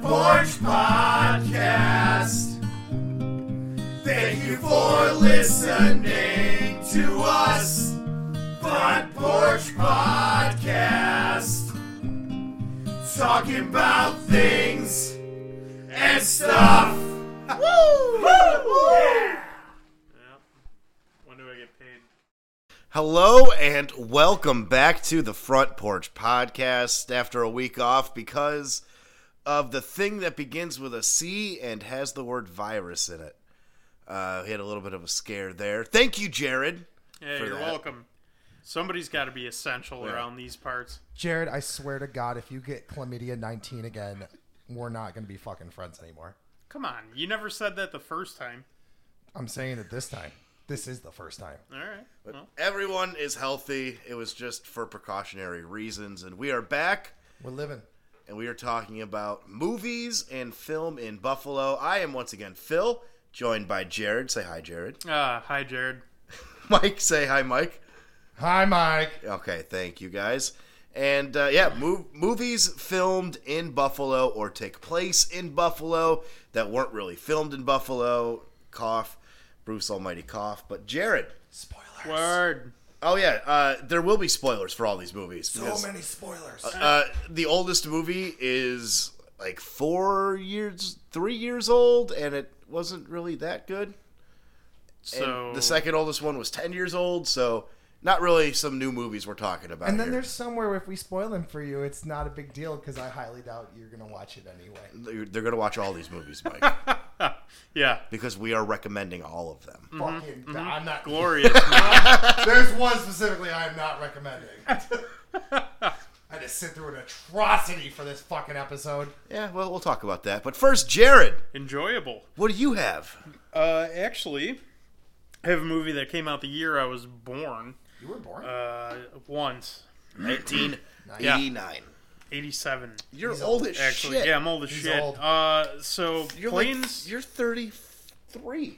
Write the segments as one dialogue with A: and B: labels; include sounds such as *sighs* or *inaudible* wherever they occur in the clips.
A: Porch Podcast. Thank you for listening to us, Front Porch Podcast. Talking about things and *laughs* stuff. Woo! Yeah!
B: When do I get paid?
A: Hello and welcome back to the Front Porch Podcast after a week off because of the thing that begins with a C and has the word virus in it. Uh, we had a little bit of a scare there. Thank you, Jared.
B: Hey,
A: for
B: you're
A: that.
B: welcome. Somebody's got to be essential around these parts.
C: Jared, I swear to God, if you get chlamydia 19 again, we're not going to be fucking friends anymore.
B: Come on, you never said that the first time.
C: I'm saying it this time. This is the first time.
B: All right. Well,
A: Everyone is healthy. It was just for precautionary reasons, and we are back.
C: We're living.
A: And we are talking about movies and film in Buffalo. I am once again Phil, joined by Jared. Say hi, Jared. *laughs*
B: uh, hi, Jared.
A: Mike, say hi, Mike.
C: Hi, Mike.
A: Okay, thank you guys. And uh, yeah, mov- movies filmed in Buffalo or take place in Buffalo that weren't really filmed in Buffalo. Cough, Bruce Almighty cough. But Jared,
C: Spoilers.
B: Word.
A: oh yeah, uh, there will be spoilers for all these movies. because,
C: So many spoilers.
A: Uh, the oldest movie is like four years, three years old, and it wasn't really that good. And
B: So
A: the second oldest one was ten years old, so not really some new movies we're talking about.
C: and then
A: here.
C: there's somewhere if we spoil them for you, it's not a big deal because I highly doubt you're going to watch it anyway.
B: Mm-hmm.
A: They're they're gonna watch all these movies, Mike, *laughs*
B: yeah,
A: because we are recommending all of them.
C: Fucking,
B: Mm-hmm.
C: I'm not.
B: glorious.
C: There's one specifically I am not recommending.
B: *laughs*
C: *laughs* I just sit through an atrocity for this fucking episode.
A: Yeah, well, we'll talk about that. But first, Jared,
B: enjoyable.
A: what do you have?
B: Uh, actually, I have a movie that came out the year I was born.
C: You were born.
B: Uh, once,
A: 1989.
B: eighty-seven.
A: You're old as
B: Actually,
A: shit.
B: yeah, I'm old as
C: He's
B: shit.
C: old.
B: Uh, so
A: you're
B: planes.
A: like you're *laughs* 33.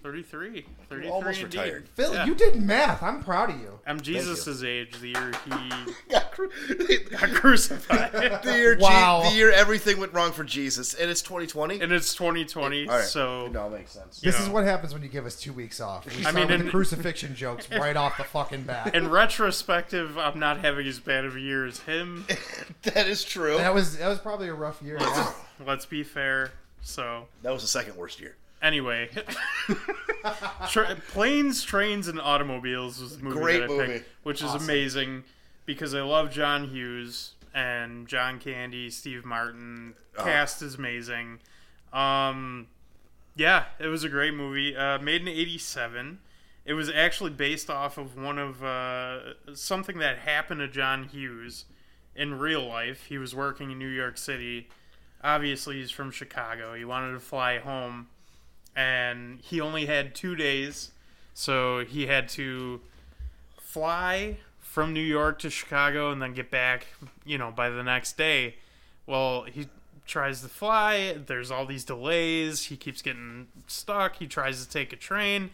B: 33. 33
A: almost
B: indeed.
A: retired.
C: Phil,
B: yeah.
C: you did math. I'm proud of you.
B: I'm Jesus' age the year he
A: *laughs*
B: *laughs* got
A: the
B: crucified.
A: year, Je-
C: Wow.
A: the year everything went wrong for Jesus, and it's 2020.
B: and it's 2020,
A: All right.
B: so
A: no, it makes sense.
C: This is
B: know.
C: what happens when you give us two weeks off. We
B: I
C: I
B: mean,
C: mean,
B: in-
C: the crucifixion
B: *laughs*
C: jokes right off the fucking bat.
B: in retrospective, I'm not having as bad of a year as him.
A: *laughs*
B: *laughs*
A: That is true.
C: That was that was probably a rough year.
B: Let's be fair. So,
A: That was the second worst year.
B: anyway, *laughs* Tra- planes, trains, and automobiles was the movie
A: Great
B: that I
A: movie.
B: picked, which is amazing because I love John Hughes and John Candy, Steve Martin.
A: Oh.
B: Cast is amazing. Um, yeah, it was a great movie. Uh, made in '87. It was actually based off of one of uh, something that happened to John Hughes in real life. He was working in New York City. Obviously, he's from Chicago. He wanted to fly home, and he only had two days, so he had to fly from New York to Chicago and then get back, you know, by the next day. Well, he tries to fly, there's all these delays, he keeps getting stuck, he tries to take a train.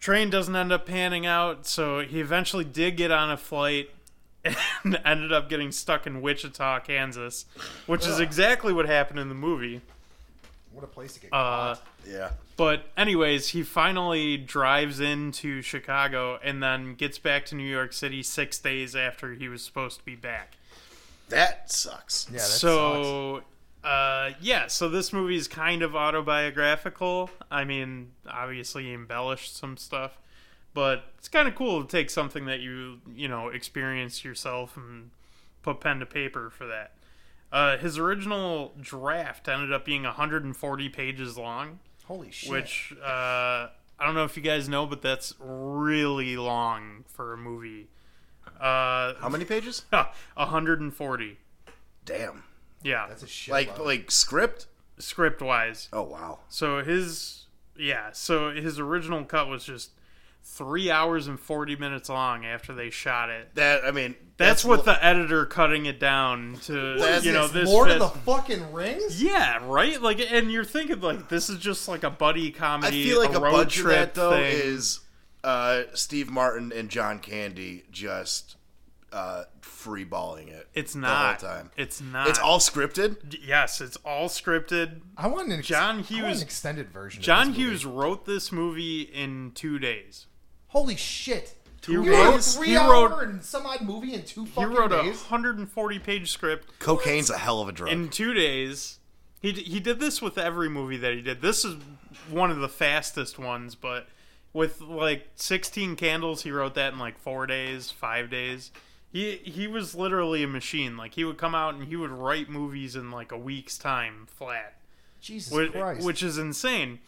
B: Train doesn't end up panning out, so he eventually did get on a flight *laughs* and ended up getting stuck in Wichita, Kansas, which is exactly what happened in the movie.
C: *laughs* What a place to get
B: Uh,
C: caught.
A: Yeah.
B: but anyways, he finally drives into Chicago and then gets back to New York City six days after he was supposed to be back.
A: That sucks.
C: yeah, that sucks.
B: so, uh, yeah. So this movie is kind of autobiographical. I mean, obviously he embellished some stuff, but it's kind of cool to take something that you you know experience yourself and put pen to paper for that. Uh, his original draft ended up being 140 pages long
C: Holy shit.
B: which uh, I don't know if you guys know, but that's really long for a movie. Uh, *laughs*
A: How many pages?
B: 140.
A: Damn.
B: Yeah,
C: that's a shit.
A: Like
C: load.
A: like script?
B: script wise.
A: Oh wow.
B: So his yeah, so his original cut was just three hours and 40 minutes long after they shot it.
A: That I mean
B: That's, what
A: lo-
B: the editor cutting it down to.
C: What is
B: you know,
C: this,
B: this
C: Lord
B: fits-
C: of the fucking Rings.
B: Yeah, right. Like, and you're thinking like this is just like a buddy
A: I
B: comedy.
A: feel like a,
B: road
A: bunch of that
B: trip
A: though
B: thing.
A: is uh, Steve Martin and John Candy just uh, free balling it.
B: It's not.
A: the whole time.
B: It's not.
A: It's all scripted.
B: yes. It's all scripted.
D: I want an ex-
B: John
D: I want
B: Hughes-
D: an extended version.
B: John
D: of this movie.
B: Hughes wrote this movie in two days.
D: Holy shit!
B: He
D: you
B: wrote-
D: wrote a three
B: he
D: hour
B: wrote-
D: and some odd movie in two
B: He
D: fucking
B: wrote a
D: days.
B: 140 page script
A: Cocaine's a hell of a drug.
B: in two days. He d- he did this with every movie that he did. This is one of the fastest ones, but with like 16 candles, he wrote that in like four days, five days. He he was literally a machine. Like he would come out and he would write movies in like a week's time flat.
D: Jesus
B: which,
D: Christ!
B: which is insane.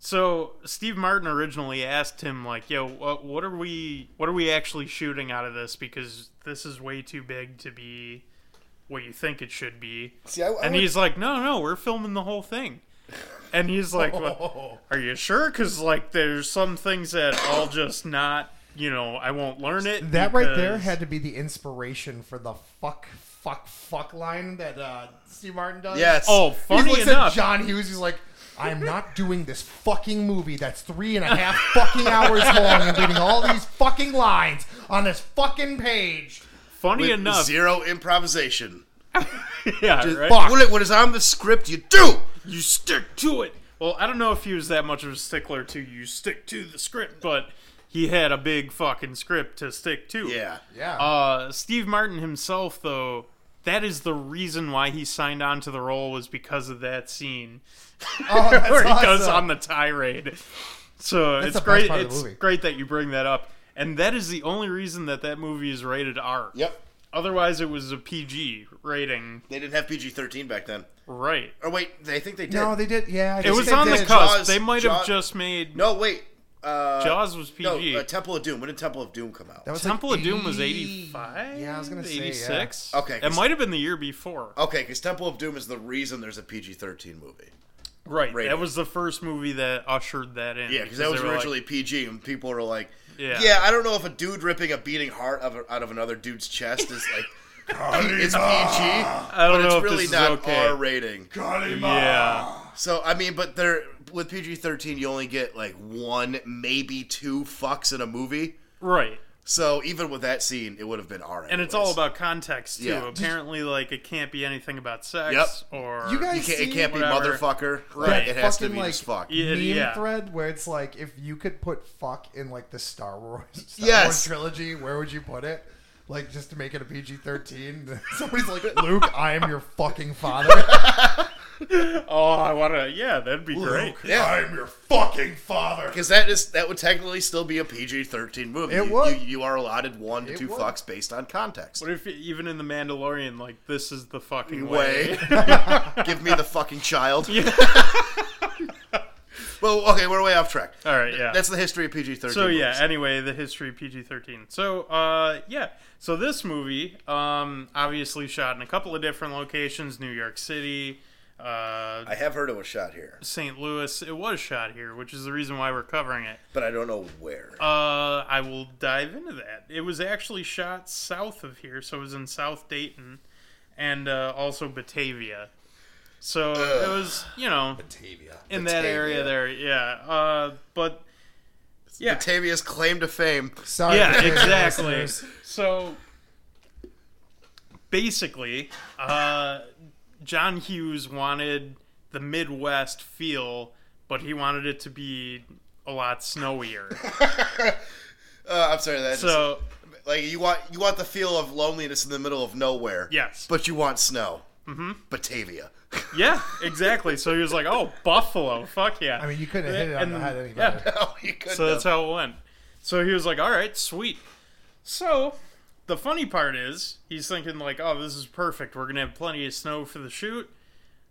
B: So Steve Martin originally asked him like, "Yo, what, what are we what are we actually shooting out of this? Because this is way too big to be what you think it should be."
A: See, I, I
B: And
D: Oh,
C: *laughs*
A: would-
B: he's like, "No, no, we're filming the whole thing." And he's like,
D: *laughs*
B: "What-
D: oh,
B: "Are you sure? Because like, there's some things that I'll just not, you know, I won't learn it."
D: that right there
B: because-
D: had to be the inspiration for the fuck, fuck, fuck line that uh, Steve Martin does.
A: yes.
B: Oh, funny
D: he looks
B: enough,
D: at John Hughes. He's like, "I'm not doing this fucking movie that's three and a half fucking hours long and reading all these fucking lines on this fucking page."
B: funny
A: With
B: enough,
A: zero improvisation.
B: yeah, right?
D: Fuck.
A: When it when it's on the script, you do.
B: You stick to it. Well, I don't know if he was that much of a stickler to you stick to the script, but he had a big fucking script to stick to.
A: Yeah.
D: Yeah.
B: Uh, Steve Martin himself, though, that is the reason why he signed on to the role was because of that scene *laughs*
D: oh, *laughs* that's
B: where he goes
D: awesome.
B: on the tirade. So
D: That's
B: it's
D: the best
B: great.
D: part of the
B: It's
D: movie.
B: great that you bring that up, and that is the only reason that that movie is rated R.
A: Yep.
B: Otherwise, it was a PG rating.
A: They didn't have PG thirteen back then.
B: Right.
A: Or wait, they- I think they did.
D: No, they did. Yeah, I
B: It
D: think
B: was
D: they
B: on the
D: did.
B: cusp.
A: Jaws-
B: they might have
A: Jaws-
B: just made
A: No, wait. Uh,
B: Jaws was PG.
A: No, uh, Temple of Doom. When did Temple of Doom come out?
D: That was like
B: Temple of Doom was
D: 80
B: 85?
D: Yeah, I was gonna say, yeah.
B: 86?
A: Okay,
B: It
A: 'cause- Oh,
B: might have been the year before.
A: okay, because Temple of Doom is the reason there's a PG thirteen movie.
B: right.
A: rated.
B: That was the first movie that ushered that in.
A: Yeah, because that was
B: they were like-
A: originally PG, and people were like,
B: Yeah.
A: yeah. I don't know if a dude ripping a beating heart of, out of another dude's chest is like." *laughs*
D: Oh,
A: it's PG. I
B: don't
A: but
B: know
A: it's
B: if
A: really
B: this is
A: not
B: okay.
A: R rating.
B: yeah.
A: So I mean, but they're with PG thirteen, you only get like one, maybe two fucks in a movie.
B: Right.
A: So even with that scene, it would have been R.
B: And it's all about context, too.
A: Yeah.
B: Apparently, like, it can't be anything about sex
A: Yep.
B: or.
D: You guys
A: It can't, it
D: see
A: can't be
B: Whatever.
A: motherfucker.
B: Right.
A: Right. It has to
D: fucking,
A: be just
D: like,
A: fuck.
B: Yeah,
D: meme
B: yeah.
D: thread where it's like if you could put fuck in like the Star Wars, *laughs* Star
A: Yes.
D: Wars trilogy, where would you put it? Like just to make it a PG thirteen. *laughs* Somebody's like, Luke, I am your fucking father.
B: Oh, I want to. Yeah, that'd be *laughs* great.
A: Yeah.
D: I am your fucking father.
A: Because that is that would technically still be a PG thirteen movie.
D: It
A: you,
D: would.
A: You, you are allotted one to
D: It
A: two
D: would.
A: fucks based on context.
B: What if even in The Mandalorian, like, this is the fucking way?
A: Way, *laughs* give me the fucking child. *laughs* well, okay, we're way off track.
B: All right, yeah.
A: That's the history of PG thirteen.
B: So yeah. Anyway, the history of PG-13. So uh, yeah. So this movie, um, obviously shot in a couple of different locations: New York City, uh,
A: I have heard it was shot here,
B: St. Louis. It was shot here, which is the reason why we're covering it.
A: but I don't know where.
B: Uh, I will dive into that. It was actually shot south of here, so it was in South Dayton, and uh, also Batavia. So it was, you know,
D: Batavia.
B: in that area
A: Batavia.
B: there. Yeah. Uh, but yeah.
A: Batavia's claim to fame.
D: Sorry.
B: yeah,
D: Batavia
B: exactly.
D: listeners.
B: So basically, uh, John Hughes wanted the Midwest feel, but he wanted it to be a lot snowier.
A: Uh, I'm sorry, that's
B: So
A: like you want you want the feel of loneliness in the middle of nowhere.
B: Yes.
A: but you want snow. Mm-hmm. Batavia.
B: yeah, exactly. So he was like, "Oh, Buffalo, fuck yeah."
D: I mean, you couldn't hit it on the
B: And-
D: head any
B: yeah.
D: better.
A: *laughs* oh, you could
B: so that's how it went. So he was like, "All right, sweet." So the funny part is, he's thinking like, "Oh, this is perfect. We're gonna have plenty of snow for the shoot."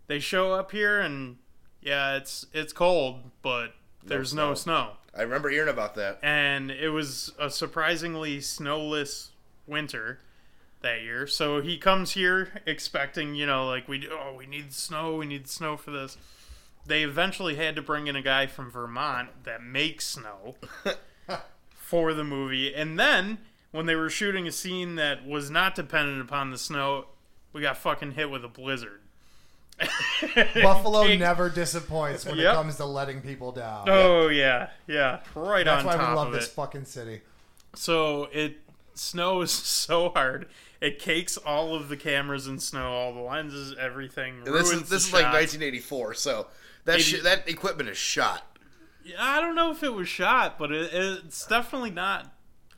B: They show up here, and yeah, it's it's cold, but there's no snow,
A: I remember hearing about that.
B: and it was a surprisingly snowless winter that year. So he comes here expecting, you know, like we oh we need snow, we need snow for this. They eventually had to bring in a guy from Vermont that makes
D: *laughs*
B: snow for the movie, and then when they were shooting a scene that was not dependent upon the snow, we got fucking hit with a blizzard. *laughs*
D: Buffalo
B: Take-
D: never disappoints when
B: Yep.
D: it comes to letting people down.
B: Oh yeah, yeah, right
D: That's
B: on
D: why
B: top
D: we love
B: of
D: this
B: it.
D: fucking city.
B: So it snow is *laughs* so hard. It cakes all of the cameras in snow, all the lenses, everything.
A: And this
B: ruins
A: is
B: the
A: this is like
B: shot.
A: 1984, so that
B: Eighty-
A: shi- that equipment is shot.
B: I don't know if it was shot, but it, it's definitely not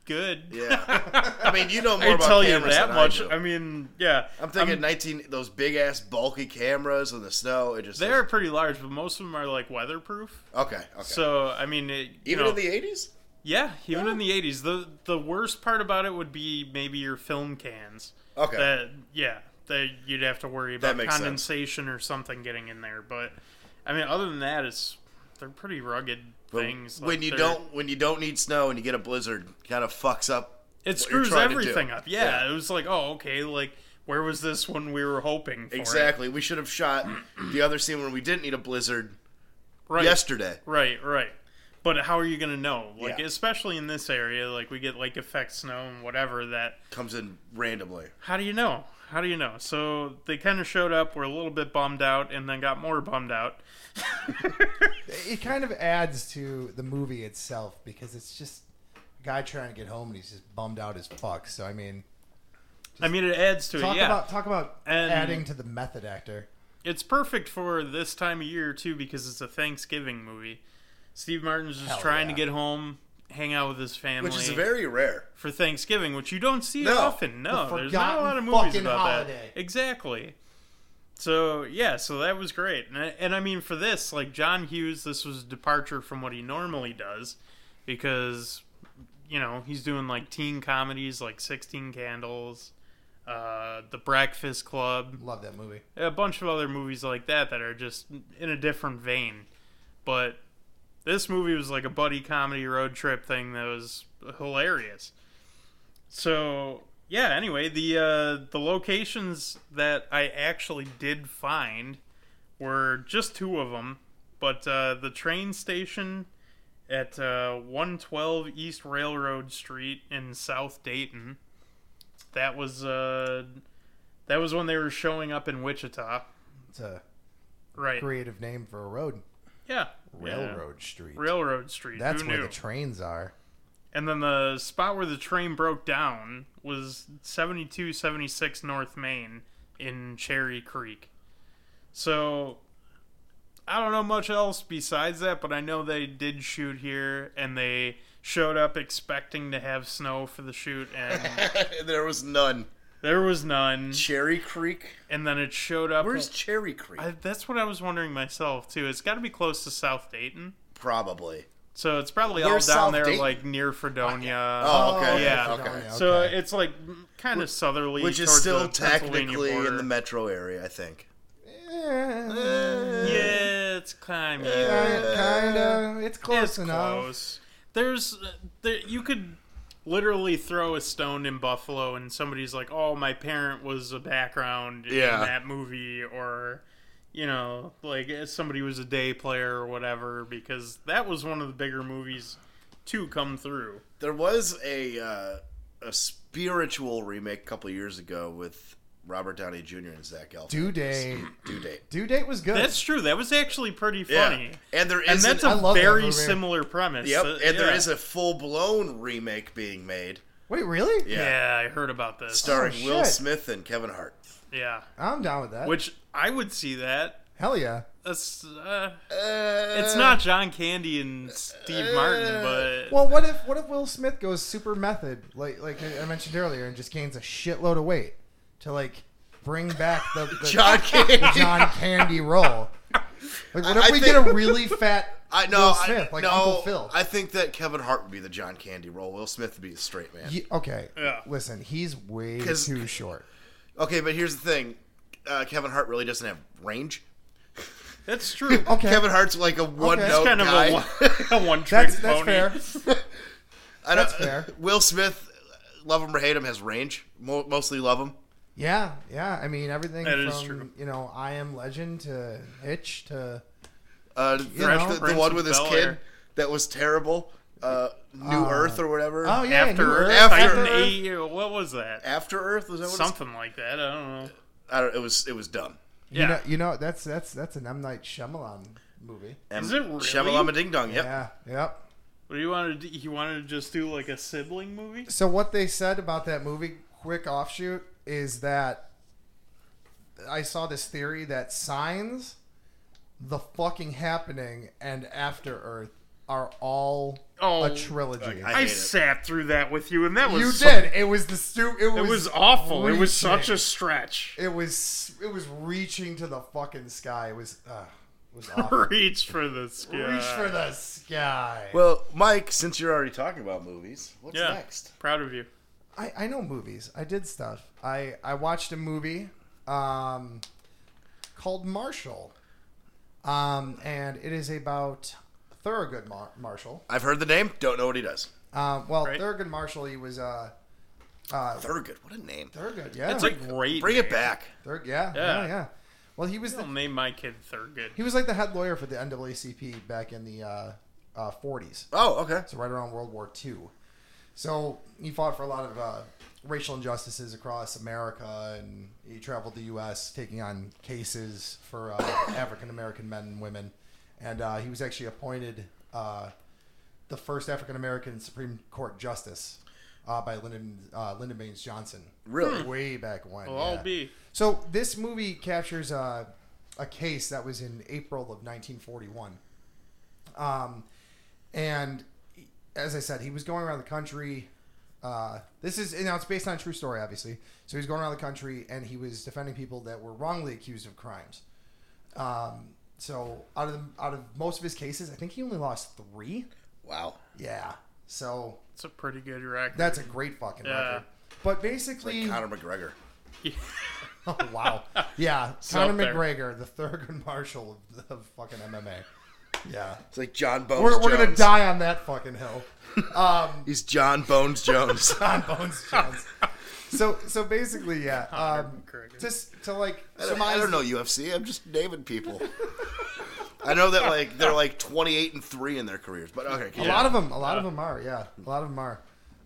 B: good. *laughs*
A: Yeah, I mean you know more
B: I
A: about
B: tell you
A: cameras
B: that
A: than
B: much.
A: I
B: I, mean, yeah.
A: am thinking 19 those big ass bulky cameras in the snow. It just
B: they are pretty large, but most of them are like weatherproof.
A: okay. okay.
B: So I mean, it, you
A: even
B: know,
A: in the 80s,
B: yeah, even in the '80s, the the worst part about it would be maybe your film cans.
A: okay.
B: That yeah, that you'd have to worry
A: That
B: about
A: makes sense.
B: condensation or something getting in there. But I mean, other than that, it's they're pretty rugged
A: But
B: things. like,
A: when you
B: they're-
A: don't when you don't need snow and you get a blizzard, kind of fucks up.
B: it
A: what you're
B: screws
A: trying to do.
B: everything up. Yeah, it was like, oh, okay, like where was this when we were hoping for it?
A: Exactly. We should have shot the other scene when we didn't need a blizzard
B: Right.
A: yesterday.
B: Right, right. But how are you gonna know? Like,
A: Yeah.
B: especially in this area, like we get like effect snow and whatever. That
A: Comes in randomly.
B: how do you know? How do you know? So they kind of showed up, were a little bit bummed out, and then got more bummed out. *laughs*
D: It kind of adds to the movie itself because it's just a guy trying to get home and he's just bummed out as fuck. So I mean,
B: I mean, it adds to
D: talk
B: it. Yeah,
D: about talk about
B: And-
D: adding to the method actor.
B: it's perfect for this time of year too because it's a Thanksgiving movie. Steve Martin's just
D: Hell
B: trying
D: yeah.
B: to get home, hang out with his family
A: Which is very
B: *laughs*
A: rare. *laughs*
B: for Thanksgiving, which you don't see
A: No.
B: often. No,
D: The
B: there's not a lot of
D: forgotten
B: movies
D: fucking
B: about
D: holiday.
B: that. Exactly. So yeah, so that was great, and I, and I mean for this, like John Hughes, this was a departure from what he normally does, because you know he's doing like teen comedies like Sixteen Candles, uh, The Breakfast Club,
D: Love that movie.
B: a bunch of other movies like that that are just in a different vein. But this movie was like a buddy comedy road trip thing that was hilarious. So yeah, anyway, the uh, the locations that I actually did find were just two of them, but uh, the train station at uh, 112 East Railroad Street in South Dayton. That was uh, that was when they were showing up in Wichita.
D: It's a
B: Right.
D: creative name for a road,
B: Yeah.
D: Railroad Street.
B: Yeah. Railroad Street.
D: That's
B: Who
D: where
B: knew?
D: the trains are.
B: and then the spot where the train broke down was 7276 North Main in Cherry Creek. So I don't know much else besides that, but I know they did shoot here and they showed up expecting to have snow for the shoot
D: *laughs*
B: and
A: there was none.
B: there was none
A: Cherry Creek.
B: and then it showed up
A: Where's Cherry Creek?
B: I, that's what I was wondering myself too. It's got to be close to South Dayton.
A: Probably.
B: So it's probably
A: Where's
B: all down
A: South
B: there,
A: Dayton?
B: like near Fredonia.
A: Oh, okay.
B: yeah.
A: Okay.
D: Fredonia,
B: So
D: okay.
B: it's like kind of southerly,
A: Which is
B: towards
A: still
B: the Pennsylvania
A: technically in
B: border.
A: the metro area, I think.
D: Eh,
B: Yeah, it's kind of
D: kinda. It's close
B: it's
D: enough.
B: close. There's uh, there, you could literally throw a stone in Buffalo, and somebody's like, "Oh, my parent was a background
A: Yeah.
B: in that movie," or you know, like if somebody was a day player or whatever, because that was one of the bigger movies to come through.
A: There was a uh, a spiritual remake a couple years ago with Robert Downey Jr. and Zach Efron.
D: Due date.
A: Due date.
D: Due date was good.
B: That's true. That was actually pretty
A: Yeah.
B: funny.
A: And there is
B: And that's
A: an-
B: a
D: love that
B: very
D: movie.
B: similar premise.
A: yep.
B: Uh,
A: And there
B: yeah.
A: is a full blown remake being made.
D: Wait, really?
A: Yeah.
B: yeah, I heard about this.
A: Starring
D: Oh,
A: Will
D: shit.
A: Smith and Kevin Hart.
B: yeah,
D: I'm down with that.
B: which I would see that.
D: Hell yeah.
B: That's uh,
A: Uh,
B: It's not John Candy and Steve Martin, but
D: Well, what if what if Will Smith goes super method, like like I mentioned earlier, and just gains a shitload of weight to like bring back the, the,
A: *laughs* John Candy.
D: the John Candy role? Like, what if
A: I
D: we
A: think-
D: get a really fat
A: I
D: Will
A: know.
D: Smith,
A: I,
D: like
A: no,
D: Uncle Phil?
A: I think that Kevin Hart would be the John Candy role. Will Smith would be the straight man.
D: Ye- okay,
B: Yeah.
D: listen, he's way
A: 'Cause-
D: too short.
A: Okay, but here's the thing: uh, Kevin Hart really doesn't have range.
B: that's true.
D: Okay,
A: Kevin Hart's like a one-note
D: That's
B: kind of
A: oh, guy.
B: a one, *laughs* a one trick
D: that's that's
B: pony.
D: fair.
A: *laughs* I don't-
D: that's fair.
A: Will Smith, love him or hate him, has range. Mo- mostly love him.
D: Yeah, yeah. I mean, everything
B: That
D: from
B: is true.
D: you know I Am Legend to Hitch to
A: Uh, the,
D: know.
A: the one with his
B: Prince of
A: kid
B: Bel-Air.
A: that was terrible. Uh, New Earth or whatever.
D: oh
B: *laughs*
D: yeah,
B: After
D: New
B: Earth,
A: After
B: Titan
A: Earth.
B: A- what was that?
A: After Earth was that what it's-
B: Something like that. I don't know.
A: I don't, it was. It was dumb.
B: Yeah,
D: You know, you know that's that's that's an M Night Shyamalan movie.
A: And
B: Is it really?
A: Shamalama Ding Dong. Yep.
D: Yeah. Yep.
B: What do you want to do? He wanted to just do like a sibling movie?
D: So what they said about that movie, quick offshoot, is that I saw this theory that Signs, The Fucking Happening, and After Earth are all
B: Oh,
D: a trilogy.
A: I-
B: I,
A: hate it.
B: sat through that with you, and that was
D: you
B: so-
D: did. It was the stu. It was,
B: It was awful. It was
D: reaching.
B: such a stretch.
D: It was. It was reaching to the fucking sky. It was. Uh,
B: *laughs*
D: it was awful.
B: Reach for the sky.
D: Reach for the sky.
A: Well, Mike, since you're already talking about movies, what's
B: Yeah.
A: next?
B: Proud of you.
D: I, I know movies. I did stuff. I, I watched a movie um, called Marshall. Um, and it is about Thurgood Mar- Marshall.
A: I've heard the name, don't know what he does.
D: Um, well,
B: Right.
D: Thurgood Marshall, he was uh, uh,
A: Thurgood, what a name.
D: Thurgood, yeah.
B: That's a great.
A: Bring it
B: name.
A: back.
D: Thurg- yeah,
B: Yeah.
D: yeah, yeah. Well, he was
B: I'll
D: the,
B: name my kid Thurgood.
D: he was like the head lawyer for the NAACP back in the uh, uh, 40s.
A: Oh, okay.
D: So right around World War II. So he fought for a lot of uh, racial injustices across America, and he traveled the U.S. taking on cases for uh, *coughs* African American men and women. And uh, he was actually appointed uh, the first African American Supreme Court justice uh, by Lyndon uh, Lyndon Baines Johnson.
A: Really?
D: way back when.
B: Well, Oh, I'll
D: yeah.
B: be.
D: So this movie captures a, a case that was in April of 1941. Um, and as I said, he was going around the country. Uh, this is now it's based on a true story, obviously. So he was going around the country and he was defending people that were wrongly accused of crimes. Um, so out of the, out of most of his cases, I think he only lost three.
A: Wow.
D: Yeah. So
B: It's a pretty good record. *laughs*
D: that's a great fucking
B: Yeah.
D: record. But
A: Like
D: basically,
A: Conor McGregor.
D: *laughs* Oh, wow. Yeah.
B: up
D: Conor
B: there.
D: McGregor, the *laughs* Thurgood Marshall of, of fucking MMA. Yeah.
A: It's like John Bones
D: We're, we're going to
A: Jones.
D: die on that fucking hill.
A: He's John Bones
D: *laughs*
A: Jones.
D: John Bones Jones. So, so basically, yeah. Um,
B: McGregor.
D: just to like
A: I don't, I don't
D: surmise.
A: know UFC. I'm just naming people. I know that like they're like 28 and three in their careers, but okay.
D: A
A: keep-
D: lot of them. A lot of them are. Yeah. A lot of them are.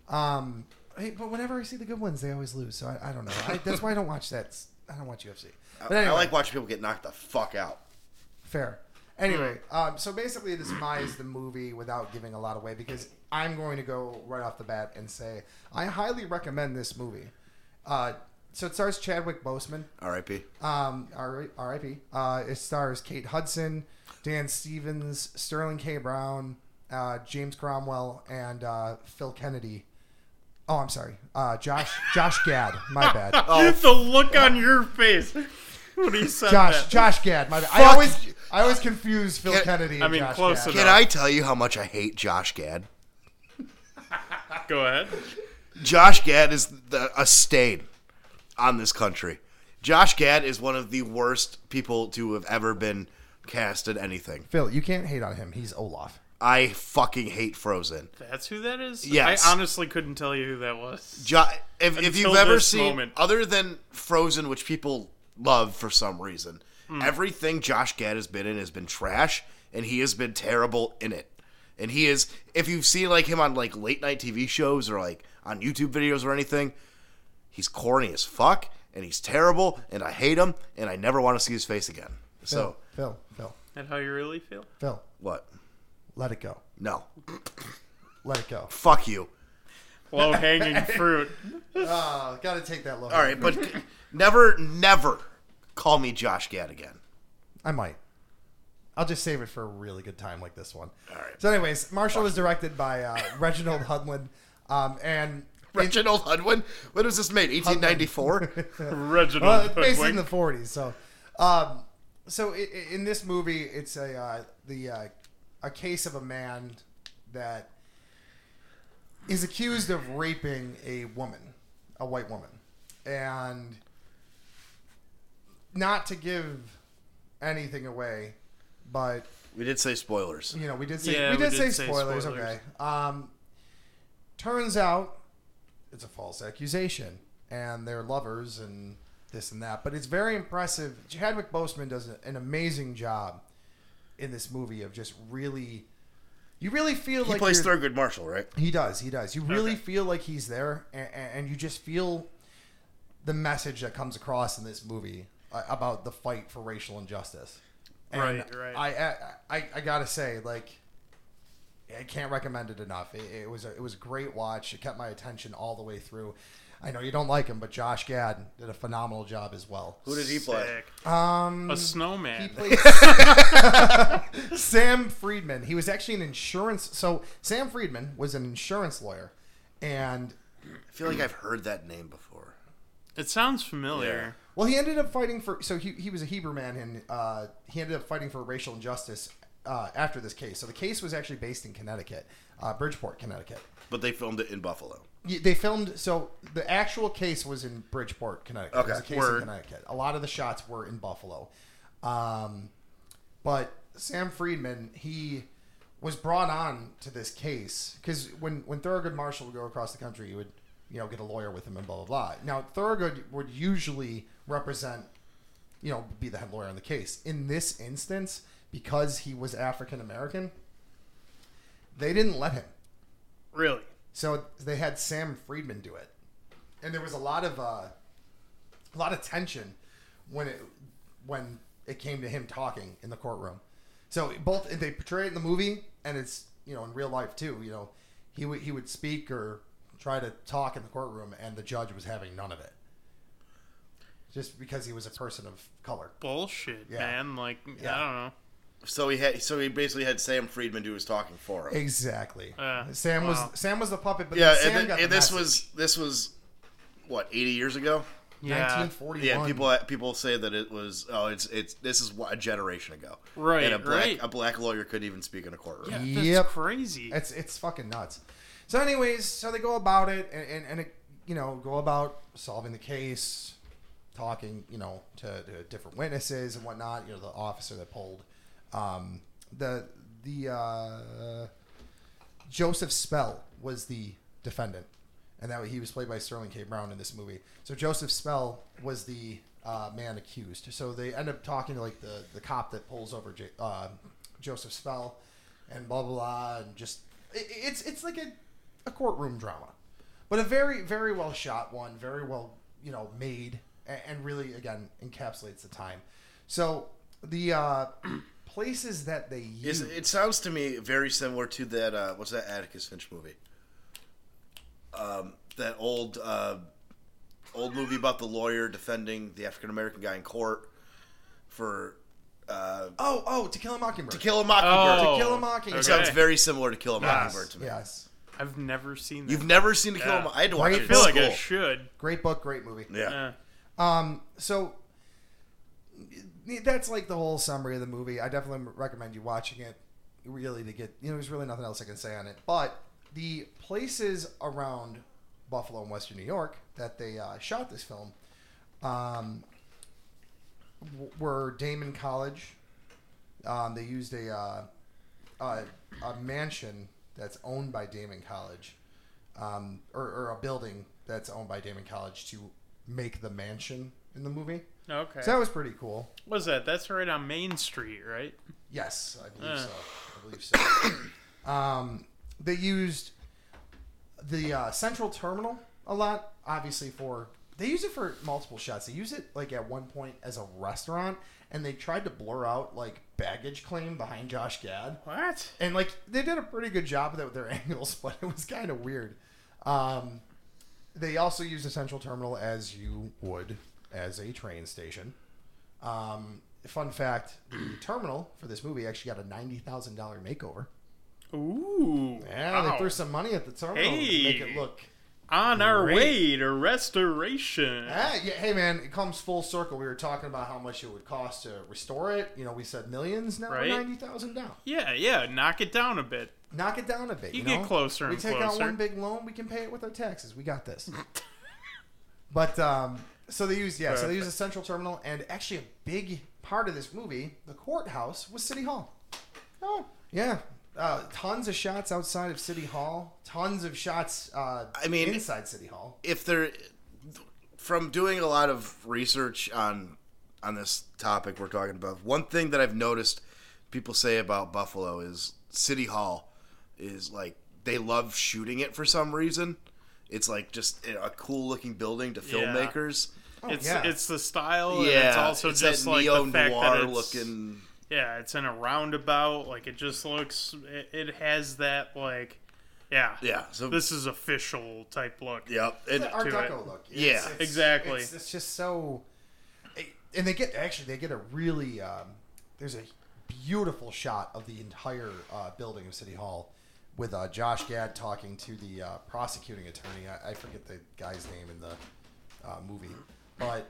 D: Um, hey, but whenever I see the good ones, they always lose. So I, I don't know. I, that's why I don't watch that. s- I don't watch UFC. But
A: I
D: anyway,
A: like watching people get knocked the fuck out.
D: Fair. Anyway, um, so basically, this is the movie without giving a lot away because I'm going to go right off the bat and say I highly recommend this movie. Uh, so it stars Chadwick Boseman,
A: R.I.P.
D: um, R- R.I.P. Uh, it stars Kate Hudson, Dan Stevens, Sterling K. Brown, uh, James Cromwell, and uh, Phil Kennedy. Oh, I'm sorry, uh, Josh Josh Gad.
B: *laughs*
D: My bad.
B: the look on your face when he said
D: Josh
B: that.
D: Josh Gad. My bad. I always I always confuse Phil
A: Can-
D: Kennedy. And
B: I mean,
D: Josh
B: close
D: Gad.
B: enough.
A: Can I tell you how much I hate Josh Gad?
B: Go ahead.
A: Josh Gad is the, a stain on this country. Josh Gad is one of the worst people to have ever been cast in anything.
D: Phil, you can't hate on him. He's Olaf.
A: I fucking hate Frozen.
B: That's who that is.
A: Yes.
B: I honestly couldn't tell you who that was.
A: Jo- if, if
B: Until
A: you've ever
B: this
A: seen,
B: moment.
A: other than Frozen, which people love for some reason, everything Josh Gad has been in has been trash, and he has been terrible in it. And he is, if you've seen like him on like late night TV shows or like on YouTube videos or anything, he's corny as fuck, and he's terrible, and I hate him, and I never want to see his face again. So
D: Phil, Phil,
B: And how you really feel?
D: Phil,
A: what?
D: let it go.
A: No,
D: Let it go.
A: fuck you.
B: Low hanging fruit.
D: *laughs* Uh, gotta take that low.
A: All right, but *laughs* never, never call me Josh Gad again.
D: I might. I'll just save it for a really good time like this one. All
A: right.
D: So, anyways, Marshall was directed by uh, Reginald Hudlin, um, and *laughs* it-
A: Reginald Hudwin. When was this made? 1894.
B: Reginald. *laughs*
D: well, it's based in
B: Hoodwink.
D: the '40s. So, um, so i- i- in this movie, it's a uh, the uh, a case of a man that is accused of raping a woman, a white woman, and not to give anything away, but
A: *laughs* we did say spoilers.
D: you know, we did say
B: Yeah,
D: we, did say,
B: say
D: spoilers,
B: spoilers.
D: Okay. Um, turns out it's a false accusation, and they're lovers and this and that. But it's very impressive. Chadwick Boseman does an amazing job in this movie of just really. You really feel
A: He
D: like
A: plays
D: you're-
A: Thurgood Marshall, right?
D: he does. He does. You really
B: Okay.
D: feel like he's there, and, and you just feel the message that comes across in this movie uh, about the fight for racial injustice. And
B: Right, right.
D: I, I, I, I gotta say, like, I can't recommend it enough. It, it was a, it was a great watch. It kept my attention all the way through. I know you don't like him, but Josh Gad did a phenomenal job as well.
A: Who did he play?
B: Sick.
D: Um,
B: A
D: he
B: snowman.
D: *laughs* played Sam Friedman. He was actually an insurance. So Sam Friedman was an insurance lawyer, and
A: I feel like I've heard that name before.
B: It sounds familiar.
D: Well, he ended up fighting for. So he, he was a Hebrew man, and uh, he ended up fighting for racial injustice uh, after this case. So the case was actually based in Connecticut, uh, Bridgeport, Connecticut.
A: But they filmed it in Buffalo.
D: Y- They filmed. So the actual case was in Bridgeport, Connecticut. It was a
A: Okay.
D: case
B: Word.
D: in Connecticut. A lot of the shots were in Buffalo, um, but Sam Friedman he was brought on to this case because when when Thurgood Marshall would go across the country, he would you know get a lawyer with him and blah blah blah. Now Thurgood would usually represent you know, be the head lawyer on the case. In this instance, because he was African American, they didn't let him.
B: Really?
D: So they had Sam Friedman do it, and there was a lot of uh, a lot of tension when it when it came to him talking in the courtroom. So both they portray it in the movie, and it's you know in real life too. You know, he would he would speak or try to talk in the courtroom, and the judge was having none of it, just because he was a person of color.
B: Bullshit,
D: Yeah.
B: man. Like
D: Yeah.
B: I don't know.
A: So he had. So he basically had Sam Friedman do his talking for him.
D: Exactly.
B: Yeah.
D: Sam
B: Wow.
D: was Sam was the puppet, but
A: Yeah,
D: then Sam
A: and,
D: got
A: th-
D: the
A: and this
D: message.
A: was this was what eighty years ago.
B: Yeah.
D: 1941.
A: Yeah, people people say that it was. Oh, it's it's this is what, a generation ago.
B: Right,
A: and a black
B: right.
A: a black lawyer couldn't even speak in a courtroom.
B: Yeah,
D: Yep.
B: That's crazy.
D: It's it's fucking nuts. So, anyways, so they go about it, and and, and it, you know go about solving the case, talking you know to, to different witnesses and whatnot. You know the officer that pulled um, the the uh, Joseph Spell was the defendant, and that he was played by Sterling K. Brown in this movie. So Joseph Spell was the uh, man accused. So they end up talking to like the the cop that pulls over J- uh, Joseph Spell, and blah blah blah, and just it, it's it's like a, a courtroom drama, but a very very well shot one, very well you know made, and, and really again encapsulates the time. So the uh, *clears throat* places that they
A: Is,
D: use.
A: it sounds to me very similar to that. Uh, what's that Atticus Finch movie? Um, that old uh, old movie about the lawyer defending the African American guy in court for uh,
D: Oh, oh, To Kill a Mockingbird.
A: To Kill a Mockingbird.
B: Oh,
D: Kill a Mockingbird.
A: It
B: okay.
A: sounds very similar to Kill a
B: Yes.
A: Mockingbird to me.
D: Yes.
B: I've never seen that.
A: You've never seen To Kill
B: Yeah.
A: a Mockingbird. I had to watch
D: Right.
A: it.
B: I feel
A: in
B: like I
A: school.
B: should.
D: Great book, great movie.
A: Yeah.
B: Uh,
D: Um, so that's like the whole summary of the movie. I definitely recommend you watching it. Really, to get you know, there's really nothing else I can say on it. But the places around Buffalo and Western New York that they uh, shot this film um, w- were Damon College. Um, they used a, uh, a a mansion that's owned by Damon College, um, or, or a building that's owned by Damon College to make the mansion in the movie.
B: okay.
D: So that was pretty cool.
B: What's that? That's right on Main Street, right?
D: Yes, I believe
B: Uh.
D: so. I believe so. *coughs* um, they used the uh, central terminal a lot, obviously for they use it for multiple shots. They use it like at one point as a restaurant, and they tried to blur out like baggage claim behind Josh Gad,
B: What?
D: and like they did a pretty good job of that with their *laughs* angles, but it was kind of weird. Um, they also use the central terminal as you would as a train station. Um, fun fact: the *clears throat* terminal for this movie actually got a ninety thousand dollar makeover.
B: Ooh.
D: Yeah,
B: Wow.
D: they threw some money at the terminal to make it
B: Hey.
D: look.
B: on our way to restoration.
D: Ah, yeah, hey man, it comes full circle. We were talking about how much it would cost to restore it. You know, we said millions. Now
B: Right.
D: ninety thousand down.
B: Yeah, yeah. Knock it down a bit.
D: Knock it down a bit.
B: You
D: You,
B: get
D: know?
B: closer
D: We
B: and
D: take out
B: closer.
D: one big loan. We can pay it with our taxes. We got
B: *laughs*
D: this. but um, so they use yeah. So they use a central terminal, and actually a big part of this movie, the courthouse, was City Hall.
B: Oh.
D: Yeah. Uh, tons of shots outside of City Hall. Tons of shots. Uh,
A: I mean-
D: inside City Hall.
A: if there from doing a lot of research on on this topic we're talking about one thing that i've noticed people say about buffalo is city hall is like they love shooting it for some reason it's like just a cool looking building to
B: Yeah.
A: filmmakers
D: Oh,
B: it's
D: yeah.
B: it's the style.
A: yeah
B: and it's also
A: it's
B: just
A: that
B: like the fact that
A: neo-noir
B: it's,
A: looking
B: yeah, it's in a roundabout. Like it just looks, it, it has that like, yeah,
A: Yeah. So
B: This is official type look.
A: Yep. And,
D: Art
B: to
D: Deco
B: it.
D: look.
A: Yeah,
B: exactly.
D: It's, it's just so, and they get actually they get a really um, there's a beautiful shot of the entire uh, building of City Hall with uh, Josh Gad talking to the uh, prosecuting attorney. I, I forget the guy's name in the uh, movie, but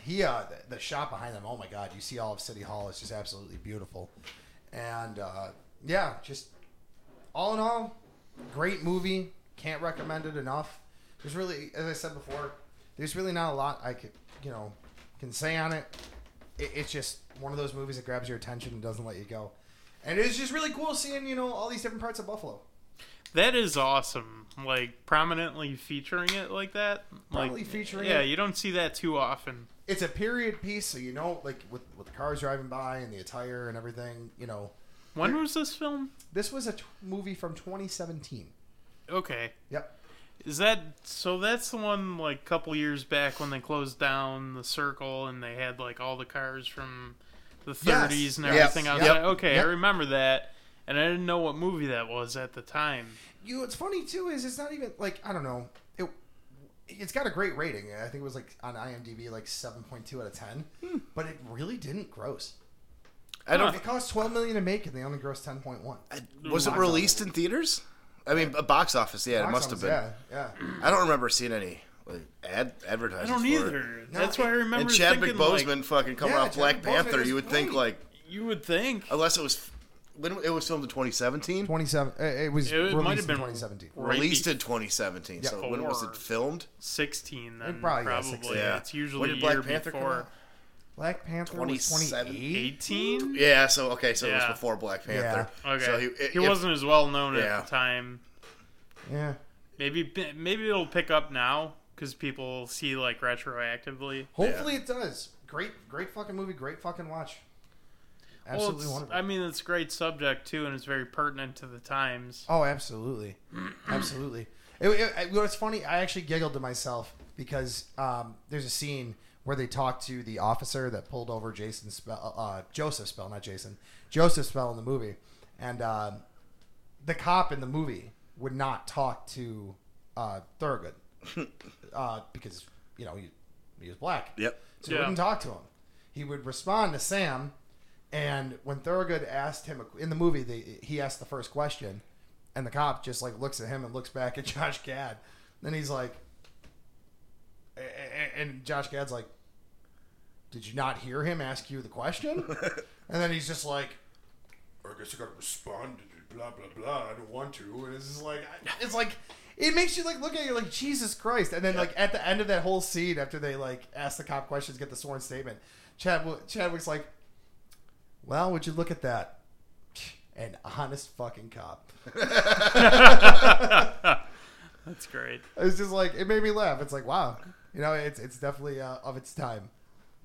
D: he uh, the, the shot behind them. Oh my God, you see all of City Hall. It's just absolutely beautiful, and uh, yeah, just all in all, great movie. Can't recommend it enough. There's really, as I said before, there's really not a lot I could, you know, can say on it. it it's just one of those movies that grabs your attention and doesn't let you go. And it's just really cool seeing, you know, all these different parts of Buffalo.
B: That is awesome. Like prominently featuring it like that.
D: Prominently
B: like,
D: featuring
B: Yeah,
D: it.
B: you don't see that too often.
D: It's a period piece, so you know, like with with the cars driving by and the attire and everything. You know,
B: When was this film?
D: this was a t- movie from 2017.
B: Okay.
D: Yep.
B: Is that so? That's the one like couple years back when they closed down the circle and they had like all the cars from the 30s and
D: Yes.
B: everything
D: Yep.
B: outside. Okay,
D: Yep.
B: I remember that, and I didn't know what movie that was at the time.
D: You know, what's funny too is it's not even like I don't know. It it's got a great rating. I think it was like on IMDb like seven point two out of ten, but it really didn't gross.
A: Hmm. I don't.
D: It cost twelve million to make, and they only grossed ten point one.
A: Was
B: Oh
A: it released in theaters? I mean, a box office. Yeah, it must have been.
D: Yeah, yeah.
A: I don't remember seeing any like, ad
B: I
A: advertisements.
B: don't
A: for it.
B: either.
D: No,
B: That's why I
D: it-
B: remember
A: And Chadwick
B: thinking, like,
A: Boseman fucking coming
D: Yeah,
A: off Black
D: Chadwick Boseman
A: Panther.
D: is
A: You would think
D: great.
A: like,
B: you would think
A: unless it was when it was filmed in 2017,
D: Twenty seven. It was
B: it might have
D: released in
B: been
D: twenty seventeen.
B: right
A: released in 2017.
D: Yeah.
A: So when was it
B: Four.
A: filmed?
B: 16 then
D: It
B: probably,
D: probably- yeah, 16.
A: Yeah.
B: it's usually
A: When
B: a
A: did Black
B: year
A: Panther come
B: before
A: out?
D: Black Panther was
A: 27.
D: 28?
B: 18
A: Yeah. So okay. So it
B: Yeah.
A: was before Black Panther.
B: okay
A: So
B: he,
A: he, it, if-
B: wasn't as well known
A: Yeah.
B: at the time
D: Yeah.
B: maybe maybe it'll pick up now because people see like retroactively
D: Hopefully it does. Great, great fucking movie. Great fucking watch. Absolutely
B: well, it's,
D: wonderful.
B: i mean it's a great subject too and it's very pertinent to the times
D: *laughs* Oh, absolutely, *clears throat* absolutely. It, it, it- what's funny, I actually giggled to myself because um, there's a scene where they talk to the officer that pulled over Jason Spell, uh, Joseph Spell, not Jason, Joseph Spell in the movie, and um, the cop in the movie would not talk to uh, Thurgood uh, because you know he, he was black.
B: *laughs*
A: Yep.
D: So he
B: Yeah.
D: wouldn't talk to him. He would respond to Sam, and when Thurgood asked him a- in the movie, they, he asked the first question, and the cop just like looks at him and looks back at *laughs* Josh Gad. Then he's like, a- a- and Josh Gad's like, "Did you not hear him ask you the question?" and then he's just like,
E: I guess I gotta respond to blah blah blah. I don't want to. And it's just like, I,
D: it's like it makes you like look at you like Jesus Christ, and then like at the end of that whole scene, after they like ask the cop questions, get the sworn statement, Chadwick, Chadwick's like, "Well, would you look at that? An honest
E: *laughs*
D: fucking cop."
B: that's great
D: It's just like it made me laugh. It's like wow, you know, it's it's definitely uh, of its time,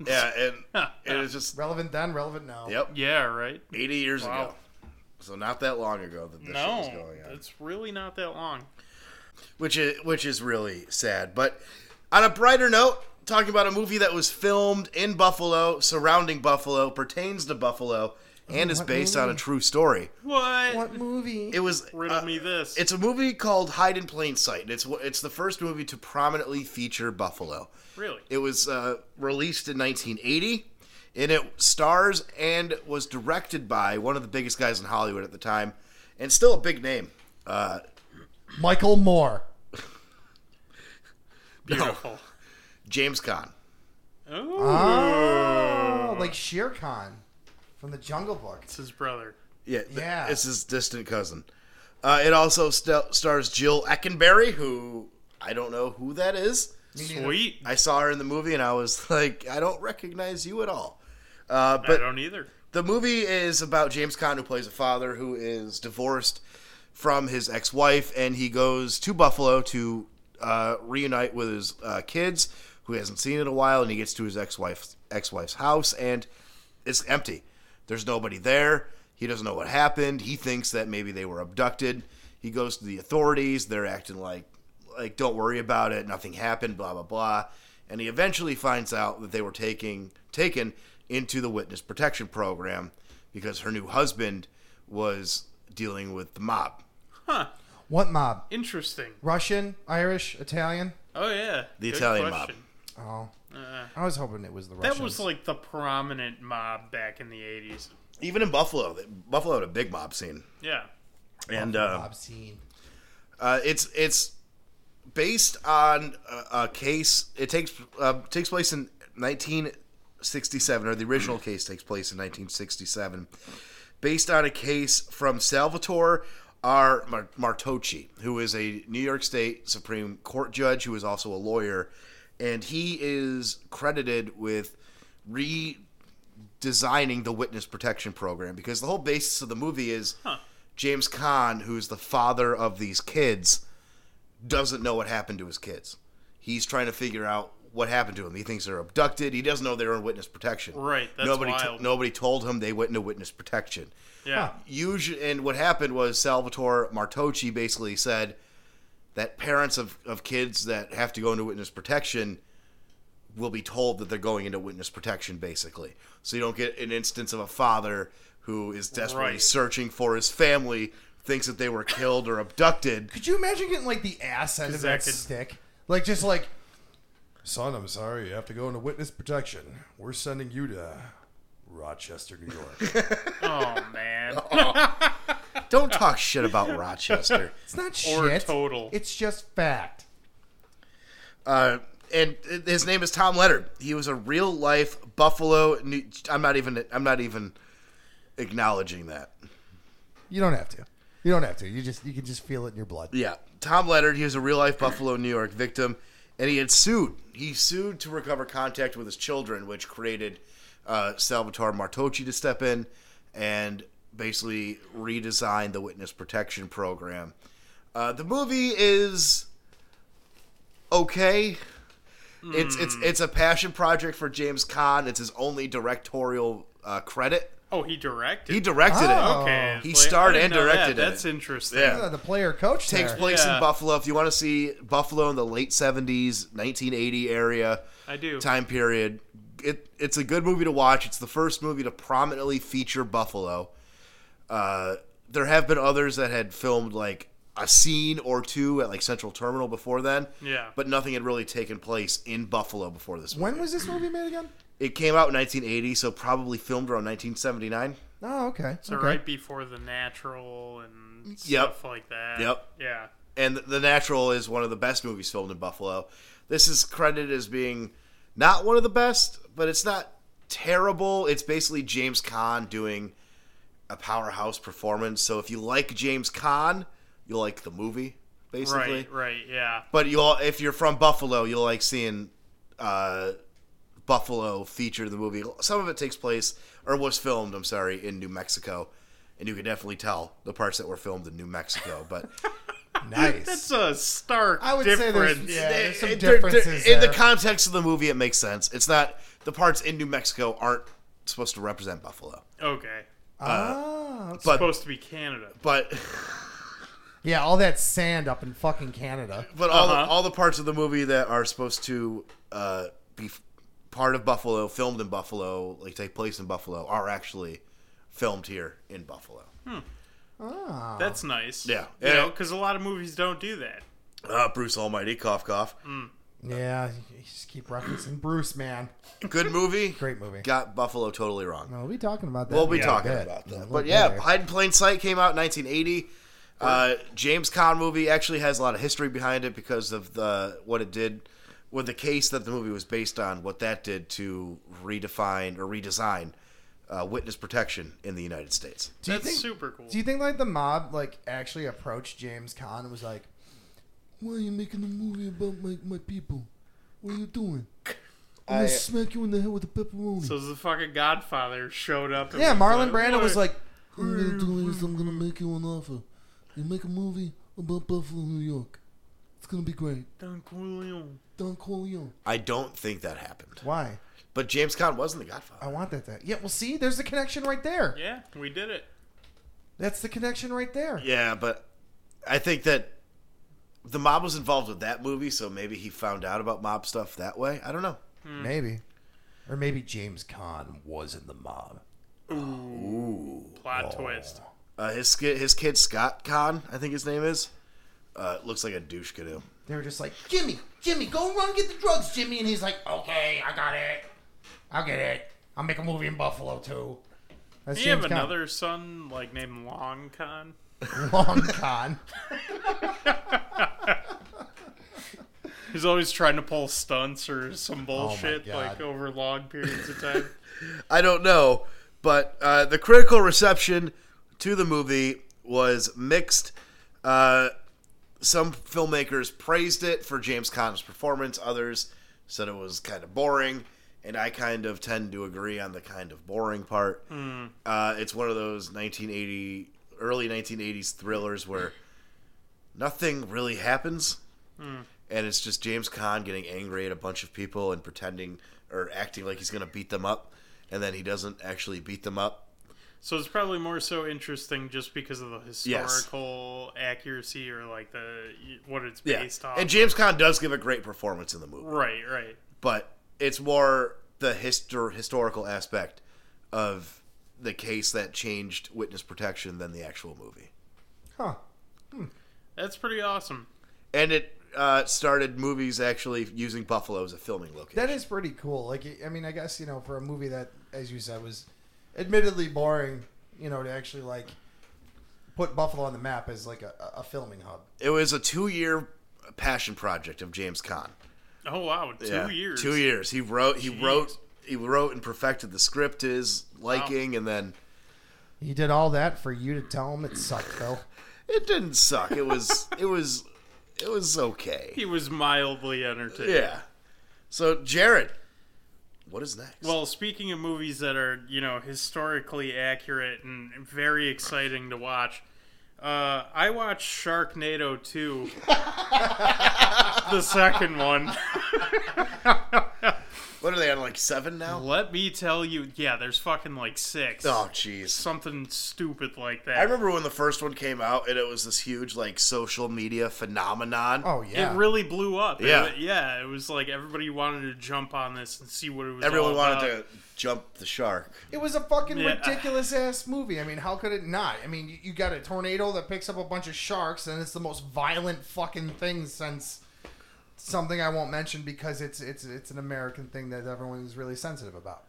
A: Yeah.
B: *laughs*
A: And it was just
D: relevant then, relevant now.
A: yep.
B: yeah right
A: 80 years
B: Wow.
A: ago. So not that long ago that this shit was
B: no
A: going on.
B: it's really not that long
A: which is which is really sad. But on a brighter note, talking about a movie that was filmed in Buffalo, surrounding Buffalo, pertains to Buffalo, and is
D: what
A: based on a
D: movie?
A: true story.
B: what,
D: What movie?
A: It was
B: riddle
A: uh,
B: me this
A: It's a movie called Hide in Plain Sight. and It's wh- it's the first movie to prominently feature Buffalo.
B: really
A: It was uh, released in 1980, and it stars and was directed by one of the biggest guys in Hollywood at the time, and still a big name. Uh,
D: Michael Moore.
A: *laughs*
B: beautiful
A: James Caan.
B: oh
D: Ah. Oh, like Shere Khan from the Jungle Book.
B: it's his brother
A: Yeah, th-
D: Yeah.
A: it's his distant cousin. Uh, it also st- stars Jill Eckenberry, who I don't know who that is.
D: Me neither.
B: sweet
A: I saw her in the movie and I was *laughs* like, I don't recognize you at all. Uh,
B: i
A: but
B: don't either
A: the movie is about James Conn, who plays a father who is divorced from his ex-wife, and he goes to Buffalo to uh, reunite with his uh, kids, who he hasn't seen in a while. And he gets to his ex-wife's ex-wife's house, and it's empty. There's nobody there. He doesn't know what happened. He thinks that maybe they were abducted. He goes to the authorities. They're acting like like don't worry about it. Nothing happened. Blah blah blah. And he eventually finds out that they were taking taken into the witness protection program because her new husband was dealing with the mob.
D: What mob?
B: Interesting.
D: Russian, Irish, Italian?
B: Oh yeah. Uh,
A: The Italian mob.
D: Oh, I was hoping it was the Russians.
B: That was like the prominent mob back in the '80s.
A: Even in Buffalo, Buffalo had a big mob scene,
B: Yeah.
A: and uh,
D: obscene.
A: uh, it's it's based on a, a case. It takes uh, takes place in 1967, or the original case takes place in 1967, based on a case from Salvatore R. Mar- Martocci, who is a New York State Supreme Court judge who is also a lawyer, and he is credited with re designing the witness protection program because the whole basis of the movie is James Caan, who's the father of these kids, doesn't know what happened to his kids. He's trying to figure out what happened to him. He thinks they're abducted. He doesn't know they're in witness protection.
B: Right, that's
A: nobody to-
B: wild.
A: nobody told him they went into witness protection.
B: Yeah.
A: Usually, and what happened was Salvatore Martocci basically said that parents of, of kids that have to go into witness protection will be told that they're going into witness protection, basically. So you don't get an instance of a father who is desperately
B: Right.
A: searching for his family, thinks that they were killed or abducted.
D: Could you imagine getting like the ass end of
B: that
D: that
B: could-
D: stick? Like just like
E: Son, I'm sorry. You have to go into witness protection. We're sending you to Rochester, New
B: *laughs*
E: York.
B: Oh
A: *laughs*
B: man.
A: Don't talk shit about Rochester.
D: it's not
B: Or
D: shit.
B: total.
D: It's just fact.
A: Uh, and his name is Tom Leonard. He was a real life Buffalo. New- I'm not even. I'm not even acknowledging that.
D: You don't have to. You don't have to. You just you can just feel it in your blood.
A: Yeah, Tom Leonard. He was a real life Buffalo, New York victim, and he had sued. He sued to recover contact with his children, which created uh, Salvatore Martocci to step in and basically redesign the witness protection program. Uh, the movie is okay. It's it's it's a passion project for James Caan. It's his only directorial uh, credit.
B: Oh, he directed.
A: He directed
D: Oh.
A: it.
B: Okay.
A: He
B: like,
A: starred
B: I didn't
A: and
B: know
A: directed
B: that.
A: it.
B: That's interesting.
A: Yeah.
D: Yeah, Uh, the player coach
A: takes
D: there.
A: place
B: Yeah.
A: in Buffalo. If you want to see Buffalo in the late seventies, nineteen eighty area
B: I do.
A: time period, it it's a good movie to watch. It's the first movie to prominently feature Buffalo. Uh, there have been others that had filmed like a scene or two at like Central Terminal before then.
B: Yeah.
A: But nothing had really taken place in Buffalo before this.
D: When was this movie made again?
A: It came out in 1980, so probably filmed around 1979.
D: Oh, okay.
B: So
D: okay.
B: right before the natural and
A: Yep.
B: stuff like that.
A: Yep.
B: Yeah.
A: and The Natural is one of the best movies filmed in Buffalo. This is credited as being not one of the best, but it's not terrible. It's basically James Caan doing a powerhouse performance. So if you like James Caan, you'll like the movie, basically.
B: Right. Right. Yeah.
A: But you'll if you're from Buffalo, you'll like seeing uh, Buffalo feature in the movie. Some of it takes place or was filmed, I'm sorry, in New Mexico. And you can definitely tell the parts that were filmed in New Mexico, but
D: *laughs* nice.
B: That's a stark
D: I would say there's-
B: difference.
D: yeah. there's some
A: It- they're- they're-
D: differences
A: Eh, in the
D: there.
A: context of the movie it makes sense it's not the parts in new mexico aren't supposed to represent buffalo
B: Okay.
D: Ah, okay.
A: but
B: Supposed to be Canada.
A: but *laughs*
D: yeah, all that sand up in fucking Canada.
A: but all,
B: Uh-huh.
A: the, all the parts of the movie that are supposed to uh, be f- part of buffalo filmed in buffalo like take place in buffalo are actually filmed here in buffalo
D: Ah.
B: That's nice.
A: Yeah.
B: You
A: Yeah.
B: know, because a lot of movies don't do that.
A: uh, bruce almighty cough cough
D: Yeah, you just keep referencing Bruce, man.
A: good movie
D: Mm. Great movie.
A: got buffalo totally wrong
D: We'll be talking about that.
A: We'll be
D: in a
A: talking
D: bit.
A: about
D: A
A: that.
D: little
A: But
D: bit
A: yeah,
D: later.
A: Hide in Plain Sight came out in 1980. Uh, James Conn movie actually has a lot of history behind it because of the what it did with the case that the movie was based on, what that did to redefine or redesign uh, witness protection in the United States.
D: do you
B: That's
D: think
B: super cool.
D: do you think like the mob like actually approached James Caan and was like,
E: Why are you making a movie about my, my people? What are you doing?
A: I'm gonna I-
E: smack you in the head with a pepperoni.
B: So the fucking Godfather showed up. And
D: yeah,
B: was like,
D: Marlon Brando was
B: "What?"
D: like,
E: All I'm gonna do is I'm gonna make you an offer. You make a movie about Buffalo, New York. It's gonna be great.
B: Don Corleone.
E: Don Corleone.
A: I don't think that happened.
D: why?
A: But James Conn wasn't the
D: I
A: Godfather.
D: want that. To... Yeah, well, see, there's the connection right there.
B: Yeah, we did it.
D: That's the connection right there.
A: Yeah, but I think that the mob was involved with that movie, so maybe he found out about mob stuff that way. I don't know.
D: Maybe. Or maybe James Caan was in the mob.
B: Plot twist.
A: Uh, his ski- his kid Scott Kahn, I think his name is, uh, looks like a douche canoe.
D: They were just like,
C: Jimmy, Jimmy, go run get the drugs, Jimmy. And he's like, okay, I got it. I'll get it. I'll make a movie in Buffalo too.
D: that's
B: Do you have
D: James Caan.
B: another son like named Long Con? *laughs*
D: long con.
B: He's always trying to pull stunts
A: *laughs*
B: or
A: Oh
B: some bullshit
D: God.
B: like over long periods of time.
A: I don't know, but uh, the critical reception to the movie was mixed. Uh, some filmmakers praised it for James Caan's performance. Others said it was kind of boring, and I kind of tend to agree on the kind of boring part. Uh, it's one of those 1980, early 1980s thrillers where nothing really happens, and it's just James Caan getting angry at a bunch of people and pretending or acting like he's going to beat them up, and then he doesn't actually beat them up.
B: so it's probably more so interesting just because of the historical accuracy or like the what it's
A: Yeah,
B: based off.
A: and James Caan does give a great performance in the movie.
B: right, right.
A: but it's more the histor- historical aspect of the case that changed witness protection than the actual movie.
D: Huh.
B: That's pretty awesome.
A: And it uh, started movies actually using Buffalo as a filming location.
D: That is pretty cool. Like, I mean, I guess you know, for a movie that, as you said, was admittedly boring, you know, to actually like put Buffalo on the map as like a, a filming hub.
A: it was a two-year passion project of James Caan.
B: Oh wow, two
A: Yeah,
B: years.
A: Two years. He wrote. He
B: Jeez.
A: wrote. He wrote and perfected the script to his liking, and then
D: He did all that for you to tell him it sucked, Phil.
A: it didn't suck. It was. it was. It was okay.
B: He was mildly entertained.
A: Yeah. So Jared, what is next?
B: Well, speaking of movies that are, you know, historically accurate and very exciting to watch, uh, I watched Sharknado 2, the second one. *laughs*
A: What are they on like seven now?
B: Let me tell you, yeah, there's fucking like six.
A: Oh jeez.
B: Something stupid like
A: I
B: that.
A: remember when the first one came out and it was this huge like social media phenomenon.
D: Oh yeah.
B: It really blew up. It
A: Yeah.
B: wa- yeah, it was like everybody wanted to jump on this and see what it was
A: Everyone
B: all
A: wanted
B: about.
A: to jump the shark.
D: It was a fucking
B: Yeah.
D: ridiculous ass movie. I mean, how could it not? I mean, you, you got a tornado that picks up a bunch of sharks, and it's the most violent fucking thing since something I won't mention because it's it's it's an American thing that everyone is really sensitive about.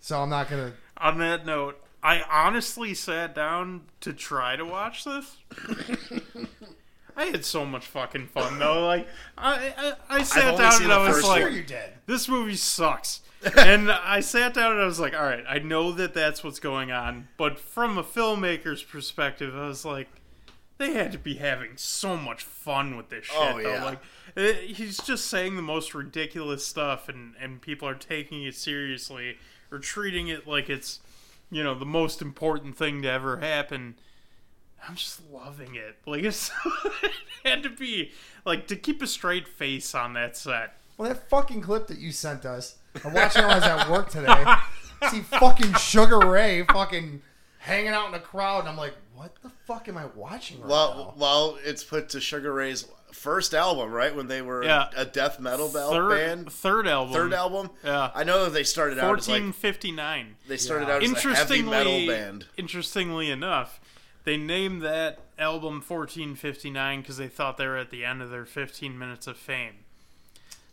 D: so I'm not gonna.
B: On that note, I honestly sat down to try to watch this. I had so much fucking fun though. Like I, I, I sat
A: only
B: down
A: seen
B: and
A: the
B: I was
A: first
B: like,
D: Sure, you did.
B: "This
A: *laughs*
B: movie sucks." and I sat down and I was like, "All right, I know that that's what's going on, but from a filmmaker's perspective, I was like, they had to be having so much fun with this shit.
A: Oh,
B: though.
A: yeah.
B: Like, eh, he's just saying the most ridiculous stuff, and and people are taking it seriously or treating it like it's, you know, the most important thing to ever happen. I'm just loving it. Like *laughs* it's it had to be like to keep a straight face on that set.
D: Well, that fucking clip that you sent us, I watched it when I was at work today. See fucking Sugar Ray fucking hanging out in a crowd, and I'm like, what the fuck am I watching right now?
A: Well, well, it's put to Sugar Ray's first album, right? When they were
B: Yeah.
A: a death metal bel-
B: Third,
A: band,
B: third album,
A: third album.
B: Yeah.
A: I know that they started out as
B: fourteen
A: like
B: fifty nine.
A: they started out as a heavy
B: interestingly,
A: metal band.
B: interestingly enough, they named that album 1459 because they thought they were at the end of their 15 minutes of fame.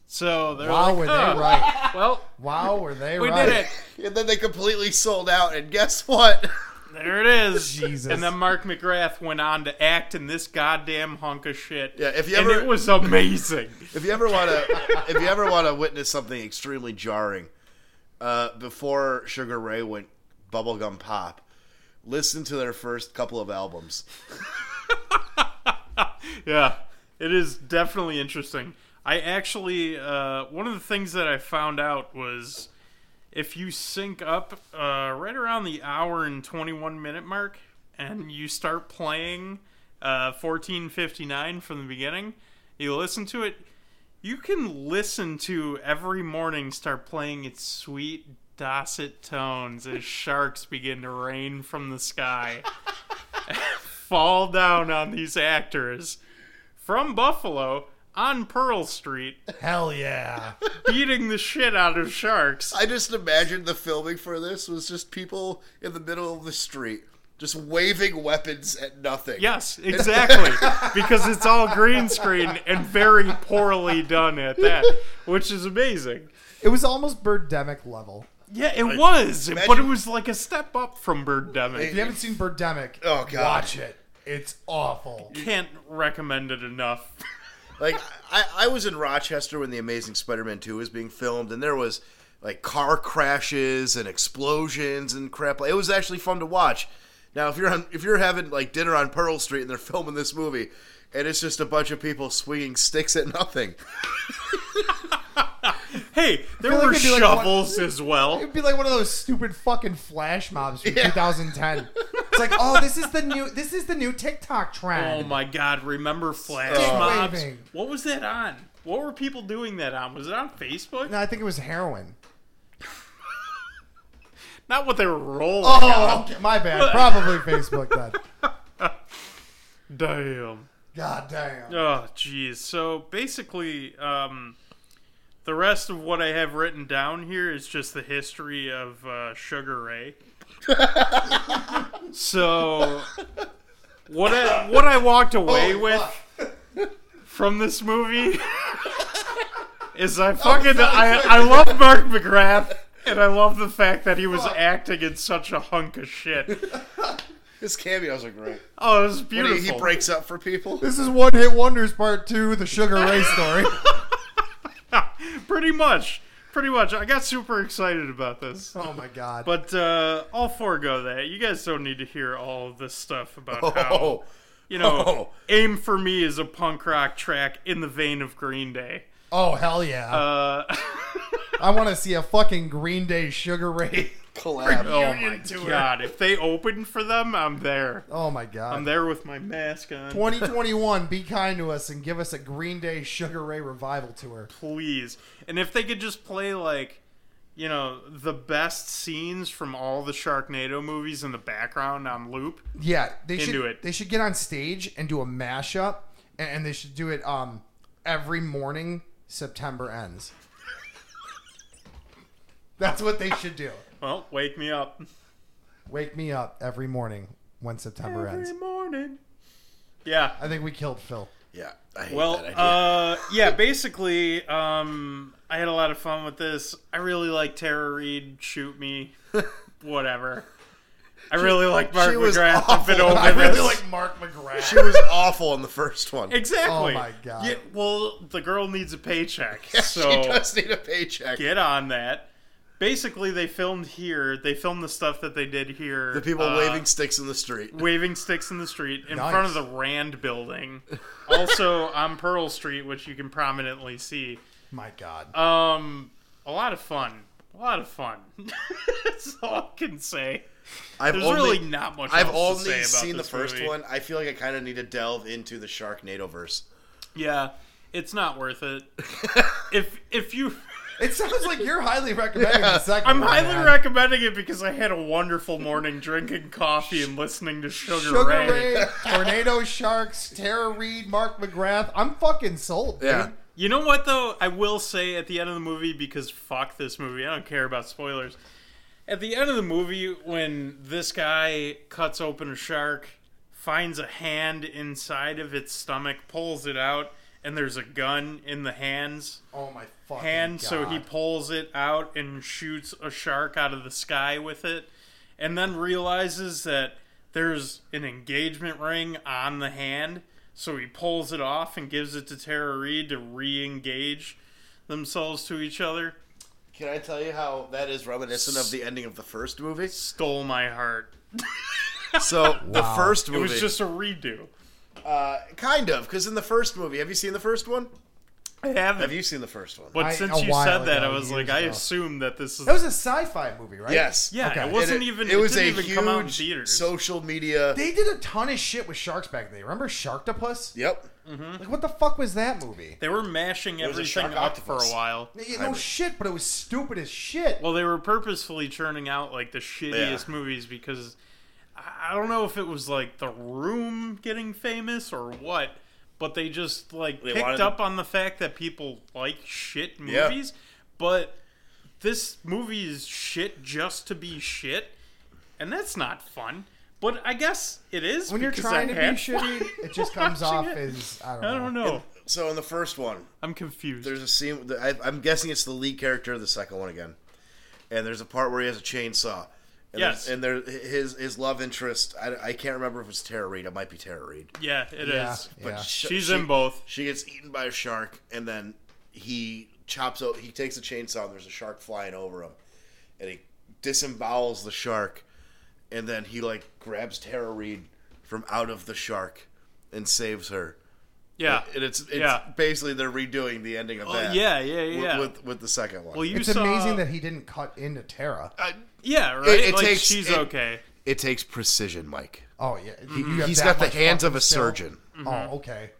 B: So they're
D: Wow,
B: like,
D: were they
B: *laughs* "Oh,
D: right?
B: Well,
D: Wow, were they
B: we
D: right?
B: did it.
A: And then they completely sold out. And guess what?
B: There it is.
D: *laughs* Jesus.
B: And then Mark McGrath went on to act in this goddamn hunk of shit.
A: Yeah, if you
B: and
A: ever-
B: it was amazing.
A: *laughs* If you ever want to, if you ever want to witness something extremely jarring, uh, before Sugar Ray went bubblegum pop, listen to their first couple of albums.
B: yeah, it is definitely interesting. I actually, uh, one of the things that I found out was if you sync up uh, right around the hour and 21 minute mark and you start playing uh, 1459 from the beginning, you listen to it, you can listen to every morning start playing its sweet dulcet tones as sharks begin to rain from the sky *laughs* fall down on these actors from Buffalo on Pearl Street
C: Hell yeah.
B: beating the shit out of sharks.
A: I just imagine the filming for this was just people in the middle of the street just waving weapons at nothing.
B: Yes,
D: *laughs*
B: exactly. because it's all green screen and very poorly done at that, which is amazing.
D: It was almost Birdemic level.
B: Yeah, it was, but it
A: imagine-
B: was like a step up from Birdemic.
D: If you haven't seen Birdemic,
A: Oh, God.
D: watch it. It's awful.
B: Can't recommend it enough. *laughs*
A: Like I, I was in Rochester when the Amazing Spider-Man Two was being filmed, and there was like car crashes and explosions and crap. It was actually fun to watch. Now, if you're on, if you're having like dinner on Pearl Street and they're filming this movie, and it's just a bunch of people swinging sticks at nothing, *laughs*
B: Hey, there
D: feel like
B: were
D: it'd be like one-
B: shovels as well.
D: It'd be like one of those stupid fucking flash mobs from 2010. It's like, oh, this is the new this is the new TikTok
B: Oh
D: trend.
B: my god, remember flash
D: Stick
B: mobs?
D: waving.
B: What was that on? What were people doing that on? Was it on Facebook?
D: no, I think it was heroin.
B: Not what they were rolling.
D: Oh, okay, my bad. Probably Facebook then.
B: Damn.
D: God damn.
B: Oh, jeez. So basically, um, the rest of what I have written down here is just the history of uh, Sugar Ray. so, what I, what I walked away with from this movie is I fucking I, I love Mark McGrath. And I love the fact that he was acting in such a hunk of shit.
A: his cameos are great.
B: Oh, it was
A: When
B: beautiful.
A: he, he breaks up for people. *laughs*
D: This is One Hit Wonders Part 2, the Sugar
B: *laughs*
D: Ray story.
B: pretty much, pretty much. I got super excited about this.
D: Oh my god.
B: But uh, I'll forego that. You guys don't need to hear all of this stuff about how
A: Oh,
B: you know
A: oh.
B: "Aim for Me" is a punk rock track in the vein of Green Day.
D: oh hell yeah.
B: Uh,
D: I want to see a fucking Green Day Sugar Ray. *laughs*
A: collab.
B: *laughs* oh my god! If they open for them, I'm there.
D: Oh my god.
B: I'm there with my mask on.
D: 2021, be kind to us and give us a Green Day Sugar Ray revival tour.
B: please. And if they could just play like, you know, the best scenes from all the Sharknado movies in the background on loop.
D: Yeah, they should.
B: Into it.
D: They should get on stage and do a mashup, and, and they should do it um every morning September ends. That's what they should do.
B: Well, wake me up
D: Wake me up every morning when September
B: every
D: ends.
B: morning. Yeah.
D: I think we killed Phil.
A: Yeah, I hate
B: Well,
A: that idea.
B: uh, yeah, basically, um, I had a lot of fun with this. I really like Tara Reid. Shoot
A: *laughs*
B: me, whatever. I really like Mark
A: she was
B: McGrath. I've been
A: awful.
B: over
A: I
B: this.
A: really
D: *laughs* Mark McGrath.
A: she was awful in the first one.
B: *laughs* exactly.
D: Oh my God.
B: Yeah, well, the girl needs
A: *laughs*
B: a paycheck,
A: she
B: so
A: does need a paycheck.
B: get on that. Basically, they filmed here. They filmed the stuff that they did here.
A: The people
B: uh,
A: waving sticks in the street.
B: waving sticks in the street in
D: Nice.
B: front of the Rand
A: *laughs*
B: Building, also on Pearl Street, which you can prominently see.
D: My God.
B: Um, a lot of fun. A lot of fun. *laughs* That's all I can say.
A: I've
B: There's
A: only,
B: really not much.
A: I've
B: else to say
A: only
B: about
A: seen the
B: this
A: first
B: movie.
A: one. I feel like I kind of need to delve into the Sharknado
B: *laughs*
A: verse.
B: Yeah, it's not
A: *laughs*
B: worth it. if if you,
D: It sounds like you're highly recommending the
A: Oh
D: second.
B: I'm
D: one,
B: highly
D: man.
B: recommending it because I had a wonderful morning drinking coffee and listening to Sugar,
D: Sugar
B: Ray.
D: Ray, Tornado Sharks, Tara Reed, Mark McGrath. I'm fucking sold, dude.
A: Yeah.
B: You know what though? I will say at the end of the movie because fuck this movie. I don't care about spoilers. At the end of the movie when this guy cuts open a shark, finds a hand inside of its stomach, pulls it out, and there's a gun in the hands
D: Oh my fucking
B: hand, so he
D: God.
B: pulls it out and shoots a shark out of the sky with it, and then realizes that there's an engagement ring on the hand, so he pulls it off and gives it to Tara Reed to re engage themselves to each other.
A: Can I tell you how that is reminiscent of the ending of the first movie?
B: Stole my heart.
A: So *laughs* the first
B: It
A: movie,
B: was just a redo.
A: uh, kind of, because in the first movie, have you seen the first one?
B: I haven't.
A: Have you seen the first one?
B: but
D: I-
B: since
D: a
B: you
D: while
B: said that,
D: ago,
B: I was like,
D: years
B: I
D: ago.
B: assume that this is.
D: That was a sci-fi movie, right?
A: Yes.
B: yeah,
D: okay.
B: it wasn't
A: And
B: even.
A: It, was
B: didn't
A: a
B: even come out in
A: huge
B: theaters.
A: social media.
D: They did a ton of shit with sharks back then. Remember Sharktopus?
A: Yep.
B: Mm-hmm.
D: Like, what the fuck was that movie?
B: they were mashing
A: was a
B: everything
A: shark
B: up for
A: octopus.
B: a while.
D: Yeah,
A: I
D: no
A: would-
D: shit, but it was stupid as shit.
B: Well, they were purposefully churning out like the shittiest
A: Yeah.
B: movies because I I don't know if it was like The Room getting famous or what, but they just like
F: They wanted
B: picked
F: to-
B: up on the fact that people like shit
A: Yeah.
B: movies. But this movie is shit just to be shit, and that's not fun. But I guess it is
D: When you're
B: because I
D: trying to be
B: had *laughs*
D: shitty,
B: fun
D: it just comes off
B: watching it.
D: as I don't know.
B: I don't know.
A: So in the first one,
B: I'm confused.
A: there's a scene. I, I'm guessing it's the lead character of the second one again, and there's a part where he has a chainsaw. And
B: Yes.
A: there's- and there his his love interest. I, I can't remember if it's Tara Reid. It might be Tara Reid.
B: yeah, it is.
D: Yeah,
A: But
D: yeah.
A: sh-
B: She's
A: she-
B: in both.
A: She gets eaten by a shark, and then he chops out. He takes a chainsaw, and there's a shark flying over him, and he disembowels the shark, and then he like grabs Tara Reed from out of the shark and saves her.
B: Yeah.
A: And it's it's
B: Yeah.
A: basically they're redoing the ending of
B: Oh,
A: that.
B: yeah, yeah, yeah.
A: With, with with the second one.
B: well, you
D: It's
B: saw,
D: amazing that he didn't cut into Terra.
A: I,
B: Yeah, right.
A: It- it
B: like
A: takes-
B: she's
A: it-
B: okay.
A: it takes precision, Mike.
D: Oh yeah, you have
A: Mm-hmm. He's
D: that
A: got the
D: much
A: hands
D: fucking
A: of a
D: skill?
A: surgeon.
B: Mm-hmm.
D: Oh okay.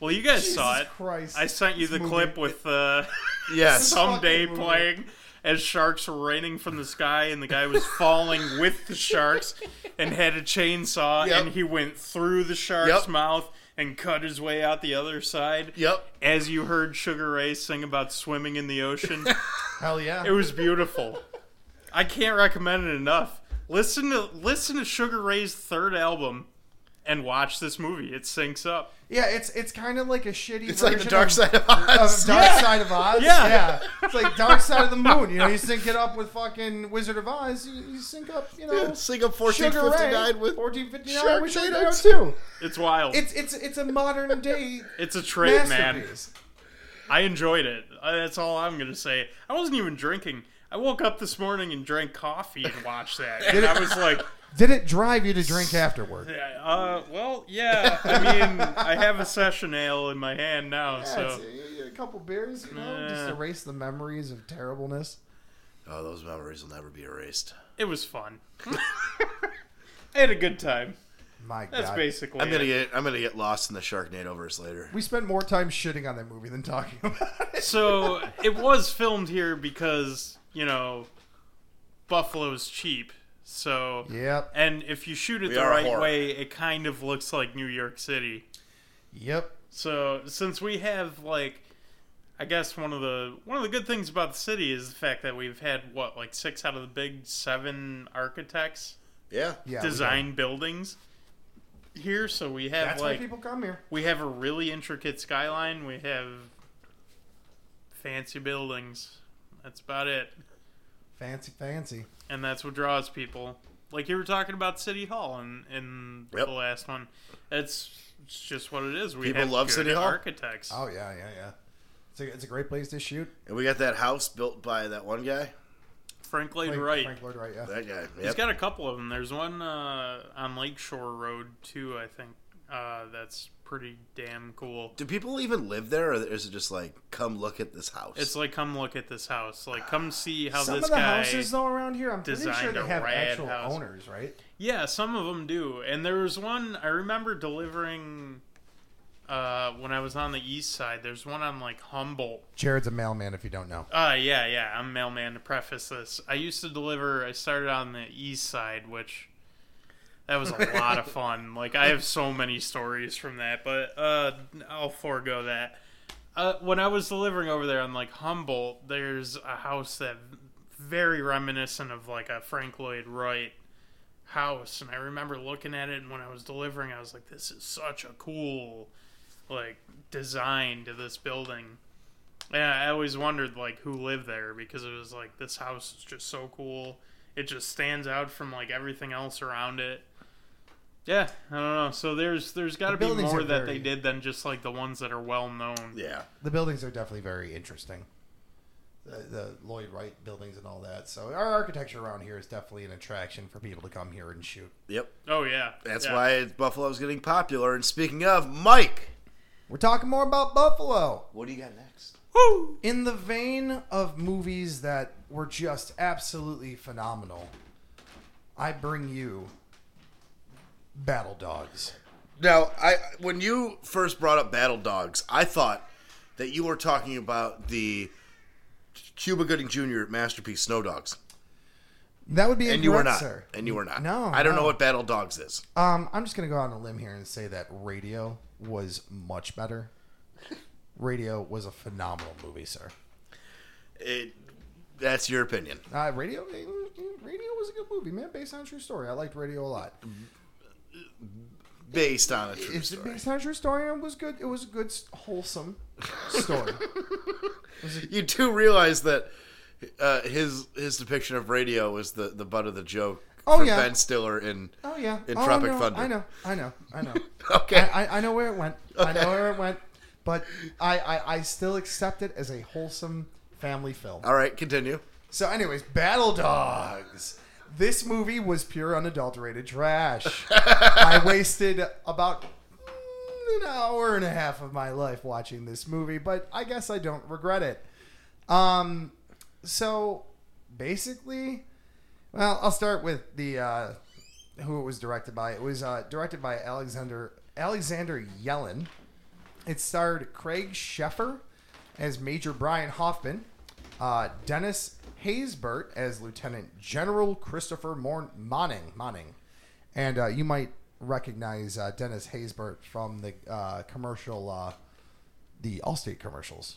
B: Well, you guys saw it.
D: Jesus Christ.
B: I sent you the
D: This
B: clip with
D: *laughs*
B: uh,
A: Yes.
B: someday
D: Fucking movie.
B: playing as sharks were raining from the sky, and the guy
D: *laughs*
B: was falling with the sharks and had a chainsaw,
A: Yep.
B: and he went through the shark's
A: Yep.
B: mouth and cut his way out the other side.
A: Yep.
B: As you heard Sugar Ray sing about swimming in the ocean,
A: *laughs*
D: Hell yeah.
B: it was beautiful. I can't recommend it enough. Listen to listen to Sugar Ray's third album and watch this movie. It syncs up.
D: yeah, it's it's kind of like a shitty.
A: It's like the
D: version
A: dark
D: of-
A: side of
D: of
A: Oz.
D: Dark Side of Oz.
B: Yeah.
D: it's like Dark Side of the Moon. You know, you sync it up with fucking Wizard of Oz. You, you sync up, you know,
A: Sing up
D: Sugar Ray,
A: 1459 with
D: 1459 with Sharknado
A: Sharknado
D: too.
B: It's wild.
D: It's it's it's a
B: *laughs*
D: modern day
B: It's a trait, man.
D: masterpiece.
B: I enjoyed it. Uh, That's all I'm gonna say. I wasn't even drinking. I woke up this morning and drank coffee and watched that, and I was like,
D: Did it drive you to drink afterward?
B: uh, "Well, yeah. I mean, I have a session ale in my hand now,
D: Yeah,
B: so
D: it's a, a couple beers, you know, just
B: Yeah.
D: erase the memories of terribleness.
A: Oh, those memories will never be erased.
B: it was fun. *laughs* I had a good time.
D: My
B: That's
D: God.
B: basically.
A: I'm gonna
B: it.
A: get I'm gonna get lost in the Sharknado verse later.
D: We spent more time shitting on that movie than talking *laughs* about it.
B: So it was filmed here because you know Buffalo's cheap. So
D: Yep.
B: and if you shoot it
A: We
B: the
A: are
B: right
A: horror.
B: way, it kind of looks like New York City.
D: Yep.
B: So since we have like I guess one of the one of the good things about the city is the fact that we've had what like six out of the big seven architects
A: Yeah.
D: Yeah. we
B: design buildings here so we have
D: did. That's
B: like
D: why people come here.
B: we have a really intricate skyline we have fancy buildings that's about it
D: Fancy, fancy.
B: and that's what draws people like you were talking about city hall in in
A: Yep.
B: the last one it's, it's just what it is we
A: People
B: have
A: love
B: good
A: City Hall.
B: architects
D: Oh yeah, yeah, yeah. It's a, it's a great place to shoot.
A: And we got that house built by that one guy.
B: frank lloyd
D: Frank,
B: wright
D: Frank Lloyd Wright. Yeah.
A: That guy.
B: He's
A: Yep.
B: got a couple of them. There's one uh, on Lakeshore Road too. I think uh, that's pretty damn cool.
A: Do people even live there, or is it just like, come look at this house?
B: It's like come look at this house. Like come see how
D: Some
B: this
D: of the
B: guy.
D: houses though around here, I'm pretty sure
B: designed
D: they
B: a
D: have
B: rad
D: actual
B: house.
D: owners, right?
B: Yeah, some of them do. And there was one I remember delivering uh, when I was on the east side. There's one on like Humboldt.
D: Jared's a mailman, if you don't know.
B: Uh, yeah, yeah. I'm mailman to preface this. I used to deliver, I started on the east side, which that was a lot of fun. Like, I have so many stories from that, but uh, I'll forego that. Uh, when I was delivering over there on, like, Humboldt, there's a house that very reminiscent of, like, a Frank Lloyd Wright house. And I remember looking at it, and when I was delivering, I was like, this is such a cool, like, design to this building. Yeah, I always wondered like who lived there because it was like this house is just so cool. It just stands out from like everything else around it. Yeah, I don't know. So there's there's got to be
D: The buildings
B: more
D: are
B: that they
D: very-
B: did than just like the ones that are well known.
A: yeah.
D: The buildings are definitely very interesting. The, the Lloyd Wright buildings and all that. So our architecture around here is definitely an attraction for people to come here and shoot.
A: Yep.
B: Oh yeah,
A: That's
B: Yeah.
A: why it's- Buffalo's getting popular. And speaking of Mike,
D: We're talking more about Buffalo.
A: what do you got next?
B: Woo!
D: In the vein of movies that were just absolutely phenomenal, I bring you Battle Dogs.
A: Now, I when you first brought up Battle Dogs, I thought that you were talking about the Cuba Gooding Jr. masterpiece Snow Dogs,
D: That would be
A: and you were
D: incorrect,
A: not.
D: sir.
A: And you were not.
D: No,
A: I don't
D: no.
A: know what Battle Dogs is.
D: Um, I'm just gonna go out on a limb here and say that radio was much better. Radio was a phenomenal movie, sir.
A: It, that's your opinion.
D: Uh, Radio, Radio was a good movie, man. Based on a true story, I liked Radio a lot.
A: Based on a true
D: It's
A: story.
D: based on a true story. and It was good. It was a good, s- wholesome
A: *laughs*
D: story.
A: You do realize that uh, his his depiction of radio was the, the butt of the joke
D: Oh,
A: for
D: yeah.
A: Ben Stiller in
D: Oh yeah,
A: in
D: oh,
A: Tropic
D: no,
A: Thunder.
D: I know, I know,
A: *laughs*
D: I know.
A: Okay.
D: I, I, I know where it went. I
A: Okay.
D: know where it went, but I, I, I still accept it as a wholesome family film.
A: All right, continue.
D: So, anyways, Battle Dogs. This movie was pure unadulterated trash. I wasted about mm, an hour and a half of my life watching this movie, but I guess I don't regret it. Um, so basically, well, I'll start with the uh, who it was directed by. It was uh, directed by Alexander Alexander Yellen. It starred Craig Sheffer as Major Brian Hoffman, uh, Dennis Haysbert as Lieutenant General Christopher Morn- Monning, Monning, and uh, you might recognize uh, Dennis Haysbert from the uh, commercial, uh, the Allstate commercials.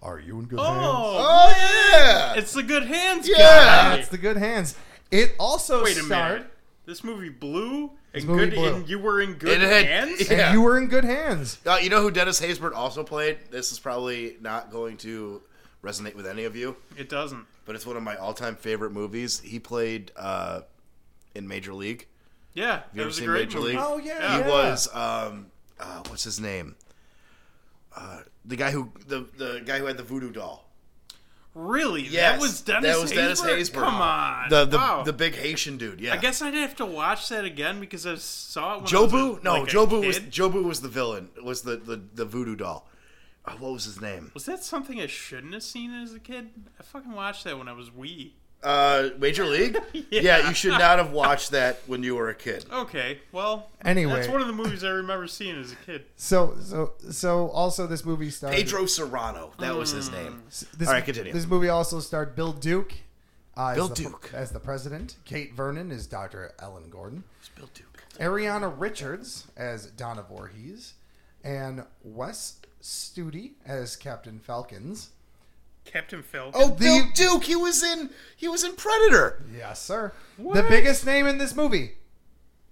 D: Are you in good hands?
B: Oh,
A: Oh yeah.
B: it's the good hands
A: Yeah,
B: guy.
D: That's the good hands. It also
B: Wait a
D: starred,
B: minute. This movie blew and
D: movie
B: good
D: blew.
B: and you were in
A: It
B: good
A: had-
B: hands.
A: Yeah.
D: and you were in good hands.
A: Uh, you know who Dennis Haysbert also played? This is probably not going to resonate with any of you,
B: It doesn't.
A: but it's one of my all-time favorite movies. He played uh, in Major League.
B: Yeah,
A: you
B: it
A: ever
B: was a
A: seen
B: great
A: Major
B: movie.
A: League?
D: Oh yeah,
A: He
D: yeah.
A: was um, uh, what's his name? Uh, the guy who the the guy who had the voodoo doll.
B: Really?
A: Yes,
B: that was Dennis.
A: That was Dennis Haysbert.
B: Come on.
A: The the,
B: Wow.
A: the big Haitian dude. Yeah.
B: I guess I'd have to watch that again because I saw it. When I was
A: Jobu?
B: a-
A: No,
B: like a
A: Jobu was
B: kid.
A: Jobu was the villain. Was the the, the voodoo doll? Uh, what was his name?
B: Was that something I shouldn't have seen as a kid? I fucking watched that when I was wee.
A: Uh, Major League. yeah. you should not have watched that when you were a kid.
B: Okay, well,
D: Anyway.
B: that's one of the movies I remember seeing as a kid.
D: So so so also this movie starred
A: Pedro Serrano. That was his name.
D: This,
A: All right, continue.
D: This movie also starred Bill Duke. Uh,
A: Bill
D: as the,
A: Duke.
D: as the president. Kate Vernon is Dr. Ellen Gordon.
A: It's Bill Duke.
D: Ariana Richards as Donna Voorhees, and Wes Studi as Captain Falcons.
B: Captain Phil.
A: Oh, Bill
D: The-
A: Duke. He was in he was in Predator.
D: Yes, sir. The
B: What?
D: biggest name in this movie,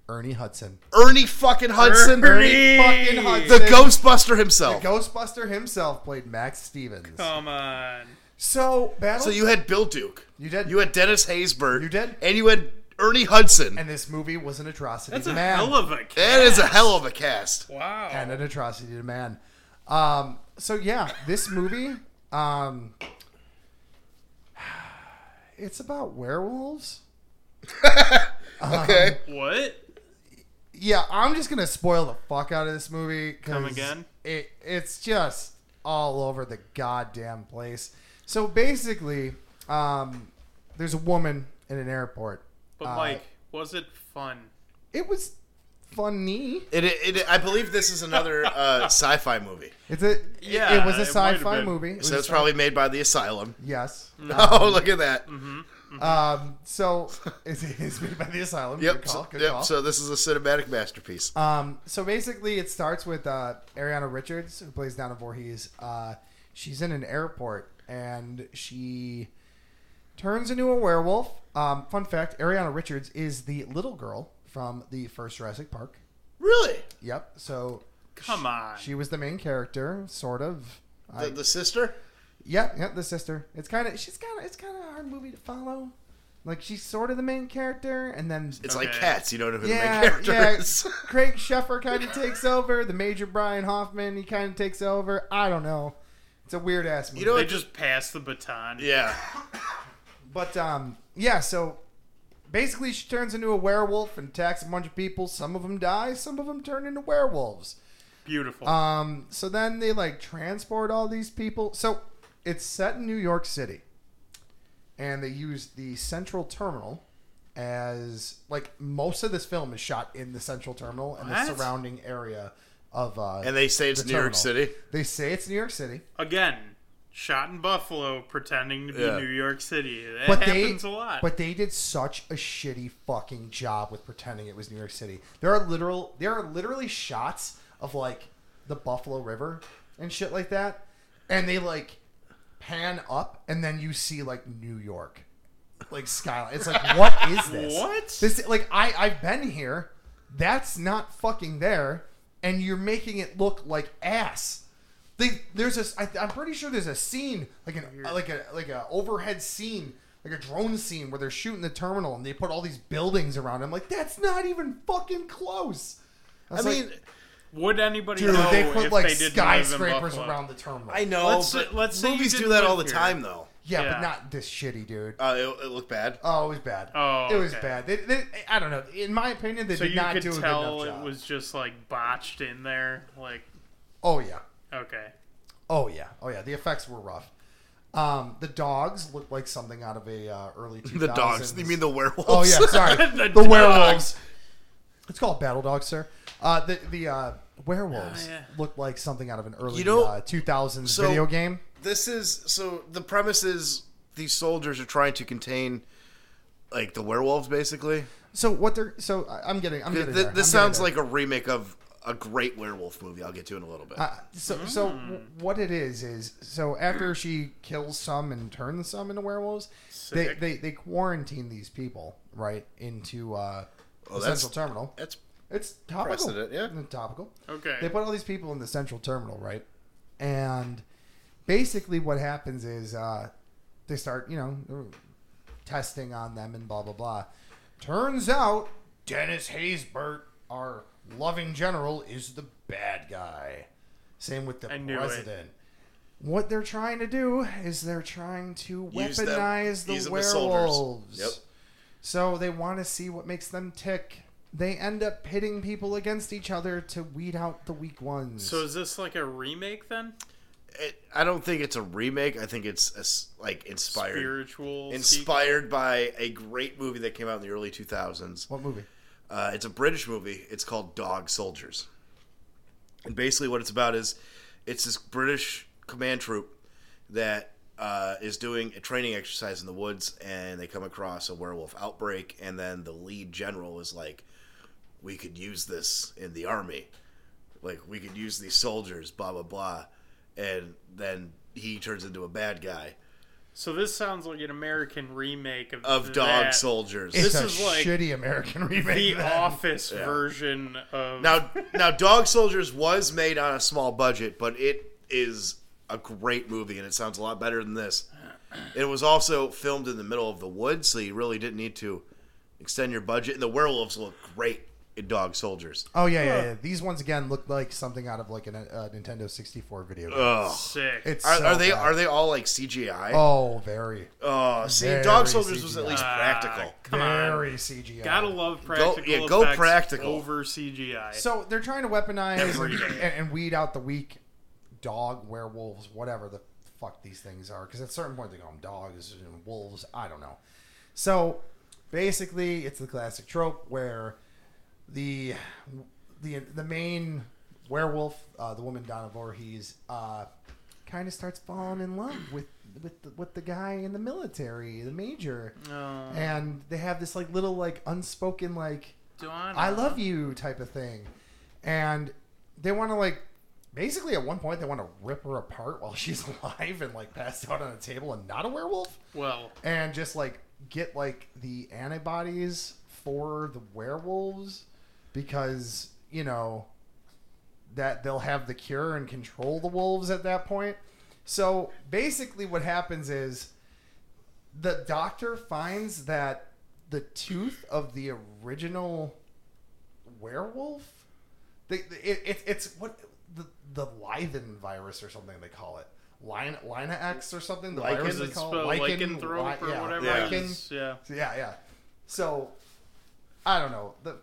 D: Ernie Hudson.
A: Ernie fucking Hudson.
B: Ernie
D: fucking Hudson.
A: The Ghostbuster himself.
D: Ghostbuster himself played Max Stevens.
B: Come on.
D: So battle.
A: so you had Bill Duke.
D: You did.
A: You had Dennis Haysbert.
D: You did.
A: And you had Ernie Hudson.
D: and this movie was an atrocity
B: That's
D: to
B: a
D: man.
B: hell of a kid.
A: that is a hell of a cast.
B: Wow.
D: and an atrocity to man. Um, so yeah, this movie, um, *sighs* it's about werewolves.
A: Okay.
B: what?
D: Yeah, I'm just gonna spoil the fuck out of this movie. 'cause
B: Come again?
D: It it's just all over the goddamn place. So basically, um, there's a woman in an airport.
B: But,
D: Uh,
B: Mike, was it fun?
D: It was funny.
A: It, it, it- I believe this is another uh, sci-fi movie.
D: It's a
B: Yeah,
D: It, it was a
B: it might have
D: sci-fi
B: been. Hmm.
D: movie. It was
A: So
D: a
A: it's
D: sci-
A: probably made by the asylum.
D: yes.
A: *laughs* Oh, look at that.
D: mm-hmm. Um, so *laughs* it's, it's made by the asylum. Good
A: Yep.
D: call,
A: So,
D: good
A: yep.
D: call.
A: So this is a cinematic masterpiece.
D: Um, so basically, it starts with uh, Ariana Richards, who plays Donna Voorhees. Uh, she's in an airport and she turns into a werewolf. Um, fun fact Ariana Richards is the little girl from the first Jurassic Park.
A: really?
D: Yep. So
B: Come on.
D: she was the main character, sort of.
A: The,
D: I,
A: the sister?
D: yeah, yeah, the sister. It's kind of she's kind of it's kind of a hard movie to follow. Like she's sort of the main character, and then
A: It's like
B: Okay.
A: cats. You don't know who the
D: yeah,
A: main character *laughs*
D: yeah.
A: is.
D: Craig Sheffer kind of takes over. The Major Brian Hoffman, he kind of takes over. I don't know. It's a weird ass movie.
A: You know-
B: they just passed the baton.
A: yeah.
D: but um, yeah. So basically, she turns into a werewolf and attacks a bunch of people. Some of them die. Some of them turn into werewolves.
B: Beautiful.
D: Um, so then they like transport all these people. So it's set in New York City, and they use the Central Terminal as like most of this film is shot in the Central Terminal and the
B: What?
D: surrounding area of. Uh,
A: And they say it's
D: The
A: New York
D: terminal.
A: City.
D: they say it's New York City,
B: Again, shot in Buffalo, pretending to be
A: Yeah.
B: New York City. That
D: but
B: happens
D: they
B: a lot.
D: but they did such a shitty fucking job with pretending it was New York City. There are literal there are literally shots of like the Buffalo River and shit like that, and they like pan up, and then you see like New York, like skyline. It's
B: *laughs*
D: like, what is this?
B: What?
D: This like I I've been here. That's not fucking there, and you're making it look like ass. They, there's a I, I'm pretty sure there's a scene like an uh, like a like a overhead scene like a drone scene where they're shooting the terminal and they put all these buildings around. I'm like, that's not even fucking close.
A: I
D: was
A: mean,
D: like,
B: Would anybody
D: dude,
B: know
D: they put
B: if
D: like
B: they didn't live
D: skyscrapers
B: in Buffalo?
D: around the terminal.
A: I know.
B: Let's-
A: but
B: let's say you
A: movies do
B: didn't
A: that
B: live
A: all the
B: here.
A: time, though.
D: yeah,
B: Yeah.
D: but not this shitty, dude.
A: Uh, it, it looked bad.
D: Oh, it was bad.
B: Oh,
D: it was
B: okay.
D: bad. They, they, I don't know. In my opinion, they
B: So
D: did
B: you
D: not
B: could
D: do a good
B: tell
D: enough
B: it
D: job.
B: was just like botched in there. Like,
D: oh yeah,
B: okay.
D: oh yeah, oh yeah. The effects were rough. Um, the dogs looked like something out of a uh, early 2000s.
A: The dogs. You mean the werewolves?
D: Oh yeah, sorry.
B: *laughs* The
D: the
B: dogs.
D: werewolves. It's called Battle Dogs, sir. Uh, the the uh, werewolves
B: Oh, yeah.
D: looked like something out of an early
A: You know-
D: uh, 2000s
A: so-
D: video game.
A: *laughs* This is so the premise is these soldiers are trying to contain like the werewolves, basically.
D: So what they're so I- I'm getting I'm
A: Th-
D: getting
A: th-
D: there.
A: this
D: I'm getting
A: sounds
D: there.
A: like a remake of a great werewolf movie. I'll get to in a little bit.
D: Uh, so so w-
B: Hmm.
D: what it is is so after she kills some and turns some into werewolves, they,
B: Sick.
D: they they quarantine these people right into uh,
A: Oh,
D: the
A: that's-
D: central terminal.
A: That's
D: It's topical,
A: Precedent, yeah.
D: Topical.
B: Okay.
D: They put all these people in the central terminal, right? And basically, what happens is uh, they start, you know, testing on them and blah blah blah. Turns out Dennis Haysbert, our loving general, is the bad guy. Same with the
B: I knew it.
D: president. What they're trying to do is they're trying to
A: Use them.
D: weaponize the
A: Use them as soldiers.
D: werewolves.
A: Yep.
D: So they want to see what makes them tick. They end up pitting people against each other to weed out the weak ones.
B: So is this like a remake then?
A: it, I don't think it's a remake. I think it's a s like inspired,
B: Spiritual. sequel?
A: inspired by a great movie that came out in the early 2000s.
D: what movie?
A: Uh, it's a British movie. It's called Dog Soldiers. And basically, what it's about is it's this British command troop that uh, is doing a training exercise in the woods, and they come across a werewolf outbreak. And then the lead general is like, "We could use this in the army. Like, we could use these soldiers." Blah blah blah. And then he turns into a bad guy
B: So this sounds like an American remake of
A: of Dog
B: that.
A: Soldiers.
D: It's
B: This
D: a
B: is like
D: shitty American
A: *laughs*
D: *laughs* remake.
B: The
D: of that.
B: Office version of
A: Now, now, Dog Soldiers was made on a small budget, but it is a great movie, and it sounds a lot better than this. It was also filmed in the middle of the woods, so you really didn't need to extend your budget. And the werewolves look great in Dog Soldiers.
D: Oh yeah, yeah, yeah. These ones again look like something out of like a uh, Nintendo 64 video.
B: Uh,
D: Game.
A: Ugh.
B: sick.
D: it's
A: Are,
D: so
A: are they
D: bad.
A: are they all like CGI? Oh,
D: Oh, very,
A: see,
D: very
A: Dog Soldiers was at
D: CGI.
A: least practical.
B: Come on.
D: very CGI.
B: Gotta love practical
A: yeah, go
B: effects
A: practical.
B: over CGI.
D: So they're trying to weaponize
B: Every
D: and,
B: day.
D: and, and weed out the weak dog, werewolves, whatever the fuck these things are. Because at a certain point they call them dogs and wolves. I don't know. So basically, it's the classic trope where the the the main werewolf, uh, the woman Donna Voorhees, uh, kind of starts falling in love with with the, with the guy in the military, the major,
B: No.
D: and they have this like little like unspoken like
B: Donna.
D: I love you type of thing. And they want to like basically at one point they want to rip her apart while *laughs* she's alive and like passed out on a table and not a werewolf
B: Well,
D: and just like get like the antibodies for the werewolves because, you know, that they'll have the cure and control the wolves at that point. So basically what happens is the doctor finds that the tooth of the original werewolf they, they- it, it, it's what the, the lythan virus or something they call it Lina, Lina X or something the
A: Lycan?
D: virus
B: is
D: they
B: it
D: call
B: spelled
D: it?
B: lycanthrope or
D: yeah,
B: whatever?
A: Yeah.
B: it
D: Lycan.
B: is? yeah.
D: So, yeah, yeah. So I don't know. The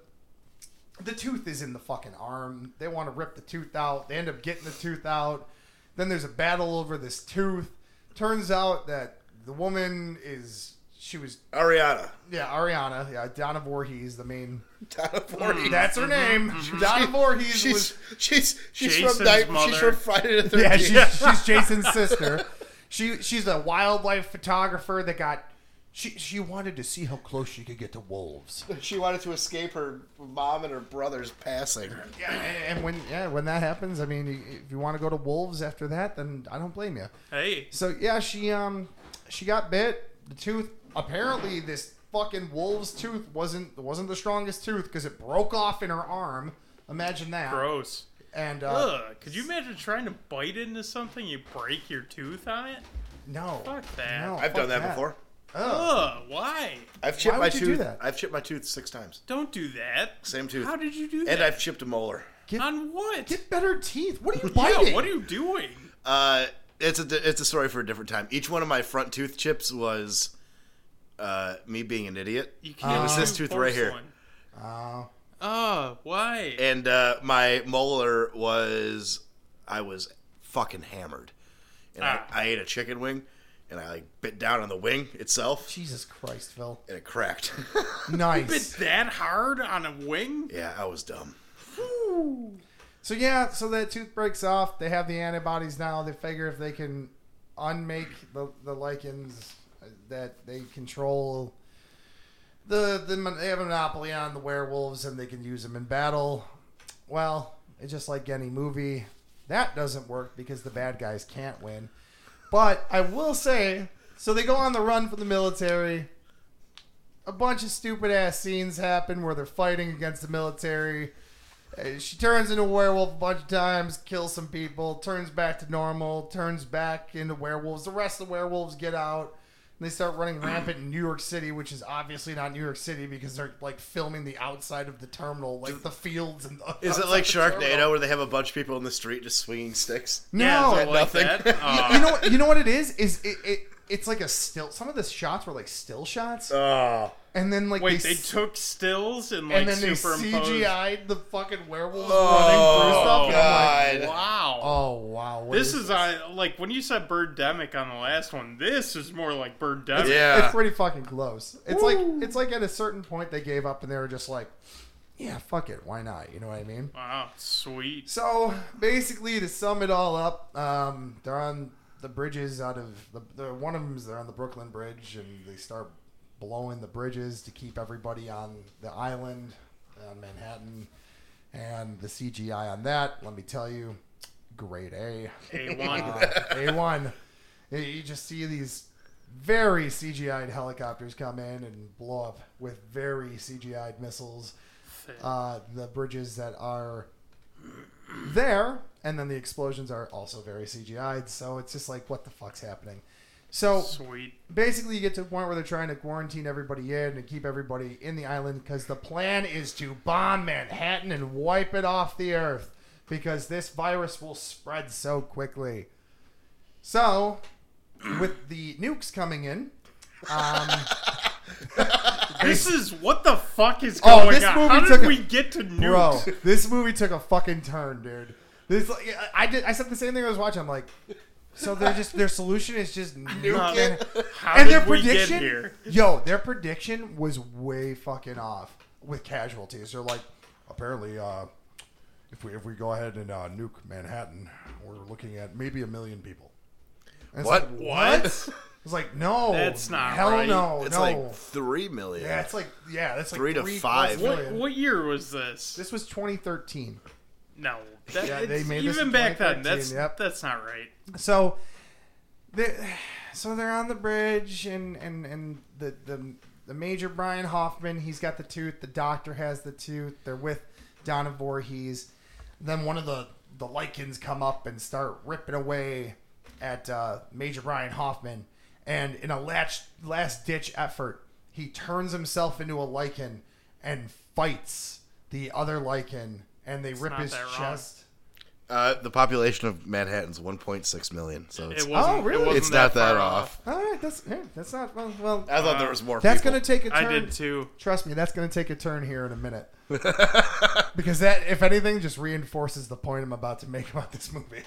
D: the tooth is in the fucking arm. They want to rip the tooth out. They end up getting the tooth out. Then there's a battle over this tooth. Turns out that the woman is she was
A: Ariana,
D: yeah, Ariana, yeah, Donna Voorhees, the main
A: Donna Voorhees. Mm-hmm.
D: That's her name. Donna Voorhees was
A: *laughs* she's she's she's
B: Jason's
A: from Night-
B: mother.
A: she's from Friday the
D: Yeah,
A: Thirteenth.
D: she's, she's Jason's sister. She she's a wildlife photographer that got
C: She she wanted to see how close she could get to wolves.
A: She wanted to escape her mom and her brother's passing.
D: Yeah, and and when yeah when that happens, I mean, i- if you want to go to wolves after that, then I don't blame you.
B: Hey,
D: So yeah, she um she got bit. The tooth apparently this fucking wolf's tooth wasn't wasn't the strongest tooth because it broke off in her arm. Imagine that.
B: gross.
D: And uh,
B: Ugh, could you imagine trying to bite into something? You break your tooth on it?
D: no,
B: Fuck that.
D: No,
A: I've
D: fuck
A: done that before.
D: Ugh.
B: Ugh, why?
A: I've chipped
D: Why
A: my
D: would you do
A: tooth.
D: that?
A: I've chipped my tooth six times.
B: Don't do that.
A: Same tooth.
B: How did you do that?
A: And I've chipped a molar.
B: on what?
D: Get better teeth. What are you
B: *laughs* Yeah,
D: biting?
B: what are you doing?
A: Uh, it's a di- it's a story for a different time. Each one of my front tooth chips was uh, me being an idiot.
B: You can't
A: it was
B: do
A: this tooth right here,
B: porcelain. Oh, why?
A: and uh, my molar was I was fucking hammered, and
B: Ah.
A: I, I ate a chicken wing, and I like bit down on the wing itself,
D: Jesus Christ, Phil.
A: and it cracked. *laughs*
D: Nice.
B: Bit that hard on a wing?
A: yeah, I was dumb.
D: so yeah, so that tooth breaks off. They have the antibodies now. They figure if they can unmake the, the lichens, uh, that they control the, the mon- they have a monopoly on the werewolves and they can use them in battle. Well, it's just like any movie. That doesn't work because the bad guys can't win. But I will say, so they go on the run for the military. A bunch of stupid ass scenes happen where they're fighting against the military. Uh, She turns into a werewolf a bunch of times, kills some people, turns back to normal, turns back into werewolves. The rest of the werewolves get out. And they start running rampant in New York City, which is obviously not New York City because they're like filming the outside of the terminal, like the fields and. The
A: Is it like Sharknado where they have a bunch of people in the street just swinging sticks?
D: No,
B: Yeah, is it like
A: nothing.
B: that? Uh, Aw.
D: *laughs* you know what you know what it is is it, it it's like a still some of the shots were like still shots
B: Ah.
A: Oh,
D: and then like
B: Uh, Wait,
D: they,
B: they
D: s-
B: took stills and like
D: and then they
B: superimposed.
D: CGI'd the fucking werewolves
A: Oh,
D: running through stuff and I'm
A: God.
D: like,
B: Wow.
D: oh wow what
B: this is uh, like when you said Birdemic on the last one. This is more like Birdemic.
A: yeah.
D: it's pretty fucking close it's like it's like at a certain point they gave up and they were just like yeah fuck it why not you know what I mean
B: Wow, sweet.
D: *laughs* So basically, to sum it all up, um, they're on the bridges out of the, the one of them is they're on the Brooklyn Bridge, and they start blowing the bridges to keep everybody on the island on Manhattan, and the CGI on that. Let me tell you, grade A,
B: A
D: Uh, *laughs*
B: one.
D: A one. You- You just see these very CGI'd helicopters come in and blow up with very CGI'd missiles uh, the bridges that are there, and then the explosions are also very CGI'd. So it's just like, what the fuck's happening? So
B: sweet.
D: basically, you get to a point where they're trying to quarantine everybody in and keep everybody in the island because the plan is to bomb Manhattan and wipe it off the earth because this virus will spread so quickly. So, with the nukes coming in, um,
B: This is what the fuck is
D: Oh,
B: going
D: this
B: on?
D: movie
B: How did
D: took a-
B: we get to nukes?
D: Bro, this movie took a fucking turn, dude. This like, I I did. I said the same thing I was watching. I'm like, so they're just their solution is just *laughs* nuke it.
B: How
D: And
B: did
D: their
B: we
D: prediction,
B: get here?
D: yo, their prediction was way fucking off with casualties. They're like, apparently, uh, if we if we go ahead and uh, nuke Manhattan, we're looking at maybe a million people. And it's
A: What?
D: like,
B: What?
D: It's like no,
B: That's not
D: hell
B: right.
D: no,
A: It's
D: no.
A: like three million.
D: yeah, it's like yeah, that's like
A: Three to
D: plus
A: five.
B: what?
D: million.
B: What year was this?
D: This was 2013.
B: no, that,
D: Yeah,
B: it's-
D: they made this
B: even
D: in
B: back then.
D: 2013,
B: That's
D: yep.
B: that's not right.
D: so they *sighs* so they're on the bridge and and and the the the major Brian Hoffman he's got the tooth the doctor has the tooth they're with Donna Voorhees then one of the the lichens come up and start ripping away at uh, Major Brian Hoffman and in a last last ditch effort he turns himself into a lichen and fights the other lichen and they rip
B: not
D: his
B: that wrong.
D: chest
A: Uh, the population of Manhattan's 1.6 million, so it's,
B: It wasn't.
D: oh, really?
B: It wasn't
A: it's not that
B: far
A: off.
D: all right that's yeah, that's not well, well
A: I thought there was more.
D: That's
A: people.
D: going to take a turn.
B: I did too.
D: Trust me, that's going to take a turn here in
A: *laughs*
D: a minute. because that, if anything, just reinforces the point I'm about to make about this movie.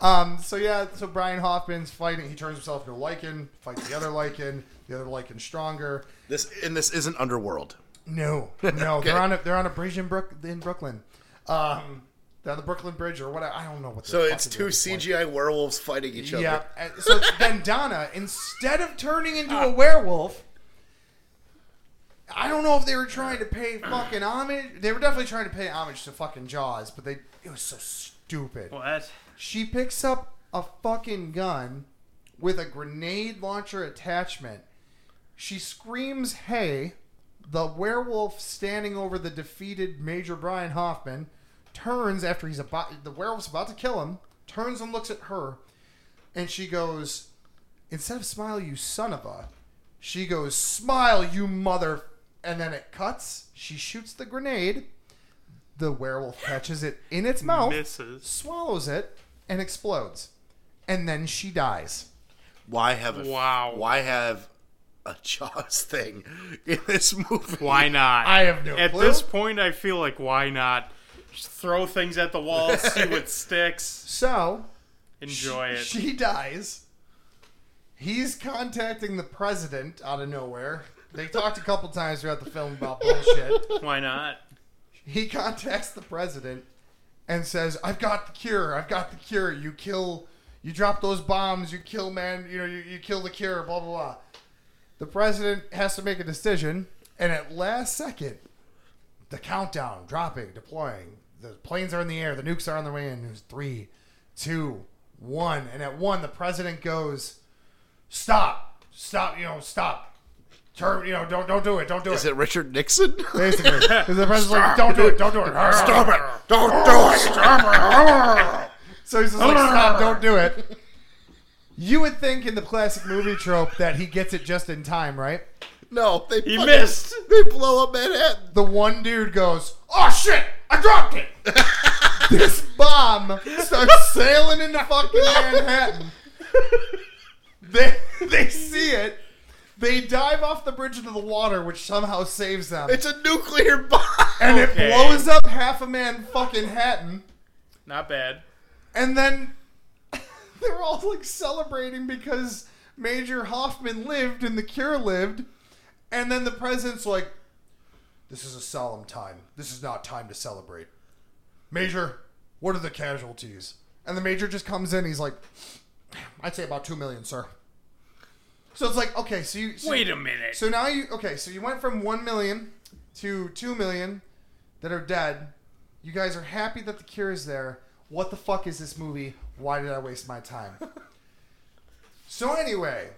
D: Um, so yeah, so Brian Hoffman's fighting. He turns himself into a lichen, fights the other lichen. The other lichen stronger.
A: this, and this isn't Underworld.
D: No,
A: *laughs*
D: no, they're on a they're on a bridge in Brook in Brooklyn. Um, they're on the Brooklyn Bridge or what? I don't know what.
A: So
D: they're
A: it's
D: fucking
A: two
D: doing at this point.
A: CGI werewolves fighting each
D: Yeah.
A: other.
D: and So then Donna, instead of turning into a werewolf, don't know if they were trying to pay fucking homage. They were definitely trying to pay homage to fucking Jaws, but they it was so stupid.
B: What?
D: She picks up a fucking gun with a grenade launcher attachment. She screams, "Hey!" The werewolf standing over the defeated Major Brian Hoffman turns after he's about the werewolf's about to kill him. Turns and looks at her, and she goes, "Instead of smile, you son of a," she goes, "Smile, you mother!" And then it cuts. She shoots the grenade. The werewolf catches it in its mouth
B: Misses.
D: swallows it and explodes and then she dies
A: Why have a,
B: Wow.
A: Why have a Jaws thing in this movie?
B: Why not?
D: I have no
B: At
D: clue.
B: this point, I feel like why not? Just throw things at the
D: *laughs*
B: wall, see what sticks.
D: so
B: Enjoy it.
D: she dies he's contacting the president out of nowhere they talked a couple times throughout the film about bullshit
B: why not?
D: he contacts the president and says, "I've got the cure. I've got the cure. You kill, you drop those bombs. You kill man. You know, you, you kill the cure. Blah blah blah." The president has to make a decision, and at last second, the countdown dropping, deploying. The planes are in the air. The nukes are on their way in. It was three, two, one, and at one, the president goes, "Stop! Stop! You know, stop! Turn! You know, don't don't do it! Don't do
A: Is it Richard Nixon?
D: Basically, 'Cause the president's like, "Don't do it! Don't do it!
A: *laughs* Stop it! Don't do it!
D: So he's
A: *laughs*
D: just like, stop, don't do it. You would think in the classic movie trope that he gets it just in time, right?
A: No, they
B: He
A: fucking-
B: missed.
A: They blow up Manhattan.
D: The one dude goes, oh shit, I dropped
A: *laughs*
D: it. this bomb starts sailing into fucking Manhattan. They, they see it. They dive off the bridge into the water, which somehow saves them.
A: It's a nuclear bomb.
D: and it
B: okay.
D: blows up half a man fucking Hatton.
B: Not bad.
D: And then *laughs* they're all like celebrating because Major Hoffman lived and the cure lived. And then the president's like, This is a solemn time. This is not time to celebrate. Major, what are the casualties? And the major just comes in. He's like, I'd say about 2 million, sir. So it's like, okay, so you. So
B: Wait a minute.
D: so now you okay? So you went from one million to two million that are dead. You guys are happy that the cure is there. What the fuck is this movie? Why did I waste
B: *laughs*
D: my time? so anyway,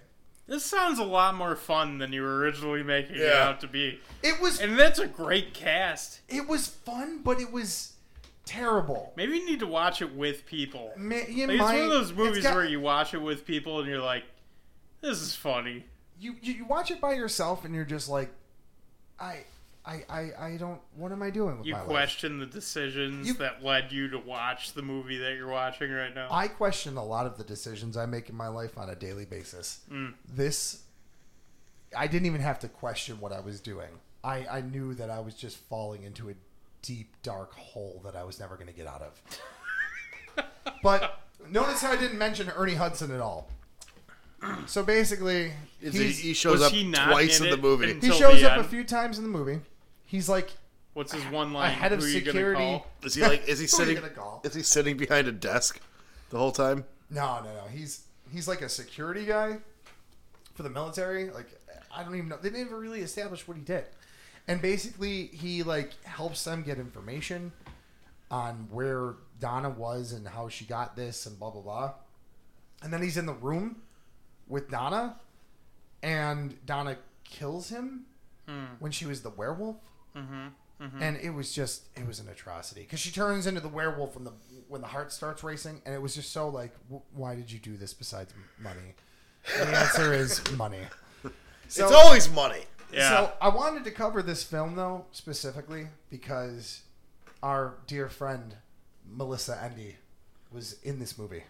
B: This sounds a lot more fun than you were originally making it
A: Yeah.
B: out to be.
D: it was
B: And that's a great cast.
D: it was fun, but it was terrible.
B: Maybe you need to watch it with people. Like,
D: Ma- you
B: it's
D: might-
B: one of those
D: it's
B: movies
D: got-
B: where you watch it with people and you're like, this is funny.
D: you, you you watch it by yourself and you're just like, I I I, I don't. What am I doing with
B: You
D: my life?
B: question the decisions
D: You-
B: that led you to watch the movie that you're watching right now.
D: I question a lot of the decisions I make in my life on a daily basis.
B: Mm.
D: This, I didn't even have to question what I was doing. I, I knew that I was just falling into a deep, dark hole that I was never going to get out of.
B: *laughs*
D: but notice how I didn't mention Ernie Hudson at all. So basically,
A: Is
D: he's-
A: he, he shows
B: was
A: up
B: he not
A: twice
B: in
A: in,
B: it?
A: the movie.
B: And-
D: he
B: till
D: shows
B: the
D: up a
B: end?
D: few times in the movie. He's like
B: What's his one
D: a
B: line?
D: head of
B: Who are you gonna
D: security.
B: call?
A: Is he like? Is he
D: Who are you
A: sitting?
D: gonna call?
A: Is he sitting behind a desk the whole time?
D: No, no, no. He's he's like a security guy for the military. Like I don't even know. They never really established what he did. And basically, he like helps them get information on where Donna was and how she got this and blah blah blah. And then he's in the room with Donna, and Donna kills him when she was the werewolf. And it was just it was an atrocity because she turns into the werewolf when the when the heart starts racing, and it was just so like, w- why did you do this besides m- money? And the answer is money. So,
A: it's always money.
B: Yeah.
D: so I wanted to cover this film though specifically because our dear friend Melissa Endy was in this movie.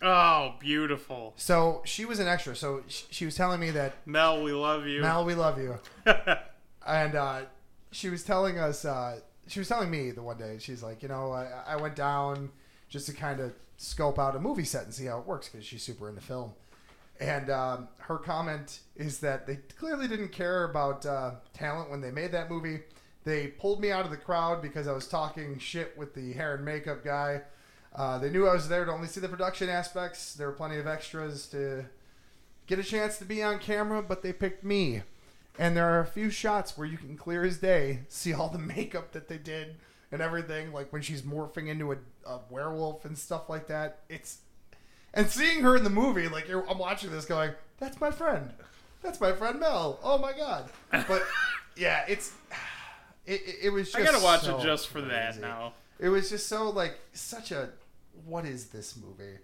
B: oh, beautiful.
D: So she was an extra. So sh- she was telling me that
B: Mel, we love you. *laughs*
D: Mal, we love you. and uh, she was telling us, uh, she was telling me the one day, she's like, you know, I, I went down just to kind of scope out a movie set and see how it works because she's super into film. And um, her comment is that they clearly didn't care about uh, talent when they made that movie. They pulled me out of the crowd because I was talking shit with the hair and makeup guy. Uh, they knew I was there to only see the production aspects. There were plenty of extras to get a chance to be on camera, but they picked me. And there are a few shots where you can clear as day *laughs* see all the makeup that they did and everything, like when she's morphing into a, a werewolf and stuff like that. It's and seeing her in the movie, like you're, I'm watching this, going, "That's my friend, that's my friend Mel." Oh my god! But *laughs* yeah, it's *sighs* it, it, it was. Just
B: I gotta watch
D: so
B: it just for that
D: crazy.
B: now.
D: It was just so like such a what is this movie?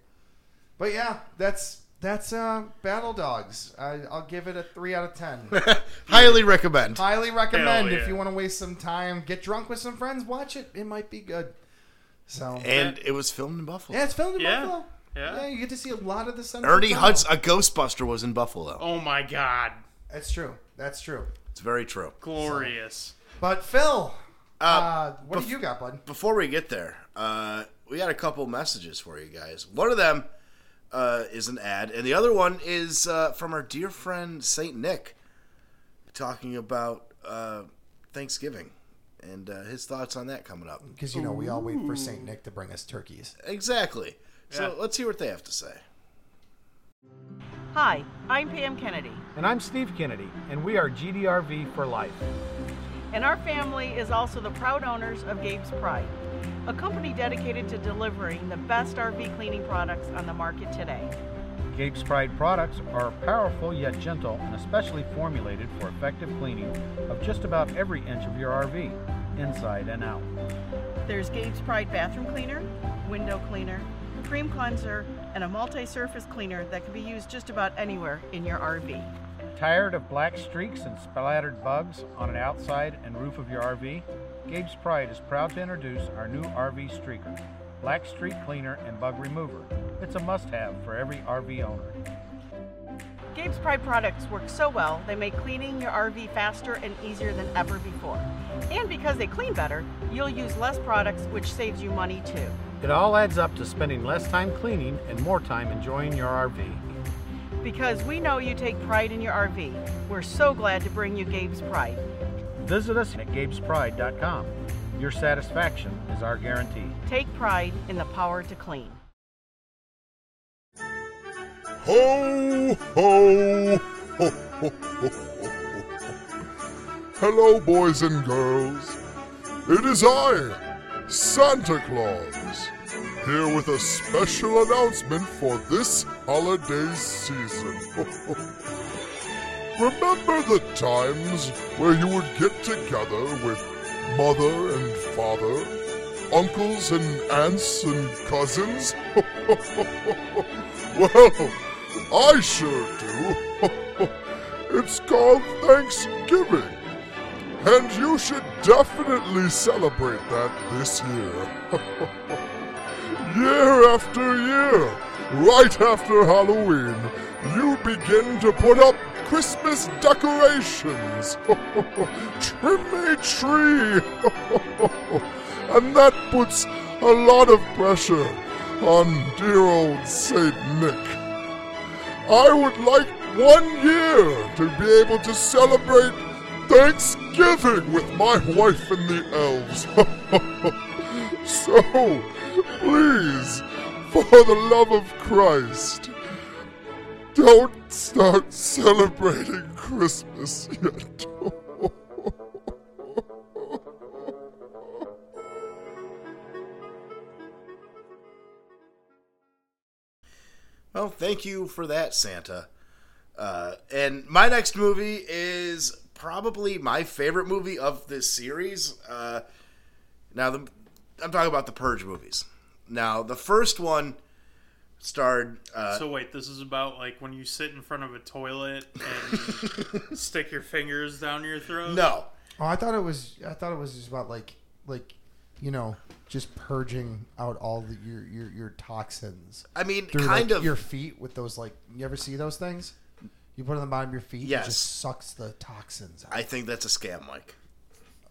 D: But yeah, that's that's uh, Battle Dogs. I, I'll give it a three out
B: *laughs*
D: of ten.
A: *laughs* Highly recommend.
D: Highly recommend
B: Hell yeah.
D: if you want to waste some time, get drunk with some friends, watch it. It might be good. So
A: And it was filmed in Buffalo.
D: yeah, it's filmed in
B: Yeah.
D: Buffalo.
B: Yeah.
D: you get to see a lot of the sun.
A: Ernie Hudson, a Ghostbuster, was in Buffalo.
B: Oh my god,
D: That's true. That's true.
A: It's very true.
B: glorious!
D: But Phil,
A: Uh,
D: uh, what do you got, bud?
A: before we get there, uh, we got a couple messages for you guys. One of them uh, is an ad, and the other one is uh, from our dear friend Saint Nick, talking about uh, Thanksgiving and uh, his thoughts on that coming up.
D: Because you know we all wait for Saint Nick to bring us turkeys.
A: Exactly. So
B: Yeah.
A: let's hear what they have to say.
F: Hi, I'm Pam Kennedy,
G: And I'm Steve Kennedy, and we are GDRV for life.
F: and our family is also the proud owners of Gabe's Pride, a company dedicated to delivering the best RV cleaning products on the market today.
G: Gabe's Pride products are powerful yet gentle and especially formulated for effective cleaning of just about every inch of your RV, inside and out.
F: There's Gabe's Pride bathroom cleaner, window cleaner, cream cleanser, and a multi surface cleaner that can be used just about anywhere in your RV.
G: Tired of black streaks and splattered bugs on an outside and roof of your RV? Gabe's Pride is proud to introduce our new RV Streaker, Black Streak Cleaner and Bug Remover. It's a must have for every RV owner.
F: Gabe's Pride products work so well, they make cleaning your RV faster and easier than ever before. And because they clean better, you'll use less products, which saves you money too.
G: It all adds up to spending less time cleaning and more time enjoying your RV.
F: Because we know you take pride in your RV, we're so glad to bring you Gabe's Pride.
G: Visit us at gabespride.com. Your satisfaction is our guarantee.
F: Take pride in the power to clean.
H: Ho, ho, ho, ho, ho, ho. Hello, boys and girls. It is I, Santa Claus, here with a special announcement for this holiday season. *laughs* Remember the times where you would get together with mother and father, uncles and aunts and cousins? *laughs* Well, I sure do. *laughs* it's called Thanksgiving. And you should definitely celebrate that this year. *laughs* year after year, right after Halloween, you begin to put up Christmas decorations. *laughs* Trim a tree. *laughs* and that puts a lot of pressure on dear old Saint Nick. I would like one year to be able to celebrate Thanksgiving with my wife and the elves. *laughs* so, please, for the love of Christ, don't start celebrating Christmas yet.
A: Well, thank you for that, Santa. Uh, and my next movie is probably my favorite movie of this series. Uh, now, the, I'm talking about the Purge movies. Now, the first one starred. Uh,
B: so wait, this is about like when you sit in front of a toilet
D: *laughs*
B: and stick your fingers down your throat.
A: no,
D: Oh, I thought it was. I thought it was just about like, like, you know, just purging out all the, your your your toxins
A: I mean,
D: through
A: kind
D: like,
A: of.
D: your feet with those like. You ever see those things? You put it on the bottom of your feet.
A: Yes.
D: It just sucks the toxins out.
A: I think that's a scam, Mike.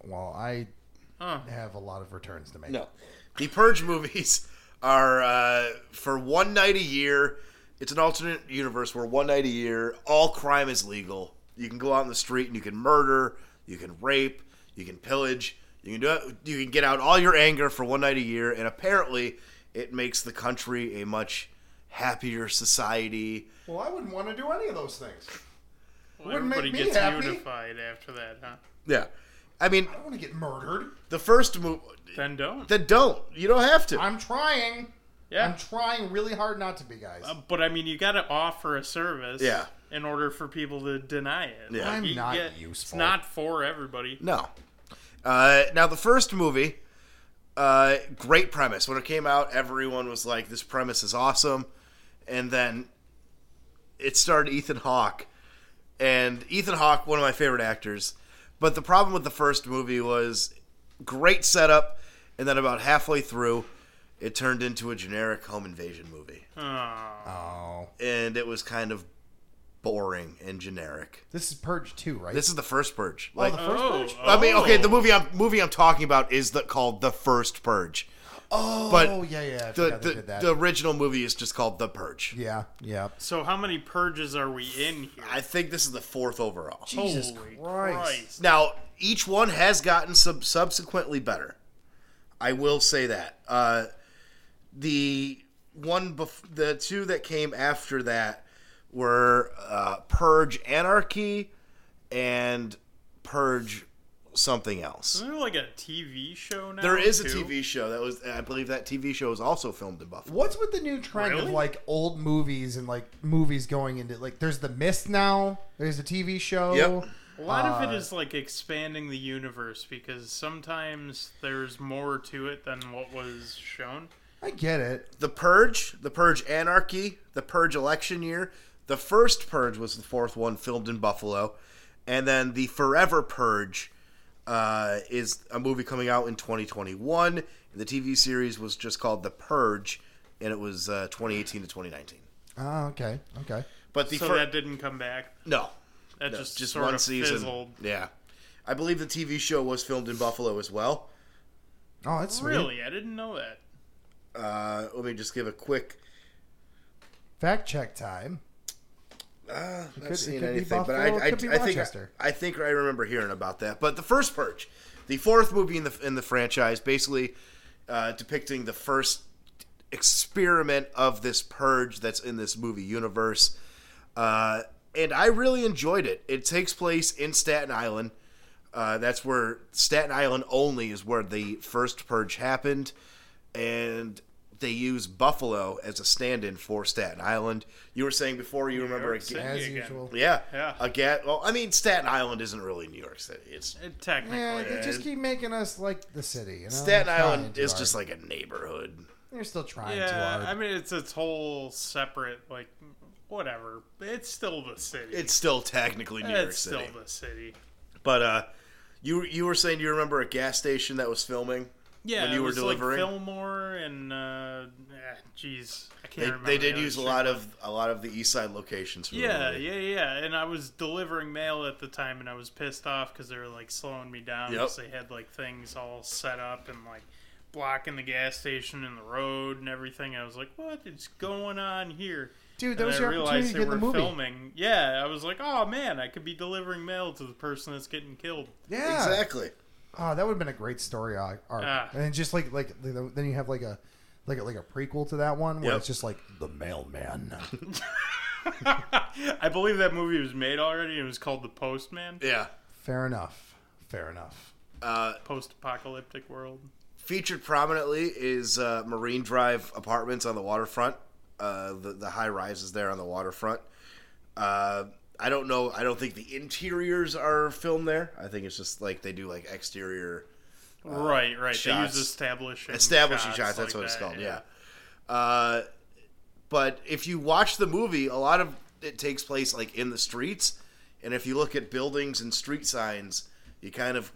D: well, I
B: Huh.
D: have a lot of returns to make.
A: No. The Purge movies are uh, for one night a year. It's an alternate universe where one night a year, all crime is legal. You can go out in the street and you can murder, you can rape, you can pillage, you can do you can get out all your anger for one night a year, and apparently it makes the country a much happier society.
D: Well, I wouldn't want to do any of those things.
B: Well,
D: Wouldn't make
B: everybody
D: me
B: gets
D: happy.
B: unified after that, huh?
A: Yeah. I mean,
D: I don't want to get murdered.
A: the first movie.
B: Then don't.
A: Then don't. You don't have to.
D: I'm trying.
B: yeah.
D: I'm trying really hard not to be, guys.
A: Um,
B: Uh, but I mean, you got to offer a service.
A: Yeah.
B: In order for people to deny it.
A: Yeah.
D: I'm
B: You
D: not
B: get- It's
D: useful.
B: not for everybody.
A: No. Uh, now the first movie, uh, great premise. When it came out, everyone was like, "This premise is awesome," and then it starred Ethan Hawke, and Ethan Hawke, one of my favorite actors. But the problem with the first movie was great setup, and then about halfway through, it turned into a generic home invasion movie,
D: Oh,
A: and it was kind of boring and generic.
D: this is Purge two, right?
A: This is the first purge.
D: oh,
A: Like
D: the first
B: Oh,
D: Purge.
A: I mean,
B: oh.
A: okay, the movie I'm movie I'm talking about is the, called The First Purge.
D: Oh,
A: but
D: yeah, yeah.
A: The
D: I forgot they
A: the,
D: did that.
A: the original movie is just called The Purge.
D: yeah, yeah.
B: So how many purges are we in here?
A: I think this is the fourth overall.
D: Jesus
B: Holy
D: Christ.
A: Now, each one has gotten sub- subsequently better. I will say that. Uh, the one bef- the two that came after that were uh, Purge Anarchy and Purge something else.
D: Hmm.
B: Isn't there like a TV show now?
A: There is a
B: too?
A: TV show that was I believe that TV show was also filmed in Buffalo.
D: What's with the new trend
B: Really?
D: of like old movies and like movies going into like there's the Mist now. There's a TV show.
A: Yep.
B: A lot of it
D: Uh,
B: is like expanding the universe because sometimes there's more to it than what was shown.
D: I get it.
A: the purge the purge anarchy the purge election year the first purge was the fourth one filmed in buffalo and then the forever purge uh, is a movie coming out in 2021 and the tv series was just called the purge and it was uh, 2018 to 2019
D: Oh, okay, okay.
A: but the
B: so
A: fir-
B: that didn't come back.
A: no
B: That
A: no,
B: just,
A: just
B: sort
A: one
B: of
A: season
B: fizzled.
A: yeah i believe the tv show was filmed in buffalo as well
D: Oh, that's sweet.
B: Really, I didn't know that.
A: uh, let me just give a quick
D: Fact check time.
A: Uh, not
D: could- it
A: seeing
D: could be
A: anything, but
D: Buffalo,
A: I,
D: it
A: I,
D: could be
A: I think I,
D: Rochester.
A: I think I remember hearing about that. But the first purge, the fourth movie in the in the franchise, basically uh, depicting the first experiment of this purge that's in this movie universe, uh, and I really enjoyed it. It takes place in Staten Island. Uh, that's where Staten Island only is where the first purge happened, and they use Buffalo as a stand-in for Staten Island. You were saying before you remember a
B: York
A: ga-
B: City.
D: As
B: again.
D: usual.
A: yeah.
B: Yeah.
A: Again, well, I mean, Staten Island isn't really New York City. It's
B: It Uh, technically,
D: Yeah, they
A: it-
D: just keep making us like the city. You know?
A: Staten
D: They're trying
A: Island
D: too
A: is
D: hard.
A: just like a neighborhood.
D: they're still trying too
B: yeah.
D: hard.
B: I mean, it's its whole separate, like, whatever. It's still the city.
A: It's still technically New York
B: it's still
A: City.
B: the city.
A: But uh, you you were saying you remember a gas station that was filming?
B: Yeah,
A: When you
B: it
A: were
B: was
A: delivering?
B: like Fillmore and uh, eh, jeez, I can't
A: They,
B: remember.
A: they
B: the
A: did
B: other
A: use a
B: shit.
A: lot of a lot of the East Side locations. For the
B: Yeah,
A: movie.
B: yeah, yeah. And I was delivering mail at the time, and I was pissed off because they were like slowing me down
A: Yep.
B: because they had like things all set up and like blocking the gas station and the road and everything. I was like, "What is going on here?"
D: Dude,
B: And
D: that was
B: I
D: your opportunity
B: realized
D: to
B: they
D: get in
B: were
D: the movie.
B: filming. Yeah, I was like, "Oh man, I could be delivering mail to the person that's getting killed." *laughs*
D: yeah,
A: exactly.
D: Oh, that would have been a great story arc. arc.
B: Ah.
D: And just like like the- then you have like a like a, like a prequel to that one where
A: Yep.
D: it's just like the mailman.
A: *laughs*
B: I believe that movie was made already. It was called The Postman.
A: Yeah.
D: Fair enough. Fair enough.
B: Post-apocalyptic world.
A: Featured prominently is uh, Marine Drive apartments on the waterfront, uh, the, the high rises there on the waterfront. Uh, I don't know. I don't think the interiors are filmed there. I think it's just like they do like exterior
B: right, right.
A: shots.
B: They use establishing
A: establishing shots.
B: shots
A: that's
B: like
A: what it's
B: that,
A: called. Yeah. Uh, but if you watch the movie, a lot of it takes place like in the streets, and if you look at buildings and street signs, you kind of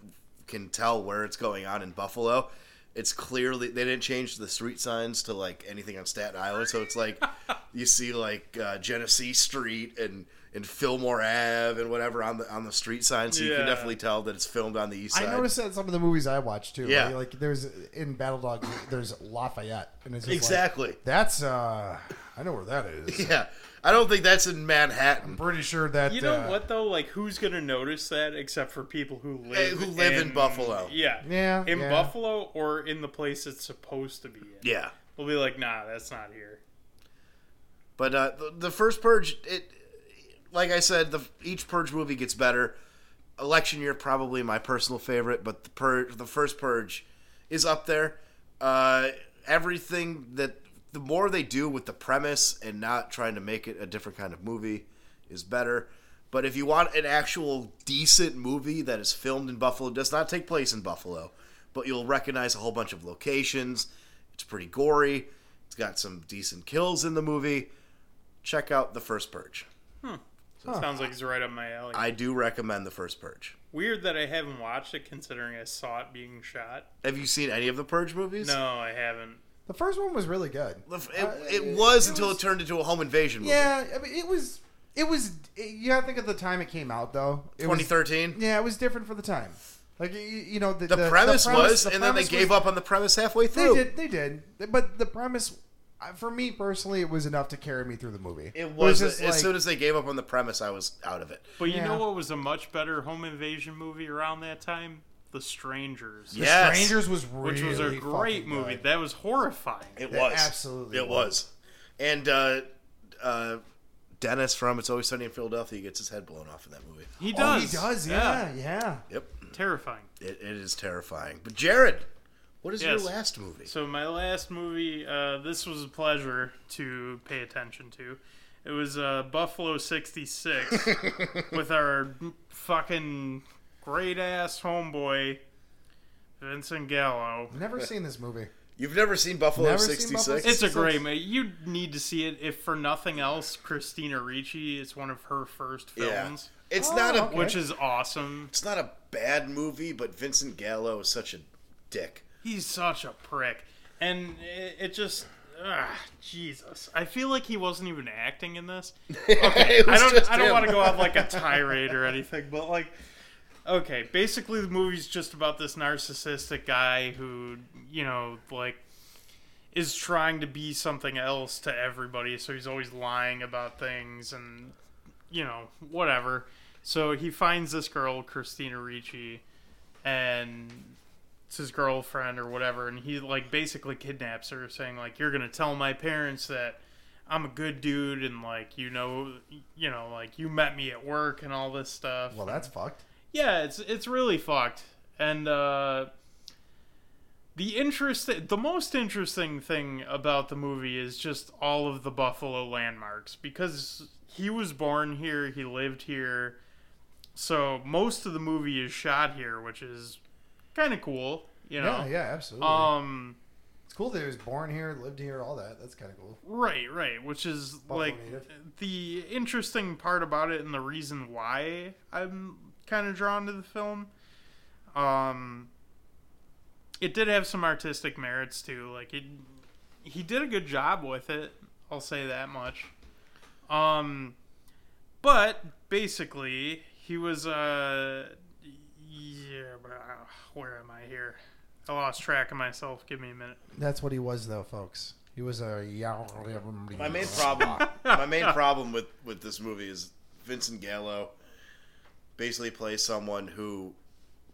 A: can tell where it's going on in Buffalo. It's clearly they didn't change the street signs to like anything on Staten Island, so it's
B: *laughs*
A: like you see like uh, Genesee Street and and Fillmore Ave and whatever on the on the street signs, so you can
B: Yeah.
A: definitely tell that it's filmed on the east side.
D: I noticed that in some of the movies I watch too.
A: Yeah.
D: right? Like there's in Battle Dog there's Lafayette and it's just like,
A: exactly.
D: that's uh I know where that is.
A: *laughs* Yeah, I don't think that's in Manhattan.
D: Pretty sure that
B: You know
D: uh,
B: what though? Like, who's gonna notice that except for people who live
A: who live in Buffalo.
B: Yeah,
D: Yeah,
B: in
D: yeah.
B: Buffalo or in the place it's supposed to be. In.
A: Yeah,
B: We'll be like, nah, that's not here.
A: but uh, the, the first purge, it like I said, the each Purge movie gets better. Election Year probably my personal favorite, but the Purge, the first Purge, is up there. Uh, everything that the more they do with the premise and not trying to make it a different kind of movie is better. But if you want an actual decent movie that is filmed in Buffalo, does not take place in Buffalo, but you'll recognize a whole bunch of locations. It's pretty gory. It's got some decent kills in the movie. Check out the first Purge.
B: Sounds like it's right up my alley.
A: I do recommend the first Purge.
B: Weird that I haven't watched it, considering I saw it being shot.
A: Have you seen any of the Purge movies?
B: No, I haven't.
D: The first one was really good.
A: The f- It, it was until it turned into a home invasion movie.
D: Uh, Yeah, I mean, it was. It was. you gotta think of the time it came out, though. It was-
A: 2013.
D: yeah, it was different for the time. Like you, you know, the,
A: the, premise was,
D: the
A: and then they
D: premise
A: gave
D: was-
A: up on the premise halfway
D: They
A: through.
D: did. They did. But the premise, uh, for me personally, it was enough to carry me through the movie.
A: It was,
D: just
A: as
D: like-
A: soon as they gave up on the premise, I was out of it.
B: But you know
D: Yeah.
B: what was a much better home invasion movie around that time? The Strangers.
A: Yeah. Yes.
D: Strangers was
B: Which
D: really
B: was a great
D: fucking
B: movie.
D: good.
B: That was horrifying.
A: It
D: That
A: was
D: absolutely
A: It was,
D: was.
A: and uh, uh, Dennis from It's Always Sunny in Philadelphia gets his head blown off in that movie.
B: He
D: Oh,
B: does.
D: he does. Yeah, yeah.
A: Yep,
B: Terrifying.
A: it, it is terrifying. But Jared, what is
B: Yes.
A: your last movie?
B: So my last movie, uh, this was a pleasure to pay attention to. It was uh, Buffalo '66 with our fucking great ass homeboy Vincent Gallo.
D: Never seen this movie.
A: You've never seen Buffalo
D: Never seen Buffalo
A: '66?
B: It's a great movie. You need to see it if for nothing else. Christina Ricci. It's one of her first
A: yeah,
B: films,
A: it's not a
B: which is awesome.
A: it's not a bad movie, but Vincent Gallo is such a dick.
B: He's such a prick, and it, it just. ah, Jesus, I feel like he wasn't even acting
A: *laughs*
B: in this.
A: It
B: I
A: was
B: don't.
A: just
B: I don't
A: him.
B: want to go off like a tirade or anything, but like, okay, basically the movie's just about this narcissistic guy who, you know, like, is trying to be something else to everybody, so he's always lying about things and, you know, whatever. So he finds this girl, Christina Ricci, and it's his girlfriend or whatever, and he like basically kidnaps her, saying like, "You're gonna tell my parents that." I'm a good dude and like you know you know like you met me at work and all this stuff.
D: Well, that's fucked.
B: yeah, it's it's really fucked. And uh the interest the most interesting thing about the movie is just all of the Buffalo landmarks because he was born here, he lived here. So most of the movie is shot here, which is kind of cool, you know.
D: Yeah, yeah, absolutely.
B: Um
D: it's cool that he was born here, lived here, all that. That's kind of cool.
B: Right, right, which is like
D: native.
B: the interesting part about it and the reason why I'm kind of drawn to the film. Um it did have some artistic merits too. Like it he did a good job with it, I'll say that much. Um but basically he was uh yeah, but, uh, where am I here? I lost track of myself. Give me a minute.
D: That's what he was, though, folks. He was a
A: My main problem, my *laughs* main problem with with this movie is Vincent Gallo basically plays someone who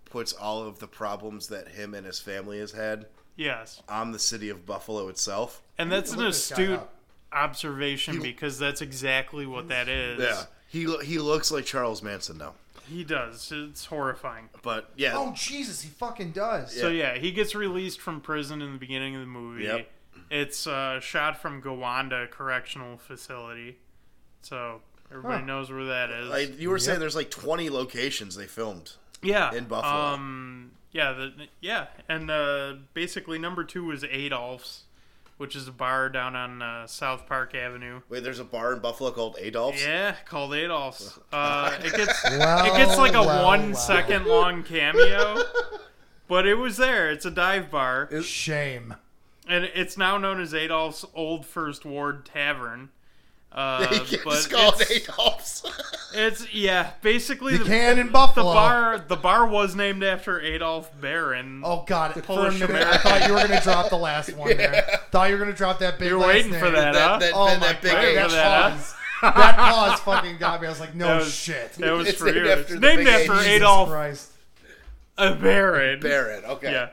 A: puts all of the problems that him and his family has had
B: Yes.
A: on the city of Buffalo itself.
B: And that's an
D: look this guy
B: astute
D: up.
B: observation because that's exactly what that is.
A: he lo- he looks like Charles Manson now,
B: He does. It's horrifying.
A: but yeah,
D: Oh Jesus, he fucking does.
B: So yeah, he gets released from prison in the beginning of the movie.
A: Yep.
B: It's uh, shot from Gowanda Correctional Facility. So everybody knows where that is.
A: I, you were saying there's like 20 locations they filmed.
B: yeah.
A: in Buffalo.
B: Um yeah, the, yeah. And uh, basically number 2 was Adolph's, which is a bar down on uh, South Park Avenue.
A: Wait, there's a bar in Buffalo called Adolph's. *laughs*
B: Yeah, called Adolf's. Uh, it gets
D: Well,
B: it gets like a
D: well,
B: one
D: well.
B: second long cameo, but it was there. It's a dive bar,
D: Shame.
B: and it's now known as Adolf's Old First Ward Tavern. Uh,
A: *laughs* You can't
B: but
A: just call it
B: it's,
A: Adolph's. *laughs*
B: it's yeah, basically
D: You
B: the,
D: can in
B: the
D: Buffalo.
B: bar the bar was named after Adolf Baron.
D: Oh God! For a
B: Polish
D: minute, I
B: American.
D: thought you were gonna drop the last one there. Thought you were gonna drop that big.
B: You're
D: last
B: waiting for
D: name.
B: that, huh?
A: that-
D: Oh
A: that-
D: my
A: that big
D: God,
A: name.
D: that,
B: For that,
D: pause.
B: *laughs*
D: that pause fucking got me. I was like, no
B: That was-
D: shit.
B: That was
A: It's
B: for
A: named
B: you.
A: after
B: It's
A: the
B: named
A: big
B: after
A: Adolf.
D: Jesus
B: Adolf
D: Christ.
B: uh, Baron.
A: Barrett. *laughs* Okay.
B: Yeah.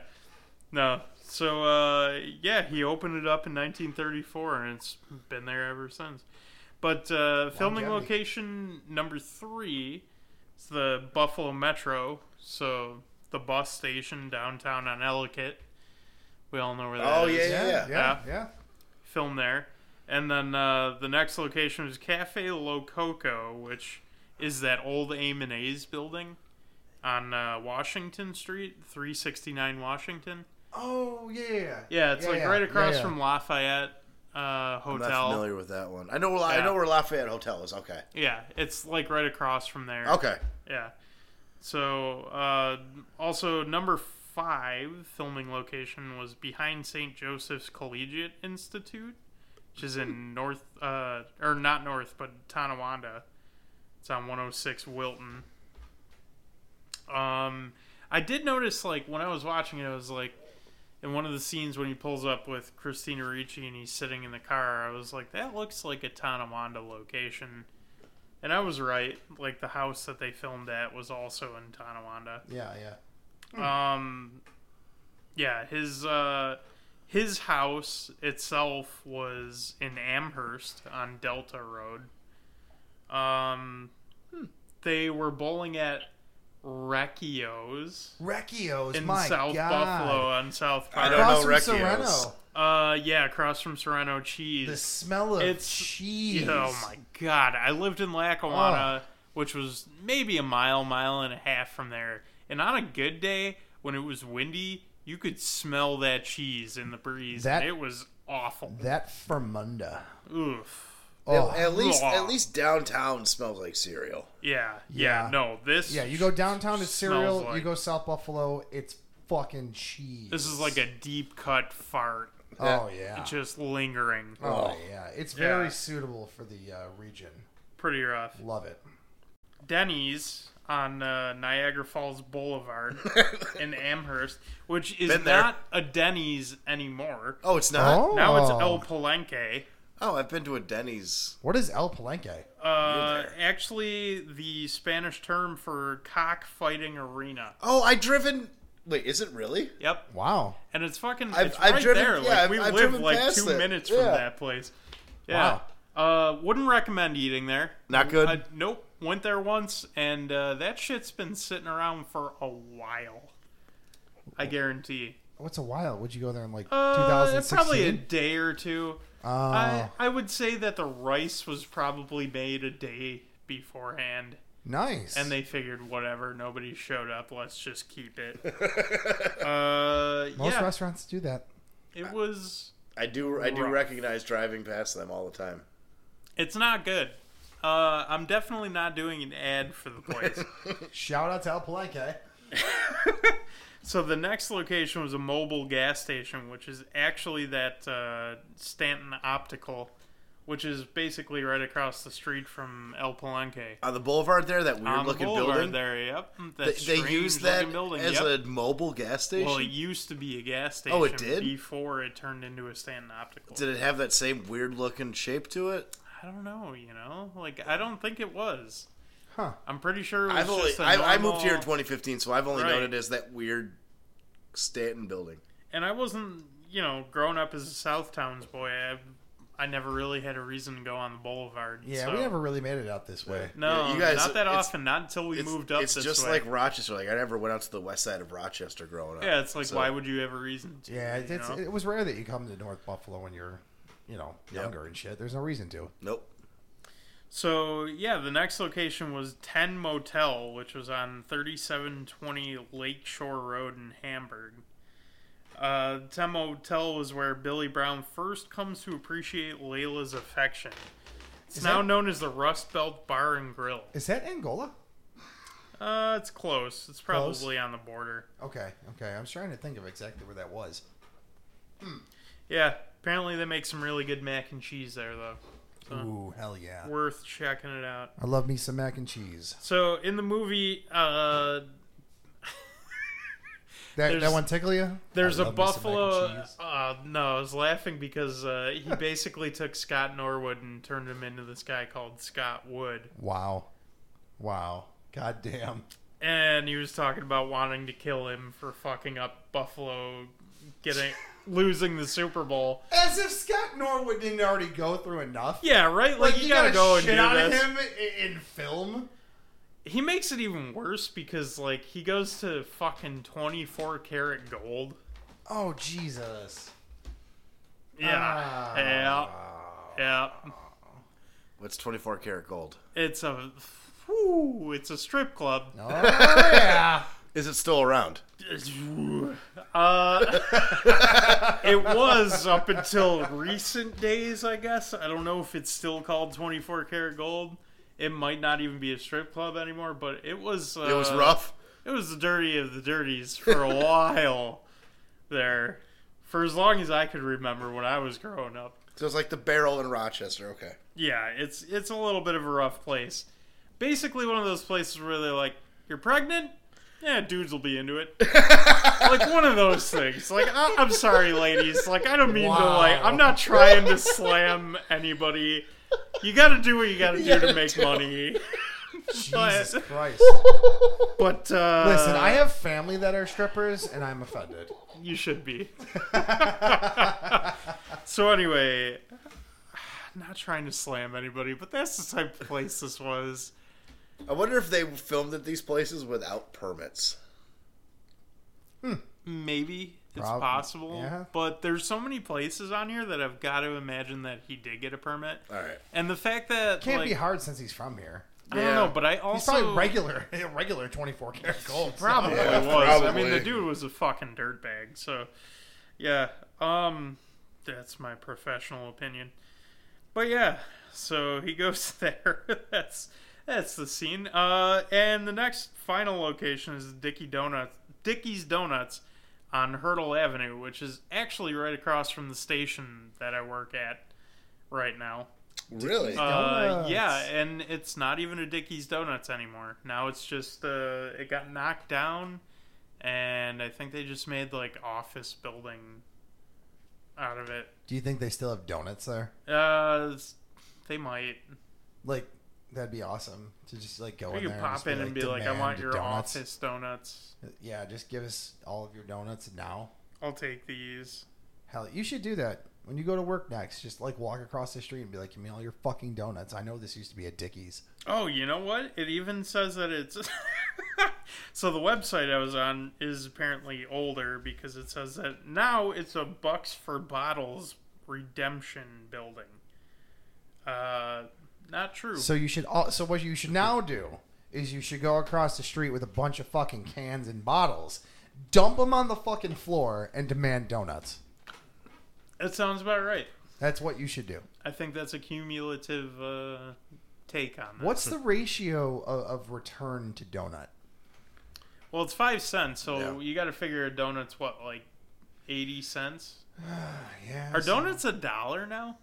B: No. So uh, yeah, he opened it up in 1934, and it's been there ever since. But uh, filming
D: Longevity.
B: location number three is the Buffalo Metro, so the bus station downtown on Ellicott. We all know where that
A: Oh
B: is.
A: yeah,
D: Yeah, yeah,
A: yeah.
D: yeah.
B: Yeah. Film there. And then uh, the next location was Cafe Lococo, which is that old Aim and A's building on uh, Washington Street, 369 Washington.
D: Oh yeah.
B: Yeah, it's
D: Yeah,
B: like
D: yeah,
B: right
D: yeah,
B: across
D: yeah.
B: from Lafayette
A: I'm
B: uh, Hotel.
A: not familiar with that one. I know. La- I
B: Yeah.
A: know where Lafayette Hotel is. Okay.
B: Yeah, it's like right across from there.
A: Okay.
B: Yeah. So, uh, also number five filming location was behind St. Joseph's Collegiate Institute, which is in North, uh, or not North, but Tonawanda. It's on 106 Wilton. Um, I did notice, like, when I was watching it, I was like, in one of the scenes when he pulls up with Christina Ricci and he's sitting in the car, I was like, that looks like a Tonawanda location. And I was right. Like the house that they filmed at was also in Tonawanda.
D: Yeah, yeah. Hmm.
B: Um, yeah, his uh, his house itself was in Amherst on Delta Road. Um, they were bowling at Recchio's
D: Recchio's,
B: in
D: Oh my
B: South
D: God.
B: Buffalo on South
A: I
B: Park.
A: don't
D: Across
A: know
D: from
A: Recchio's.
D: Sereno.
B: Uh, yeah, across from Serrano Cheese.
D: The smell of
B: It's-
D: cheese.
B: Oh my god! I lived in Lackawanna,
D: Oh.
B: which was maybe a mile, mile and a half from there. And on a good day, when it was windy, you could smell that cheese in the breeze.
D: That-
B: and it was awful.
D: That Fermunda.
B: Oof.
D: Oh.
A: At, at least,
B: Ugh.
A: at least downtown smells like cereal.
B: Yeah, yeah.
D: Yeah.
B: No, this.
D: Yeah, you go downtown to
B: smells
D: cereal. You
B: like-
D: go South Buffalo. It's fucking cheese.
B: This is like a deep cut fart,
D: oh yeah.
B: just lingering.
D: Oh yeah. It's very
B: Yeah.
D: suitable for the uh, region.
B: Pretty rough.
D: Love it.
B: Denny's on uh, Niagara Falls
D: *laughs*
B: Boulevard in Amherst, which is
A: Been there.
B: not a Denny's anymore.
A: Oh, it's not. Oh,
B: Now it's El Palenque.
A: I've been to a Denny's.
D: What is El Palenque?
B: Uh, actually, the Spanish term for cockfighting arena.
A: Oh, I driven. Wait, is it really?
B: Yep,
D: Wow.
B: and it's fucking.
A: I've-
B: it's
A: I've
B: right
A: driven-
B: there.
A: yeah,
B: like
A: I've-
B: we
A: I've
B: live
A: driven
B: like
A: past
B: two
A: it.
B: minutes
A: Yeah.
B: from that place. Yeah. Uh, wouldn't recommend eating there.
A: Not good.
B: Uh, nope. Went there once, and uh, that shit's been sitting around for a while. I guarantee.
D: What's a while? Would you go there in like
B: Uh,
D: 2016?
B: probably a day or two.
D: Oh.
B: I, I would say that the rice was probably made a day beforehand.
D: nice.
B: And they figured, whatever, nobody showed up. Let's just keep it.
A: *laughs*
B: uh,
D: most
B: yeah,
D: restaurants do that.
B: it was.
A: I do. I do
B: Rough.
A: recognize driving past them all the time.
B: It's not good. Uh, I'm definitely not doing an ad for the place.
A: *laughs*
D: Shout out to El Palenque.
B: so the next location was a mobile gas station, which is actually that uh, Stanton Optical, which is basically right across the street from El Palenque.
A: On the boulevard there, that weird
B: On the
A: looking
B: boulevard
A: building.
B: there, yep. That
A: They, they use that
B: strange-looking building,
A: as a
B: yep.
A: mobile gas station.
B: Well, it used to be a gas station.
A: Oh, it did?
B: before it turned into a Stanton Optical.
A: Did it have that same weird looking shape to it?
B: I don't know. You know, like I don't think it was.
D: Huh.
B: I'm pretty sure it was
A: I've only.
B: just a normal,
A: I, I moved here in 2015, so I've only
B: Right.
A: known it as that weird Stanton building.
B: and I wasn't. You know, growing up as a South Towns boy, I, I never really had a reason to go on the Boulevard.
D: Yeah,
B: so-
D: we never really made it out this way.
B: No,
A: Yeah, you guys-
B: not that
A: it's-
B: often. Not until we
A: it's,
B: moved up.
A: It's
B: this
A: just
B: way.
A: like Rochester. Like I never went out to the west side of Rochester growing up.
B: yeah, it's like
A: So-
B: why would you have a reason? To,
D: Yeah,
B: you
D: it's,
B: know?
D: it was rare that you come to North Buffalo when you're, you know, younger and shit. There's no reason to.
A: Nope.
B: So yeah, the next location was Ten Motel, which was on thirty-seven twenty Lakeshore Road in Hamburg. Uh, Ten Motel was where Billy Brown first comes to appreciate Layla's affection. It's now
D: that-
B: known as the Rust Belt Bar and Grill.
D: Is that Angola?
B: Uh, it's close. It's probably
D: Close?
B: on the border.
D: Okay, okay. I was trying to think of exactly where that was.
B: Yeah, apparently they make some really good mac and cheese there, though.
D: Ooh, hell yeah.
B: Worth checking it out.
D: I love me some mac and cheese.
B: So in the movie, uh,
D: That,
B: There's-
D: that one tickle you?
B: There's
D: I
B: a
D: love me some mac and
B: buffalo.
D: cheese.
B: Uh, no, I was laughing because uh, he
D: *laughs*
B: basically took Scott Norwood and turned him into this guy called Scott Wood,
D: Wow. Wow. God damn. *laughs*
B: and he was talking about wanting to kill him for fucking up Buffalo, getting losing the Super Bowl.
D: As if Scott Norwood didn't already go through enough.
B: Yeah, right. Like,
D: Like,
B: you, gotta, go and
D: shit
B: do
D: out
B: this.
D: of him i- in film.
B: He makes it even worse because like he goes to fucking twenty four karat gold.
D: Oh
B: *laughs*
D: Jesus!
B: Yeah,
D: Ah.
B: yeah, yeah.
A: What's 24 karat gold?
B: It's a, whew, it's a strip club.
D: Oh yeah.
A: Is it still around?
B: Uh, *laughs* it was up until recent days, I guess. I don't know if it's still called 24 karat gold. It might not even be a strip club anymore, but it was. Uh,
A: It was rough.
B: It was the dirty of the dirties for a *laughs* while there, for as long as I could remember when I was growing up.
A: So it's like the barrel in Rochester. Okay.
B: Yeah, it's it's a little bit of a rough place. Basically, one of those places where they're like, "You're pregnant? Yeah, dudes will be into
D: *laughs*
B: it." like one of those things. Like I, I'm sorry, ladies. Like I don't mean to like. I'm not trying to slam anybody. You got to do what you got to do to make money.
D: Jesus Christ.
B: But uh,
D: Listen, I have family that are strippers, and I'm offended.
B: You should
D: *laughs*
B: be. so anyway, *sighs* not trying to slam anybody, but that's the type of place this was.
A: I wonder if they filmed at these places without permits.
B: Maybe it's
D: Prob-
B: possible,
D: yeah.
B: but there's so many places on here that I've got to imagine that he did get a permit.
A: All right.
B: And the fact that
D: Can't
B: like,
D: be hard since he's from here.
B: I don't
A: Yeah.
B: know, but I also
D: He's probably regular, *laughs* regular 24 karat gold. *laughs*
B: probably
A: Yeah, *laughs*
B: was. I mean, the
A: probably.
B: dude was a fucking dirtbag. So, yeah. Um, that's my professional opinion. But yeah, so he *laughs* goes there. that's that's the scene. Uh, and the next final location is Dickey Donuts, Dickey's Donuts, on Hurdle Avenue, which is actually right across from the station that I work at right now.
A: Really?
B: Uh,
D: Donuts.
B: yeah, and it's not even a Dickie's Donuts anymore. Now it's just uh, it got knocked down, and I think they just made like office building out of it.
D: Do you think they still have donuts there?
B: Uh, s- they might.
D: Like, that'd be awesome to just like go
B: Or
D: in
B: you
D: there
B: pop in and be like, "I want your
D: donuts.
B: office donuts.
D: Yeah, just give us all of your donuts now.
B: I'll take these."
D: Hell, you should do that when you go to work next. Just like walk across the street and be like, "Give me all your fucking donuts." I know this used to be a Dickies.
B: Oh, you know what? It even says that it's. *laughs* so the website I was on is apparently older because it says that now it's a Bucks for Bottles redemption building. Uh, not true.
D: So you should. All, so what you should now do is you should go across the street with a bunch of fucking cans and bottles, dump them on the fucking floor, and demand donuts.
B: that sounds about right.
D: That's what you should do.
B: I think that's a cumulative uh, take on that.
D: What's the ratio of, of return to donut?
B: Well, it's five cents, so
A: Yeah.
B: you got to figure a donut's what, like eighty cents?
D: Yeah.
B: Are donuts a dollar now?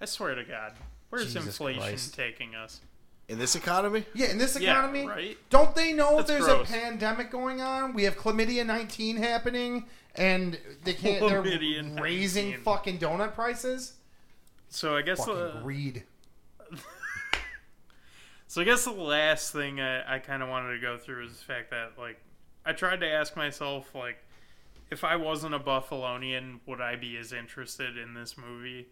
B: I swear to God, where's
D: Jesus
B: inflation
D: Christ.
B: taking us?
A: In this economy?
D: Yeah, in this economy,
B: Yeah, right.
D: don't they know
B: That's
D: there's
B: gross.
D: a pandemic going on? We have chlamydia 19 happening, and they can't.
B: Chlamydia
D: they're raising
B: 19.
D: fucking donut prices.
B: So I guess
D: Fucking
B: uh,
D: greed.
B: So I guess the last thing I, I kind of wanted to go through is the fact that like I tried to ask myself like if I wasn't a Buffalonian, would I be as interested in this movie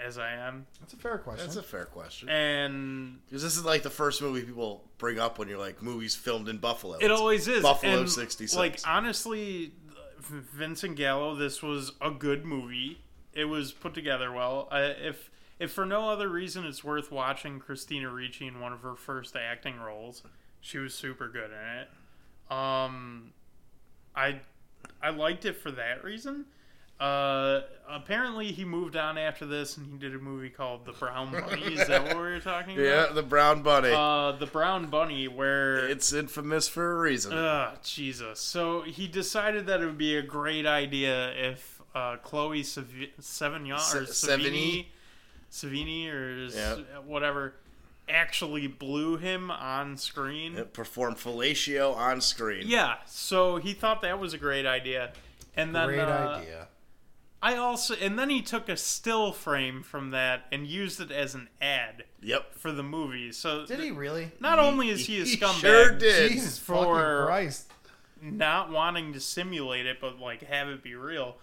B: as I am?
D: That's a fair question.
A: That's a fair question.
B: And
A: Because this is like the first movie people bring up when you're like movies filmed in Buffalo.
B: it always is
A: Buffalo
B: And,
A: 66.
B: Like honestly, V- Vincent Gallo, this was a good movie. It was put together well. I, if if for no other reason, it's worth watching Christina Ricci in one of her first acting roles. She was super good in it. Um, I I liked it for that reason. Uh, apparently he moved on after this, and he did a movie called The Brown Bunny. Is that what we were talking
A: *laughs* yeah,
B: about?
A: the Brown Bunny.
B: Uh, The Brown Bunny, where
A: it's infamous for a reason.
B: Ugh, Jesus. So he decided that it would be a great idea if uh, Chloe Savi- Sevignon or
A: Se-
B: Savini, Savini or s-
A: Yeah.
B: whatever, actually blew him on screen.
A: it performed fellatio on screen.
B: Yeah. So he thought that was a great idea, and then
D: Great
B: uh,
D: idea.
B: I also and then he took a still frame from that and used it as an ad
A: Yep.
B: for the movie. So
D: Did he really?
B: not only is he a scumbag,
A: Sure did.
D: Jesus
B: for-
D: fucking Christ.
B: not wanting to simulate it, but like have it be real.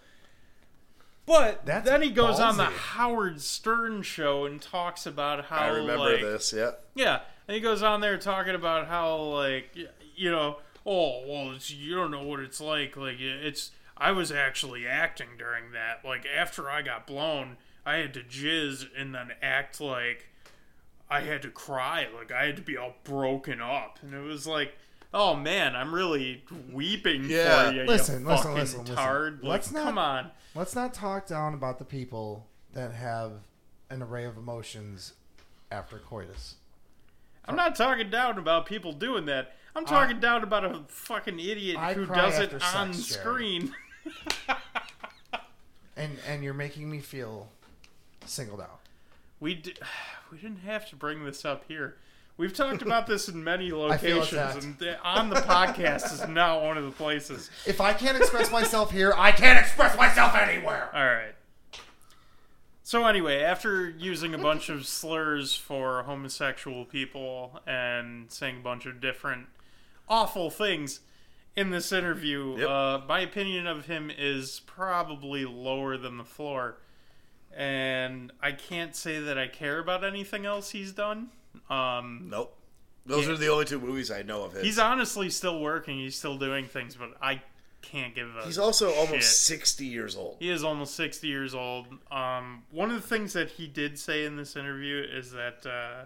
B: But
D: That's
B: then he goes on the
D: ballsy.
B: Howard Stern show and talks about how
A: I remember
B: Oh, like,
A: this. Yeah.
B: Yeah, and he goes on there talking about how like y- you know, oh well, it's, you don't know what it's like. Like it's I was actually acting during that. Like after I got blown, I had to jizz and then act like I had to cry. Like I had to be all broken up, and it was like. Oh man, I'm really weeping
A: Yeah.
B: for you.
D: Listen,
B: you
D: listen,
B: fucking
D: listen, listen.
B: tard. Like,
D: Let's not-
B: come on.
D: Let's not talk down about the people that have an array of emotions after coitus.
B: I'm not talking down about people doing that. I'm talking down about a fucking idiot
D: I
B: who
D: cry
B: does it
D: after sex,
B: on
D: Jared.
B: screen. *laughs*
D: And and you're making me feel singled out.
B: We d- *sighs* we didn't have to bring this up here. We've talked about this in
D: *laughs*
B: many
D: feel
B: locations,
D: attacked.
B: and th- on the podcast is not one of the places.
D: If I
A: *laughs*
D: can't express myself here, I can't express myself anywhere.
B: All right. So anyway, after using a bunch of slurs for homosexual people and saying a bunch of different awful things in this interview, uh, my opinion of him is probably lower than the floor, and I can't say that I care about anything else he's done. Um,
A: Nope. Those are the only two movies I know of his.
B: He's honestly still working. He's still doing things, but I can't give a.
A: He's also
B: shit.
A: almost 60 years old.
B: He is almost sixty years old. Um, one of the things that he did say in this interview is that uh,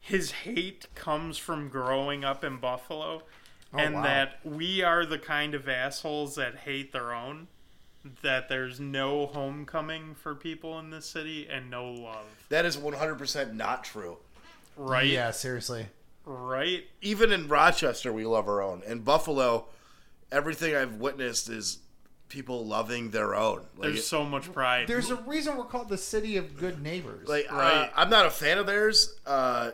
B: his hate comes from growing up in Buffalo, and
D: Oh, wow.
B: that we are the kind of assholes that hate their own. That there's no homecoming for people in this city and no love,
A: That is 100% not true.
B: right?
D: Yeah, seriously.
B: Right?
A: Even in Rochester, we love our own. In Buffalo, everything I've witnessed is people loving their own. Like,
B: There's so much pride.
D: There's a reason we're called the city of good neighbors.
A: like uh,
B: Right.
A: I'm not a fan of theirs, uh,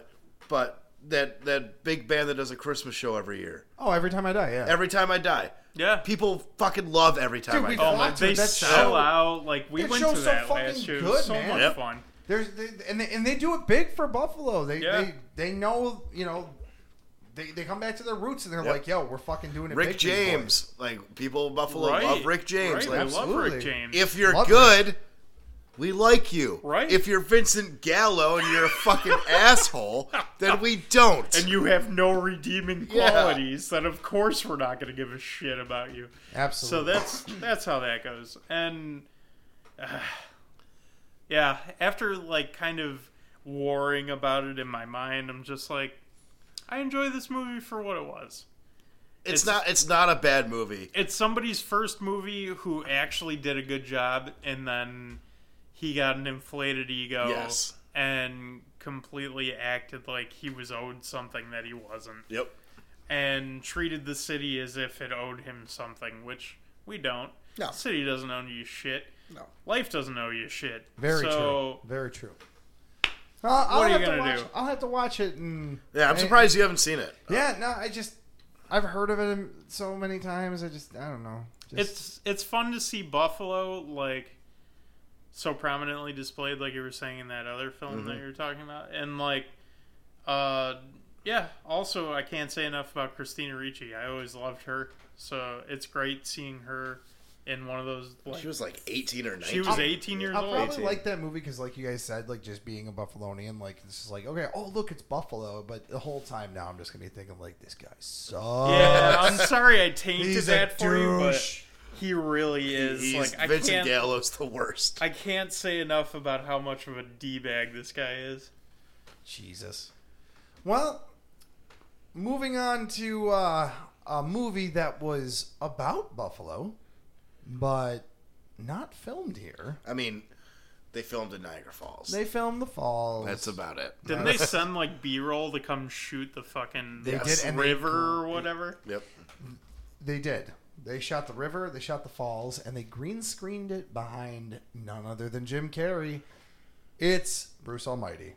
A: but that that big band that does a Christmas show every year.
D: oh, every time I die, yeah.
A: Every time I die,
B: yeah.
A: people fucking love every time
D: Dude,
A: I
D: we-
A: die.
B: Oh my!
D: Lots of
B: They
D: that
B: sell
D: show-
B: out. Like we
D: That
B: went
D: show's
B: to
D: so
B: that
D: fucking
B: last year. It
D: good,
B: was so
D: man.
B: much
A: Yep.
B: fun.
D: There's they, and they, and they do it big for Buffalo. They
B: Yeah.
D: they they know you know. They, they come back to their roots and they're
A: Yep.
D: like, yo, we're fucking doing it.
A: Rick
D: big for you boys."
A: James, like people in Buffalo
B: right?
A: love Rick James. Like,
B: Right? we love Rick
D: absolutely.
B: James.
A: if you're
D: Love
A: good, we like you.
B: Right.
A: If you're Vincent Gallo and you're a
B: *laughs*
A: fucking asshole, then we don't.
B: and you have no redeeming
A: Yeah.
B: qualities, then of course we're not going to give a shit about you. So
D: Absolutely.
B: that's that's how that goes. And *sighs* uh, yeah, after like kind of worrying about it in my mind, I'm just like, I enjoy this movie for what it was.
A: it's, not. It's not a bad movie.
B: it's somebody's first movie who actually did a good job and then he got an inflated ego
A: Yes.
B: and completely acted like he was owed something that he wasn't
A: Yep.
B: and treated the city as if it owed him something which we don't
A: No.
B: city doesn't owe you shit
A: No.
B: life doesn't owe you shit
D: Very
B: so
D: true. Very true. I'll, I'll
B: are you
D: have to
B: gonna
D: watch-
B: do?
D: I'll have to watch it and
A: Yeah, I'm
D: I-
A: surprised you haven't seen it.
D: yeah, no, I just I've heard of it so many times. I just I don't know. Just,
B: it's it's fun to see Buffalo like so prominently displayed, like you were saying in that other film that you were talking about, and like, uh, yeah. Also, I can't say enough about Christina Ricci. I always loved her, so it's great seeing her in one of those. Like,
A: She was like 18 or 19.
B: she was 18 years
D: I
B: old.
D: probably like that movie because, like you guys said, like just being a Buffalonian, like it's just like okay, oh look, it's Buffalo. But the whole time now, I'm just gonna be thinking like this guy sucks.
B: yeah, I'm sorry I tainted
D: Uh, He's a
B: that for you, but
D: douche.
B: he really is.
A: He's,
B: like, I
A: Vincent
B: can't.
A: Gallo's the worst.
B: I can't say enough about how much of a d bag this guy is.
D: Jesus. Well, moving on to uh, a movie that was about Buffalo, but not filmed here.
A: I mean, they filmed in Niagara Falls.
D: They filmed the falls.
A: That's about it.
B: Didn't they send like B roll to come shoot the fucking
D: They did, and they-
B: river or whatever?
A: Yep.
D: They did. They shot the river, they shot the falls, and they green screened it behind none other than Jim Carrey. It's Bruce Almighty.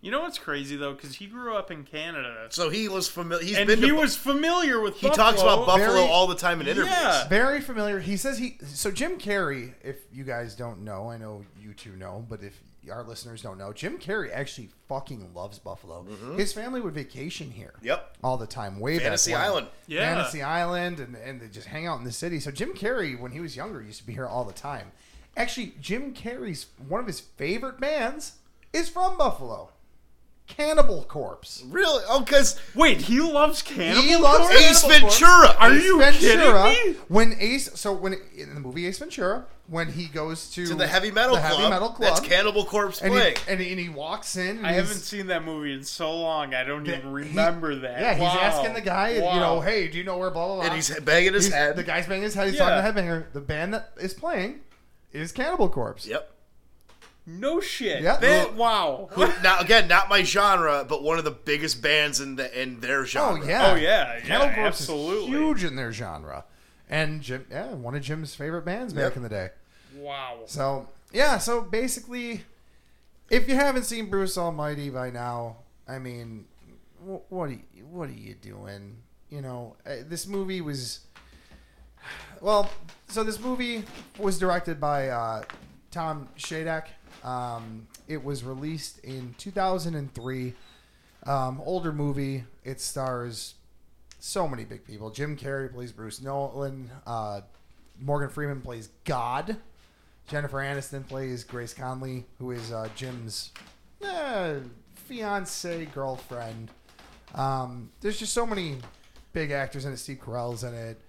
B: You know what's crazy though, because he grew up in Canada,
A: So he was familiar. He's
B: and
A: been
B: he
A: to.
B: was familiar with.
A: he talks about Buffalo
D: Very-
A: all the time in interviews.
B: Yeah.
D: Very familiar. He says he. So Jim Carrey, if you guys don't know, I know you two know, but if our listeners don't know, Jim Carrey actually fucking loves Buffalo. His family would vacation here.
A: Mm-hmm. Yep.
D: All the time. Way back
A: Fantasy
D: when.
A: Island.
B: Yeah.
D: Fantasy Island, and, and they just hang out in the city. So Jim Carrey, when he was younger, used to be here all the time. Actually, Jim Carrey's one of his favorite bands is from Buffalo. Cannibal Corpse.
A: Really? Oh, because
B: Wait, he loves Cannibal.
D: He loves
B: Corpse?
A: Ace
D: Cannibal Corpse.
A: Ventura. Are
B: you kidding me?
D: When Ace, so when in the movie Ace Ventura, when he goes to,
A: to the heavy metal
D: the
A: club.
D: heavy metal club,
A: That's Cannibal Corpse
D: and
A: playing.
D: he, and, he, and he walks in. and
B: I
D: he's-
B: haven't seen that movie in so long. I don't even
D: he-
B: remember that.
D: Yeah, he's
B: Wow.
D: asking the guy,
B: Wow.
D: you know, hey, do you know where blah blah blah?
A: And he's banging his
D: He's-
A: head.
D: The guy's banging his head. He's
B: Yeah.
D: talking to the headbanger. The band that is playing is Cannibal Corpse.
A: Yep.
B: No shit.
D: Yeah.
B: That, wow.
A: Who, now again, not my genre, but one of the biggest bands in the in their
D: Oh
A: genre.
D: yeah.
B: Oh yeah. yeah
D: Cannibal Corpse
B: absolutely.
D: is huge in their genre, and Jim, yeah, one of Jim's favorite bands back
A: Yep.
D: in the day.
B: Wow.
D: So yeah, so basically, if you haven't seen Bruce Almighty by now, I mean, wh- what are you, what are you doing? You know, uh, this movie was well. So this movie was directed by uh, Tom Shadak. Um, it was released in 2003. Um, older movie. It stars so many big people. Jim Carrey plays Bruce Nolan. Uh, Morgan Freeman plays God. Jennifer Aniston plays Grace Conley, who is uh, Jim's uh, fiance girlfriend. Um, there's just so many big actors in it. Steve Carell's in it.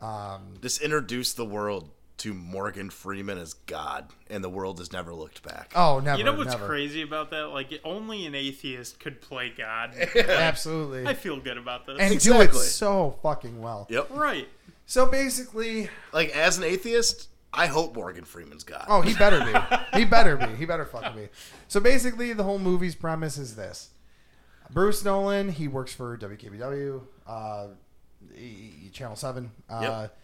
D: Um,
A: This introduced the world to Morgan Freeman as God, and the world has never looked back.
D: oh, never.
B: You know what's
D: never.
B: crazy about that? Like only an atheist could play
D: *laughs*
B: God.
D: Absolutely.
B: I feel good about this.
D: and do
A: Exactly.
D: it so fucking well.
A: Yep.
B: right.
D: So basically,
A: Like as an atheist, I hope Morgan Freeman's God.
D: Oh, he better be. he better be. He better fucking be. So basically, the whole movie's premise is this: Bruce Nolan, he works for WKBW, uh, e- e- Channel Seven. Uh,
A: Yep.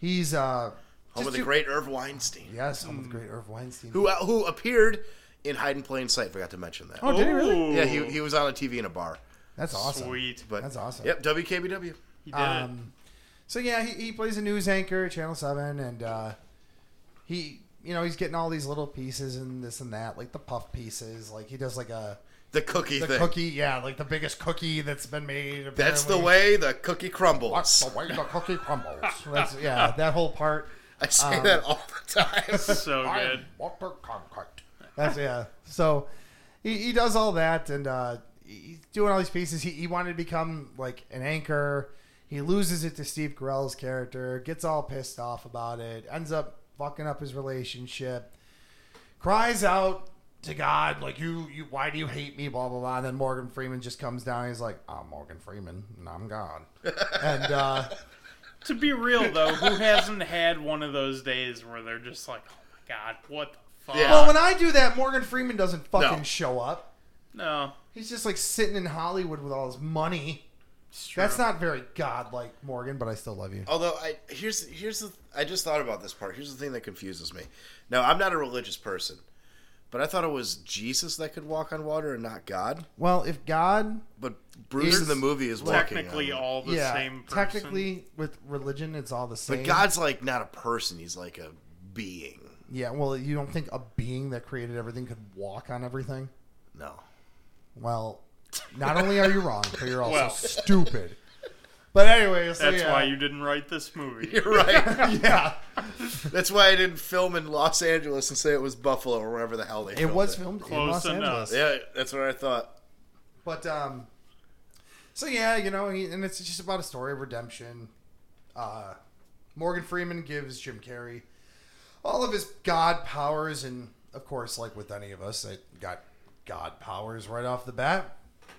D: He's uh,
A: Home of
D: just
A: the
D: do-
A: great Irv Weinstein,
D: Yes, home of the great Irv Weinstein.
A: who uh, who appeared in Hide in Plain Sight. Forgot to mention that.
D: Oh, did he really?
B: Ooh,
A: Yeah, he, he was on a TV in a bar.
D: That's awesome.
B: Sweet.
A: But
D: That's awesome.
A: Yep, WKBW.
B: He did it.
D: Um, so yeah, he, he plays a news anchor at Channel Seven, and uh, he, you know, he's getting all these little pieces and this and that, like the puff pieces. Like he does like a
A: The cookie
D: the
A: thing.
D: cookie, yeah, like the biggest cookie that's been made.
A: That's the
D: apparently.
A: way the cookie crumbles.
D: That's the way the cookie crumbles. That's-
A: *laughs*
D: yeah, that whole part.
A: I say
D: Um.
A: that all the time. *laughs*
B: So good.
C: I'm Walter Cronkite.
D: That's yeah. So he, he does all that and uh, he's doing all these pieces. He, he wanted to become like an anchor. He loses it to Steve Carell's character. Gets all pissed off about it. Ends up fucking up his relationship. Cries out to God like you you why do you hate me? Blah blah blah. And then Morgan Freeman just comes down. He's like I'm Morgan Freeman and
A: *laughs*
D: I'm God. and uh,
B: To be
D: *laughs*
B: real though, who hasn't had one of those days where they're just like, oh my god, what the fuck?
A: Yeah.
D: well, when I do that, Morgan Freeman doesn't fucking
A: No.
D: show up.
B: No.
D: He's just like sitting in Hollywood with all his money. That's not very godlike, Morgan, but I still love you.
A: Although I here's here's the I just thought about this part. Here's the thing that confuses me. Now I'm not a religious person, but I thought it was Jesus that could walk on water and not God.
D: Well, if God,
A: But Bruce in
D: It's
A: the movie is walking
B: Technically
A: on.
B: all the
D: yeah,
B: same person.
D: technically with religion, it's all the same.
A: But God's like not a person. He's like a being.
D: yeah. Well, you don't think a being that created everything could walk on everything? *laughs*
A: No.
D: Well, not only are you wrong, but you're also
B: Well.
D: stupid. But anyway, so
B: That's
D: yeah.
B: why you didn't write this movie.
A: You're right.
D: *laughs* Yeah,
B: *laughs*
A: That's why I didn't film in Los Angeles and say it was Buffalo or wherever the hell they.
D: it
A: filmed
D: was filmed in
B: Close
D: Los
B: enough.
D: Angeles.
A: Yeah, that's what I thought.
D: But um, so yeah, you know, he, and it's just about a story of redemption. Uh, Morgan Freeman gives Jim Carrey all of his god powers, and of course, like with any of us, that got god powers right off the bat.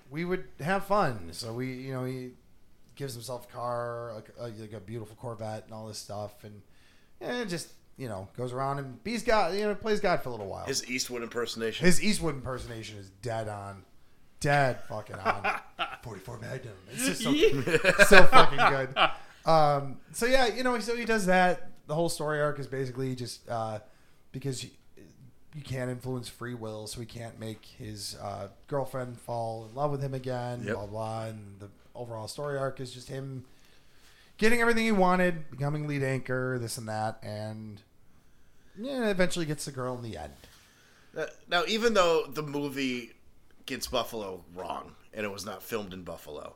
D: We would have fun, so we, you know, he gives himself a car, a, a, like a beautiful Corvette, and all this stuff, and and just you know goes around and bees God, you know, plays God for a little while.
A: His Eastwood impersonation.
D: His Eastwood impersonation is dead on. Dead fucking on. 44 Magnum. It's just so, so fucking good. Um, so, yeah, you know, so he does that. The whole story arc is basically just uh, because you, you can't influence free will, so he can't make his uh, girlfriend fall in love with him again,
A: Yep.
D: blah, blah. And the overall story arc is just him getting everything he wanted, becoming lead anchor, this and that, and yeah, eventually gets the girl in the end.
A: Uh, Now, even though the movie gets Buffalo wrong and it was not filmed in Buffalo,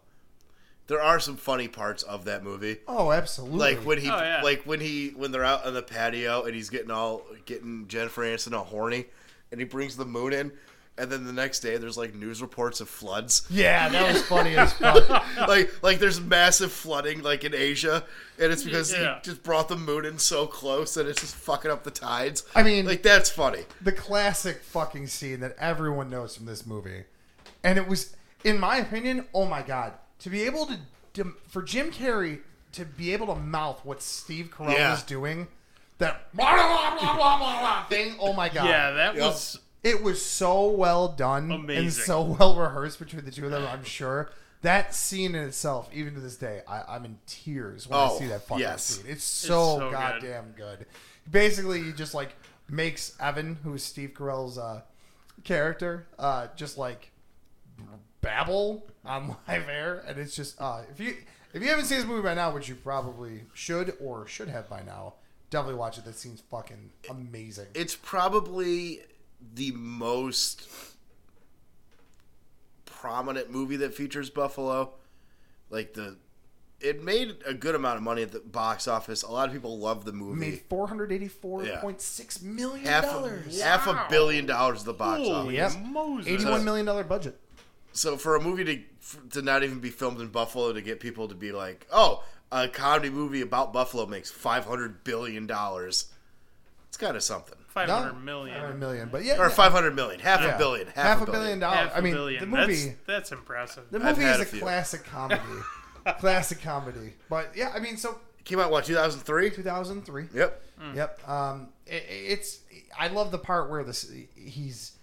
A: there are some funny parts of that movie.
D: Oh, absolutely.
A: Like when he,
B: Oh, yeah.
A: like when he, when they're out on the patio and he's getting all getting Jennifer Aniston all horny, and he brings the moon in, and then the next day there's like news reports of
B: *laughs*
A: floods,
D: yeah, that was funny as fuck.
A: like like there's massive flooding like in Asia, and it's because
B: Yeah.
A: he just brought the moon in so close that it's just fucking up the tides.
D: I mean-
A: like that's funny.
D: the classic fucking scene that everyone knows from this movie, and it was, in my opinion, oh my god, to be able to, to- for Jim Carrey to be able to mouth what Steve Carell
A: Yeah.
D: was doing, that blah, blah, blah, blah, blah, blah thing. Oh my god,
B: Yeah, that was
D: it was so well done
B: Amazing.
D: and so well rehearsed between the two of them. I'm sure that scene in itself, even to this day, I, I'm in tears when
A: Oh,
D: I see that fucking
A: yes.
D: scene. It's so,
B: so good.
D: goddamn good. Basically, he just like makes Evan, who is Steve Carell's uh, character, uh, just like babble on *laughs* live air, and it's just uh, if you if you haven't seen this movie by now, which you probably should or should have by now, definitely watch it. That scene's fucking amazing.
A: it's probably the most prominent movie that features buffalo like the it made a good amount of money at the box office a lot of people love the movie
D: made four hundred eighty four point six million
A: half a,
D: dollars.
A: half a billion dollars at the box office
B: holy
D: Yep.
B: Moses.
D: Eighty-one million dollar budget.
A: so for a movie to f- to not even be filmed in buffalo to get people to be like oh a comedy movie about buffalo makes 500 billion dollars it's kind of something
B: Five
D: No,
B: hundred million.
D: Or a million, but yeah,
A: or
D: yeah.
A: 500 million half
D: Yeah.
A: a billion half,
D: half a billion dollars.
B: Half
D: I mean,
B: a billion.
D: the movie,
B: That's, that's impressive.
D: the
A: I've
D: movie
A: had
D: is
A: a
D: a,
A: few.
B: *laughs*
D: classic comedy, classic comedy. But yeah, I mean, so
A: came out what 2003
D: two thousand three.
A: yep
B: Mm.
D: Yep. Um, it, it's I love the part where this he's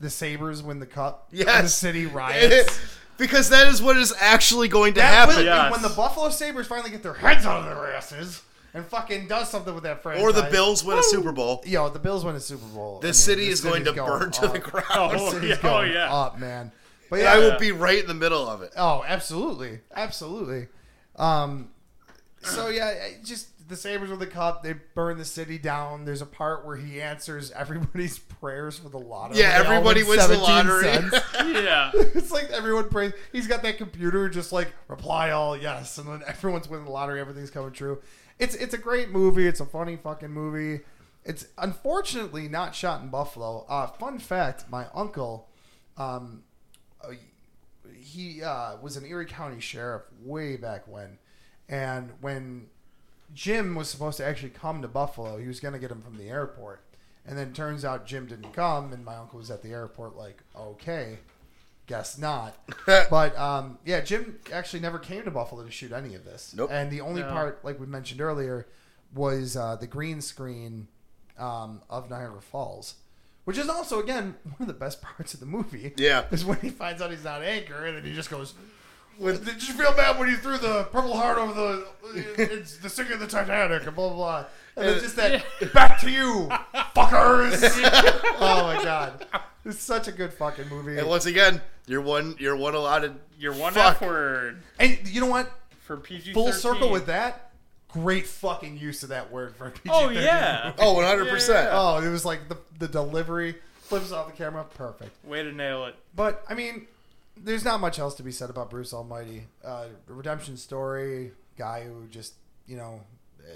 D: the Sabers win the cup. and
A: Yes. *laughs*
D: the city riots.
A: because that is what is actually going to
D: That
A: happen.
D: will,
B: Yes.
D: when the Buffalo Sabers finally get their heads out of their asses and fucking does something with that franchise,
A: Or the Bills win a Super Bowl.
D: Yo, the Bills win a Super Bowl.
A: The
D: I mean,
A: city
D: the
A: is going to
D: city's
A: burn to the
D: up.
A: ground.
D: The
B: Oh,
D: city's
B: yeah. Oh,
D: going
B: yeah.
D: up, man.
A: I
D: But yeah,
A: will be right in the middle of it.
D: oh, absolutely, absolutely. Um, so yeah, I- just the Sabers with the cup. They burn the city down. There's a part where he answers everybody's *laughs* prayers for the lottery.
A: Yeah,
D: They all
A: everybody
D: win
A: wins the
D: 17
A: lottery.
D: cents.
B: yeah.
D: *laughs* it's like everyone prays. He's got that computer, just like reply all yes, and then everyone's winning the lottery. Everything's coming true. It's it's a great movie. It's a funny fucking movie. It's unfortunately not shot in Buffalo. Uh, fun fact: my uncle, um, uh, he uh, was an Erie County sheriff way back when, and when Jim was supposed to actually come to Buffalo, he was going to get him from the airport. And then turns out Jim didn't come, and my uncle was at the airport, like, okay, guess
A: *laughs*
D: not. but um, yeah, Jim actually never came to Buffalo to shoot any of this.
A: Nope.
D: And the only
B: No.
D: part, like we mentioned earlier, was uh, the green screen um, of Niagara Falls, which is also again *laughs* one of the best parts of the movie. *laughs*
A: Yeah.
D: is when he finds out he's not anchor, and then he just goes. With, did you feel bad when you threw the Purple Heart over the it's the singer of the Titanic and blah blah blah? And it's just that back to you, fuckers. *laughs* oh my god, it's such a good fucking
A: *laughs*
D: movie.
A: And once again, you're one. You're one allotted.
B: Your one
A: Fuck.
B: F word
D: And you know what?
B: for PG.
D: Full circle with that. Great fucking use of that word for a PG-13
B: Oh yeah.
A: Oh, 100 percent.
B: Yeah.
D: Oh, it was like the, the delivery flips off the camera. Perfect.
B: Way to nail it.
D: But, I mean, there's not much else to be said about Bruce Almighty. Uh, redemption story, guy who just, you know, uh,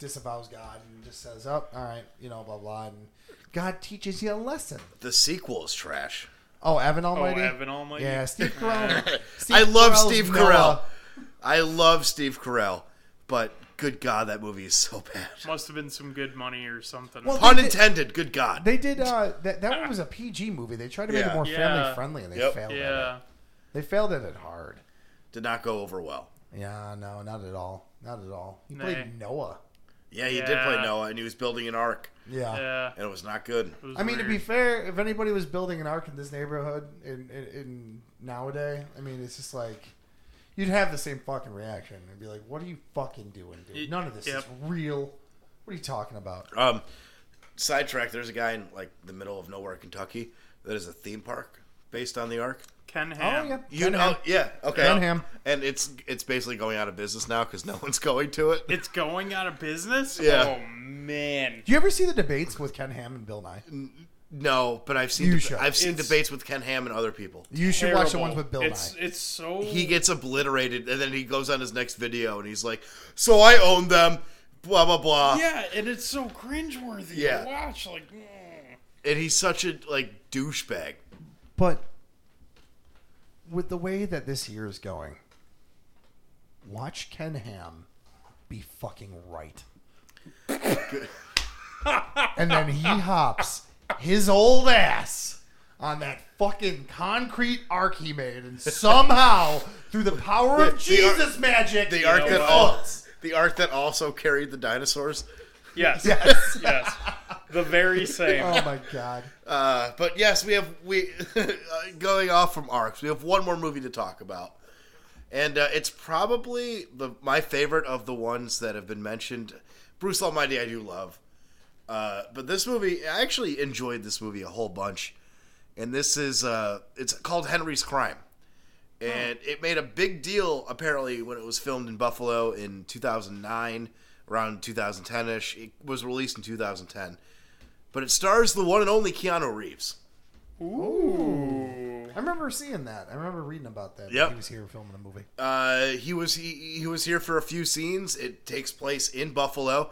D: disavows God and just says, oh, all right, you know, blah, blah. And God teaches you a lesson.
A: The sequel is trash.
D: Oh, Evan
B: Oh,
D: Almighty?
B: Evan Almighty. *laughs*
D: Yeah, Steve Carell. Steve
A: I love
D: Carell's
A: Steve Carell.
D: Noah.
A: I love Steve Carell, but good God, that movie is so bad.
B: Must have been some good money or something.
D: Well,
A: Pun
D: they did-
A: intended. Good God.
D: They did uh, that. That one was a PG movie. They tried to make
A: Yeah.
D: it more
B: Yeah.
D: family friendly, and they
A: Yep.
D: failed. At it.
B: yeah.
D: They failed at it hard.
A: Did not go over well.
D: Yeah, no, not at all. Not at all. He
B: Nah.
D: played Noah.
A: Yeah, he did play
B: Yeah.
A: Noah, and he was building an ark,
D: Yeah.
B: Yeah.
A: and it was not good.
B: It was
D: I mean, to be
B: weird.
D: fair, if anybody was building an ark in this neighborhood in, in, in nowadays, I mean, it's just like you'd have the same fucking reaction and be like, "What are you fucking doing,
B: Y-
D: dude? None of this
B: yep.
D: is real. What are you talking about?"
A: Um, sidetrack. There's a guy in like the middle of nowhere, Kentucky, that is a theme park based on the Ark.
B: Ken
D: Oh
B: Ham.
D: yeah,
A: You know,
D: Dunham.
A: yeah, okay.
D: Dunham.
A: And it's it's basically going out of business now because no *laughs* one's going to it.
B: It's going out of business.
A: Yeah.
B: Oh man.
D: Do you ever see the debates with Ken Ham and Bill Nye?
A: No, but I've seen
D: You
A: deb-
D: should.
A: I've seen
B: It's-
A: debates with Ken Ham and other people.
D: You should watch the
B: Terrible.
D: ones with Bill
B: It's
D: Nye.
B: it's so
A: He gets obliterated, and then he goes on his next video and he's like, "So I own them." Blah blah blah.
B: yeah, and it's so cringeworthy
A: Yeah.
B: to watch. Like, mm.
A: And he's such a like douchebag.
D: But with the way that this year is going, watch Ken Ham be fucking right. and then he hops his old ass on that fucking concrete arc he made and somehow through the power
A: The-
D: of
A: the arc-
D: Jesus magic
A: The arc
B: know
A: that
B: what?
A: all, the arc that also carried the dinosaurs.
B: yes, *laughs* yes,
D: Yes.
B: the very same.
D: Oh my god.
A: Uh, but yes, we have we *laughs* uh, going off from arcs. We have one more movie to talk about, and uh, it's probably the my favorite of the ones that have been mentioned. Bruce Almighty, I do love, uh, but this movie I actually enjoyed this movie a whole bunch, and this is uh, it's called Henry's Crime, and it made a big deal apparently when it was filmed in Buffalo in 2009, around 2010 ish. It was released in 2010 but it stars the one and only Keanu Reeves.
B: Ooh.
D: I remember seeing that. I remember reading about that.
A: Yep.
D: He was here filming the movie.
A: Uh, he was he, he was here for a few scenes. It takes place in Buffalo.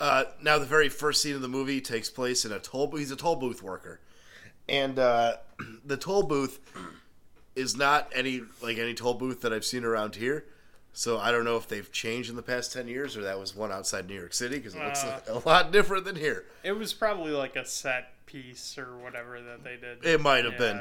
A: Uh, now the very first scene of the movie takes place in a toll. booth. He's a toll booth worker, and uh, *clears throat* the toll booth is not any like any toll booth that I've seen around here. So I don't know if they've changed in the past ten years or that was one outside New York City because it looks
B: Uh.
A: *laughs* a lot different than here.
B: It was probably like a set piece or whatever that they did.
A: It might have
B: Yeah.
A: been.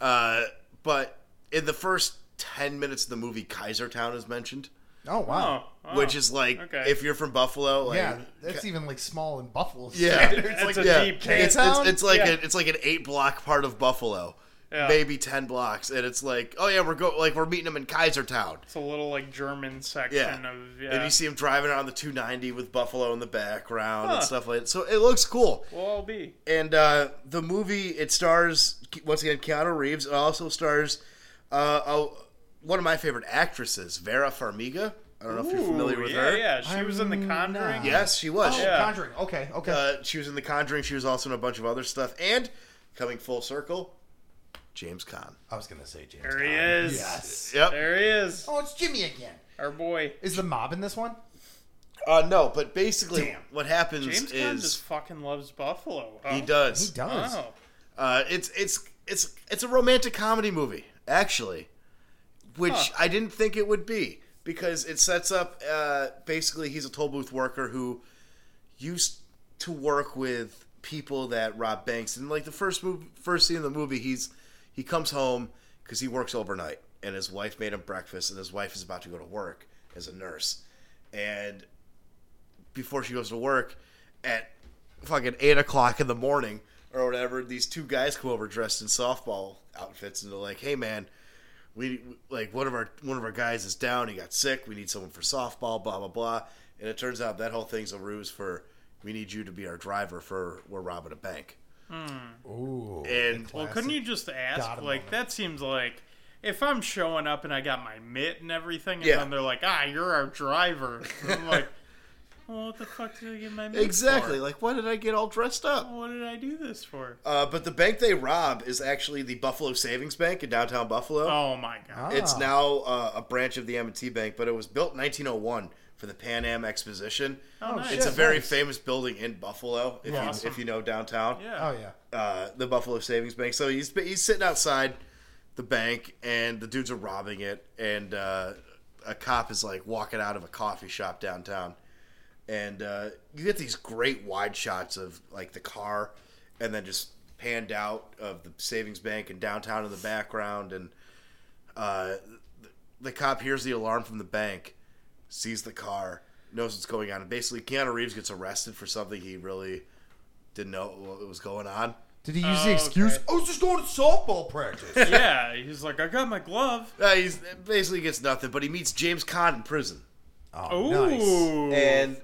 A: Uh, but in the first 10 minutes of the movie, Kaiser Town is mentioned,
D: Oh wow.
B: Oh, oh.
A: which is like,
B: okay.
A: if you're from Buffalo, like,
D: Yeah, that's even like small in Buffalo.
A: Oh,
D: *laughs*
A: yeah,
B: That's a
A: yeah.
B: deep
A: it's,
B: cut.
A: it's, it's like
B: Yeah.
A: a, it's like an eight block part of Buffalo,
B: Yeah.
A: maybe 10 blocks. And it's like, oh yeah, we're go like, we're meeting him in Kaiser Town.
B: it's a little like German section
A: Yeah.
B: of yeah.
A: And you see him driving around the 290 with Buffalo in the background
B: Huh.
A: and stuff like that. So it looks cool.
B: Well, I'll be.
A: and uh, the movie it stars once again Keanu Reeves. It also stars uh, oh, one of my favorite actresses, Vera Farmiga. I don't know if you're familiar
B: Ooh,
A: with
B: yeah,
A: her.
B: Yeah, she was in The
D: I'm
B: Conjuring.
D: not.
A: Yes, she was.
D: Oh,
B: Yeah.
D: Conjuring. Okay, okay.
A: Uh, she was in The Conjuring. She was also in a bunch of other stuff. And coming full circle, James Caan.
D: I was gonna say James.
B: There he is.
D: Yes.
A: Yep.
B: There he is.
D: Oh, it's Jimmy again.
B: Our boy.
D: Is the mob in this one?
A: Uh, no, but basically
D: Damn.
A: what happens
B: James Gunn just
A: is
B: fucking loves Buffalo.
A: he
B: huh?
A: does.
D: He does.
B: Wow.
A: Uh, it's it's it's it's a romantic comedy movie actually, which I didn't think it would be because it sets up uh, basically he's a toll booth worker who used to work with people that rob banks and like the first move first scene of the movie he's he comes home because he works overnight and his wife made him breakfast and his wife is about to go to work as a nurse and before she goes to work at fucking eight o'clock in the morning or whatever, these two guys come over dressed in softball outfits and they're like, "Hey, man, we like one of our one of our guys is down. He got sick. We need someone for softball. Blah blah blah." And it turns out that whole thing's a ruse for we need you to be our driver for we're robbing a bank.
D: Oh. Ooh.
A: And
B: Well, couldn't you just ask?
D: God
B: Like,
D: moment.
B: that seems like if I'm showing up and I got my mitt and everything, and
A: Yeah.
B: then they're like, ah, you're our driver.
A: *laughs*
B: And I'm like, well, what the fuck did I get my mitt
A: exactly
B: for?
A: like, why did I get all dressed up?
B: What did I do this for?
A: Uh, but the bank they rob is actually the Buffalo Savings Bank in downtown Buffalo.
B: Oh my god.
A: It's now uh, a branch of the M&T Bank, but it was built in 1901 for the Pan Am Exposition.
B: Oh, nice.
A: It's a very famous building in Buffalo, if, you,
B: Awesome.
A: if you know downtown.
B: yeah.
D: Oh yeah.
A: Uh, the Buffalo Savings Bank. So he's he's sitting outside the bank, and the dudes are robbing it, and uh, a cop is like walking out of a coffee shop downtown, and uh, you get these great wide shots of like the car, and then just panned out of the savings bank and downtown in the background, and uh, the, the cop hears the alarm from the bank, sees the car, knows what's going on, and basically Keanu Reeves gets arrested for something he really didn't know what was going on.
D: Did he use
B: Oh,
D: the excuse?
B: okay.
D: I was just going to softball practice.
B: yeah. He's like, I got my glove.
A: Uh, he's basically gets nothing, but he meets James Caan in prison,
B: Ooh.
D: *laughs* oh, nice.
A: and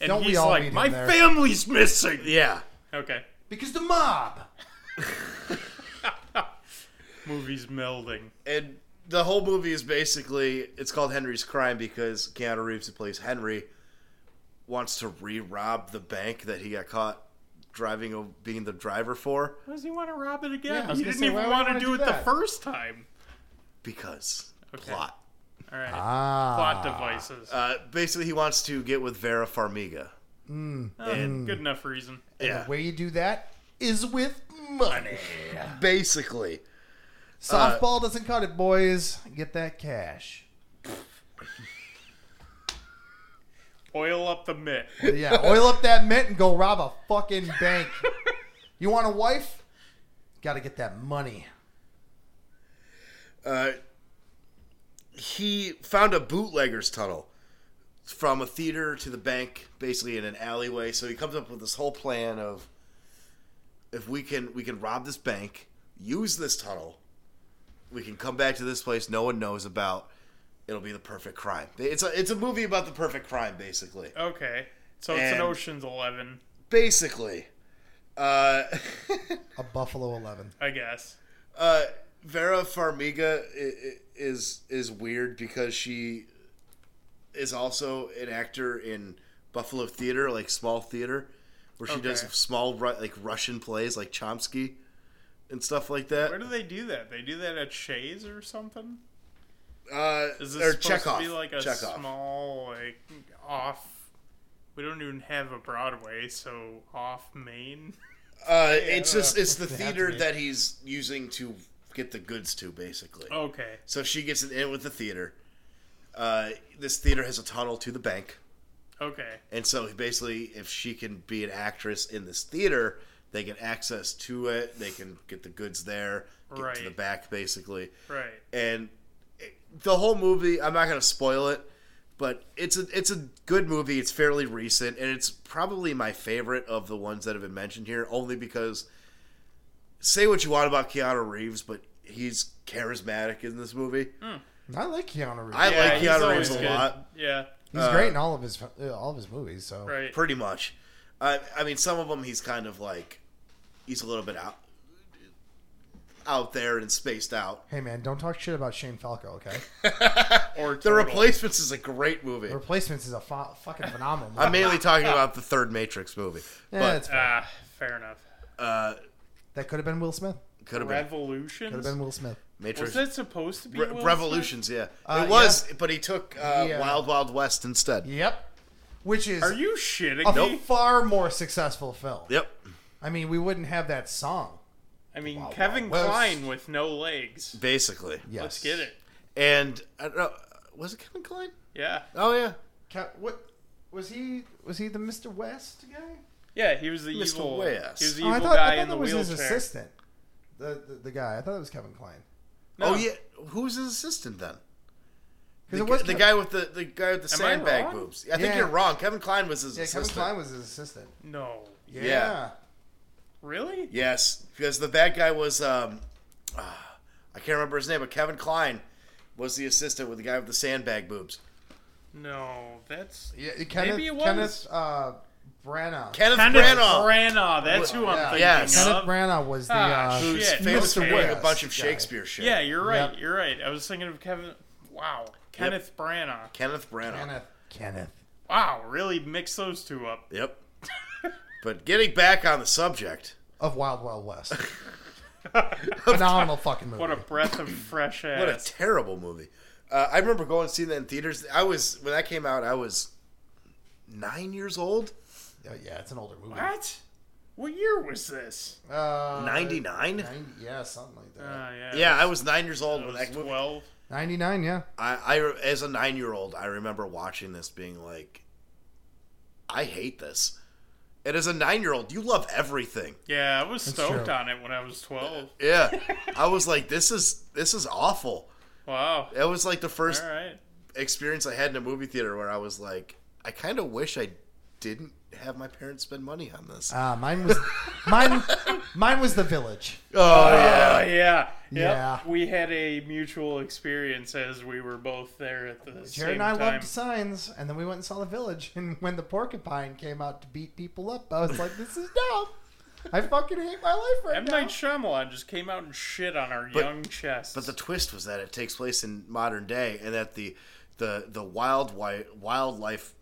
B: and
D: Don't we
B: he's
D: all meet
B: like,
D: him
B: my
D: there?"
B: family's missing.
A: yeah,
B: Okay.
D: Because the mob.
B: Movie's melding.
A: and the whole movie is basically it's called Henry's Crime because Keanu Reeves, who plays Henry, wants to re-rob the bank that he got caught driving, a, being the driver for?
B: Why does he want to rob it again?
D: Yeah, I was
B: he
D: gonna
B: didn't
D: say,
B: even
D: why would
B: want
D: he
B: to do,
D: wanna do
B: it
D: that?
B: the first time.
A: Because
B: Okay.
A: plot.
B: All right.
D: Ah.
B: Plot devices.
A: Uh, basically, he wants to get with Vera Farmiga.
B: and Hmm. good enough reason.
A: Yeah,
D: The way you do that is with money.
A: basically.
D: Softball doesn't cut it, boys. Get that cash.
B: Oil up the mitt.
D: Yeah, oil up that mint and go rob a fucking bank. You want a wife? Got to get that money.
A: Uh, he found a bootlegger's tunnel from a theater to the bank, basically in an alleyway. So he comes up with this whole plan of if we can we can rob this bank, use this tunnel, we can come back to this place no one knows about. It'll be the perfect crime. It's a it's a movie about the perfect crime, basically.
B: Okay. So it's
A: And-
B: an Ocean's Eleven,
A: Basically, uh, *laughs*
D: A Buffalo 11.
B: I guess.
A: uh, Vera Farmiga i- i- is is weird because she is also an actor in Buffalo theater, like small theater, where she does
B: Okay.
A: small Ru- like Russian plays, like Chomsky and stuff like that.
B: Where do they do that? They do that at Shays or something?
A: uh,
B: Is
A: or
B: this supposed
A: Chekhov.
B: to be like a
A: Chekhov.
B: small, like, off? We don't even have a Broadway, so off Main?
A: uh, it's
B: I don't
A: just it's the theater
D: mean.
A: that he's using to get the goods to, basically.
B: Okay.
A: So she gets it in with the theater. Uh, this theater has a tunnel to the bank.
B: Okay.
A: And so basically, if she can be an actress in this theater, they get access to it. They can get the goods there, get to
B: Right.
A: the back, basically.
B: Right.
A: And it- the whole movie, I'm not going to spoil it, but it's a it's a good movie. It's fairly recent, and it's probably my favorite of the ones that have been mentioned here, only because say what you want about Keanu Reeves, but he's charismatic in this movie.
D: I like Keanu Reeves.
A: I
B: Hmm. Yeah,
A: like
B: he's
A: Keanu
B: always
A: Reeves a
B: good.
A: lot.
B: Yeah.
D: He's great in all of his uh, all of his movies. So
B: Right.
A: pretty much. I, I mean, some of them he's kind of like he's a little bit out out there and spaced out.
D: hey man, don't talk shit about Shane
B: *laughs*
D: Falco, okay?
B: Or
A: The
B: Total.
A: Replacements is a great movie.
D: Replacements is a fo- fucking phenomenal. Movie.
A: I'm mainly talking about the third Matrix movie,
D: yeah,
A: but
D: it's fine.
B: Ah, fair enough.
A: uh,
D: that could have been Will Smith.
A: could have been
B: Revolutions?
D: Could have been Will Smith.
B: Was
A: Matrix.
B: that supposed to be
A: Re-
B: Will
A: Revolutions, yeah,
D: Uh,
A: it was, but he took uh,
D: Yeah.
A: Wild Wild West instead.
D: Yep. Which
B: Smith?
D: is
B: Are you shitting
D: a
B: me?
D: far more successful film.
A: Yep,
D: I mean, we wouldn't have that song.
B: I mean, Kevin
D: West.
B: Klein with no legs.
A: basically.
D: Yes.
B: Let's get it.
A: And I don't know, was it Kevin Klein?
B: Yeah.
A: Oh yeah,
D: Ca- what was he? Was he the Mr. West guy?
B: Yeah, he was the
A: Mr.
B: evil.
A: West.
B: He was the
D: Oh,
B: evil
D: I thought,
B: guy
D: I thought
B: in the
D: that was
B: wheelchair.
D: his assistant. The, the the guy. I thought it was Kevin Klein.
B: No.
A: oh yeah. Who's his assistant then? The,
D: Because it was
A: the
D: Kev-
A: guy with the the guy with the
B: Am I
A: sandbag
B: wrong?
A: boobs. I think
D: Yeah.
A: you're wrong. Kevin Klein was his
D: Yeah, Kevin
A: assistant.
D: Klein was his assistant.
B: No.
D: Yeah.
B: Really?
A: Yes, because the bad guy was um, ah, I can't remember his name, but Kevin Klein was the assistant with the guy with the sandbag boobs.
B: No. That's
D: Yeah, Kenneth,
B: it was.
D: Kenneth uh, Branagh.
A: Kenneth,
B: Kenneth
A: Branagh,
B: Branagh. That's who I'm
D: Yeah.
B: thinking
A: Yes.
B: of.
D: Kenneth Branagh was the.
B: Ah,
D: uh,
B: shoot.
A: who's
B: Shit,
A: famous
B: Mr.
A: for wearing a
D: West
A: bunch of
D: guy.
A: Shakespeare shit.
B: yeah, you're right.
D: Yep.
B: You're right. I was thinking of Kevin. Wow. Kenneth Branagh.
A: Kenneth Branagh.
D: Kenneth. Kenneth.
B: Wow. Really mix those two up.
A: Yep.
D: *laughs*
A: but getting back on the subject,
D: Of Wild
B: *laughs*
D: Wild West. Phenomenal fucking movie.
B: What a breath of fresh air.
A: what a terrible movie. Uh, I remember going and seeing that in theaters. I was when that came out. I was nine years old.
D: Yeah, yeah, it's an older movie.
B: what? What year was this?
D: Uh,
A: Ninety nine.
D: 90 yeah, something like
B: Uh,
D: that.
B: yeah.
A: Yeah, I was nine years old
B: I
A: when
B: was
A: that movie
B: 12.
D: 99, yeah.
A: I, I as a nine year old, I remember watching this, being like, "I hate this." And as a nine year old, you love everything.
B: Yeah, I was stoked
D: true.
B: on it when I was 12.
A: Yeah, I was like, "This is this is awful."
B: Wow.
A: That was like the first
B: All right.
A: experience I had in a movie theater where I was like, "I kind of wish I didn't have my parents spend money on this."
D: Uh, mine was mine mine was
B: *laughs*
D: The Village.
A: oh yeah,
B: Oh yeah, Yep.
D: Yeah.
B: We had a mutual experience as we were both there at the
D: Jared
B: same
D: and I
B: time.
D: loved signs, and then we went and saw The Village, and when the porcupine came out to beat people up, I was like, this is dumb. I fucking hate my life right
B: M
D: now.
B: Night Shyamalan just came out and shit on our young chests.
A: But the twist was that it takes place in modern day, and that the the the wild wi- wildlife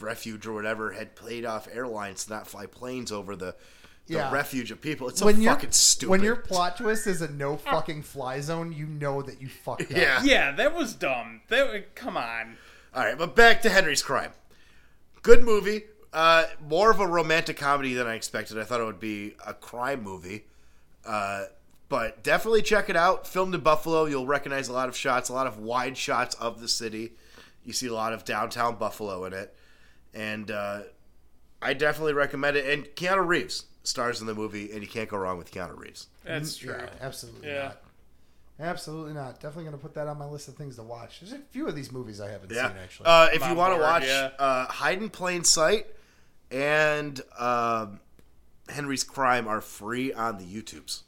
A: refuge or whatever had played off airlines to not fly planes over the
D: yeah.
A: refuge of people. It's so
D: when your-
A: fucking stupid.
D: When your plot twist is a no fucking fly zone, you know that you fucked
A: *laughs* *laughs*
D: up.
A: yeah.
B: Yeah, that was dumb. That come on.
A: All right, but back to Henry's Crime. Good movie. Uh, more of a romantic comedy than I expected. I thought it would be a crime movie. Uh, but definitely check it out. Filmed in Buffalo. You'll recognize a lot of shots, a lot of wide shots of the city. You see a lot of downtown Buffalo in it. And uh, I definitely recommend it. And Keanu Reeves stars in the movie, and you can't go wrong with Keanu Reeves.
B: That's true.
D: Mm, Yeah, absolutely
B: Yeah.
D: not. Absolutely not. Definitely going to put that on my list of things to watch. There's a few of these movies I haven't
A: Yeah.
D: seen, actually.
A: Uh, if
B: I'm
A: you
B: on
A: want to
B: board,
A: watch
B: yeah.
A: uh, Hide in Plain Sight and um, Henry's Crime are free on the YouTubes.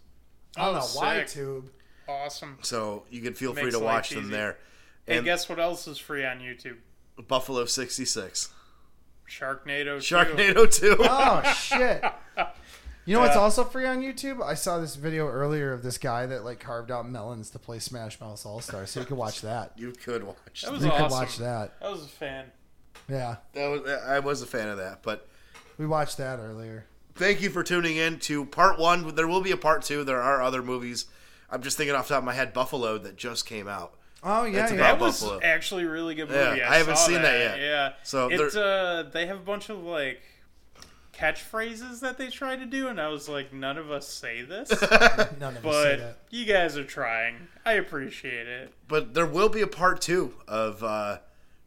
D: I don't know
B: Oh,
D: why,
B: sick.
D: Tube.
B: Awesome.
A: So you can feel free
B: Makes
A: to
B: life
A: watch them
B: easy.
A: there.
B: Hey,
A: And-
B: guess what else is free on YouTube?
A: Buffalo 66.
B: Sharknado. 2.
A: Sharknado 2.
D: Oh,
A: *laughs*
D: shit. You know what's also free on YouTube? I saw this video earlier of this guy that like carved out melons to play Smash Mouth All Star, so you could watch that.
A: You could watch
B: That
A: that.
B: was
D: You
B: awesome.
D: could watch that.
B: I was a fan.
D: Yeah,
A: was, I was a fan of that. But
D: we watched that earlier.
A: thank you for tuning in to part one. There will be a part two. There are other movies. I'm just thinking off the top of my head Buffalo that just came out.
D: Oh yeah,
A: That's
D: yeah.
A: about-
B: That was
A: Buffalo.
B: actually a really good movie.
A: Yeah,
B: I,
A: I haven't
B: saw
A: seen that yet.
B: Yeah.
A: So
B: it's uh, they have a bunch of like catchphrases that they try to do, and I was like, none of us say this,
D: none of us
B: but
D: say that.
B: you guys are trying. I appreciate it.
A: but there will be a part two of uh,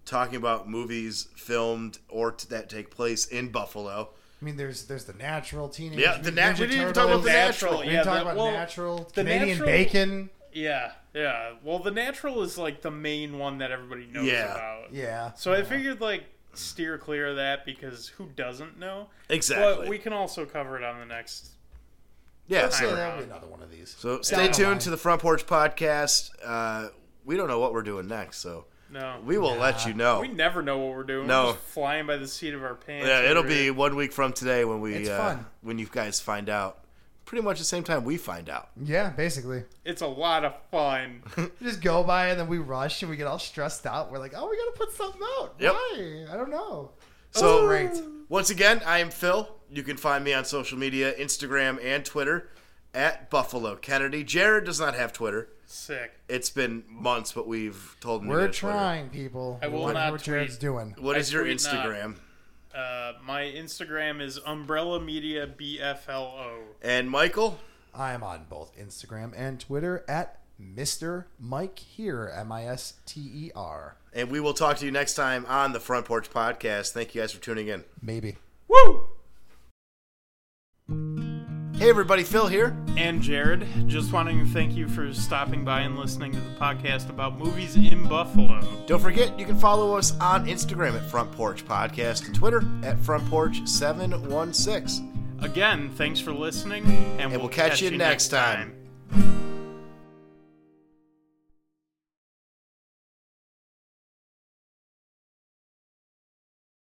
A: talking about movies filmed or t- that take place in Buffalo.
D: I mean, there's there's the natural teenage.
A: Yeah, the
D: Mutant
A: nat-
D: Ninja
A: we didn't even talk about
D: Turtles.
A: the natural.
D: We
B: Yeah,
D: didn't talk
B: the-
D: about
B: well,
D: natural
B: the
D: Canadian
B: natural-
D: bacon.
B: Yeah, yeah. Well, the natural is like the main one that everybody knows
A: Yeah.
B: about.
D: Yeah,
B: So I figured like steer clear of that because who doesn't know?
A: Exactly.
B: But we can also cover it on the next.
A: yeah.
D: yeah,
A: So,
D: that'll be another one of these.
A: so stay
D: don't
A: tuned
D: mind.
A: to the Front Porch Podcast. Uh, we don't know what we're doing next, so
B: No.
A: we will let you
B: We
A: know.
B: never know what we're doing.
A: No.
B: We're just flying by the seat of our pants.
A: Yeah, it'll
B: over
A: be
B: here.
A: one week from today when we
D: It's
A: uh,
D: fun.
A: when you guys find out. Pretty much the same time we find out.
D: Yeah, basically,
B: It's a lot of
A: *laughs*
B: fun.
D: we just go by and then we rush and we get all stressed out. We're like, oh, we gotta put something out.
A: Yep.
D: Why? I don't know.
A: So
D: great.
A: Once again, I am Phil. You can find me on social media, Instagram and Twitter at Buffalo Kennedy. Jared does not have Twitter.
B: Sick.
A: It's been months, but we've told him to
D: We're
A: get a Twitter.
D: trying, people.
B: I
D: We
B: will
D: wanna
B: not
D: hear what Jared's
B: tweet.
D: doing.
A: What
B: I
A: is your
B: tweet not.
A: Instagram?
B: Uh, my Instagram is Umbrella Media BFLO.
A: And Michael,
D: I am on both Instagram and Twitter at Mr. Mike here, M I S T E R.
A: and we will talk to you next time on the Front Porch Podcast. Thank you guys for tuning in.
D: Maybe.
B: Woo!
A: Hey everybody, Phil here.
B: And Jared, just wanting to thank you for stopping by and listening to the podcast about movies in Buffalo.
A: Don't forget, you can follow us on Instagram at Front Porch Podcast and Twitter at Front Porch 716.
B: Again, thanks for listening, and,
A: And we'll catch you next time.
B: time.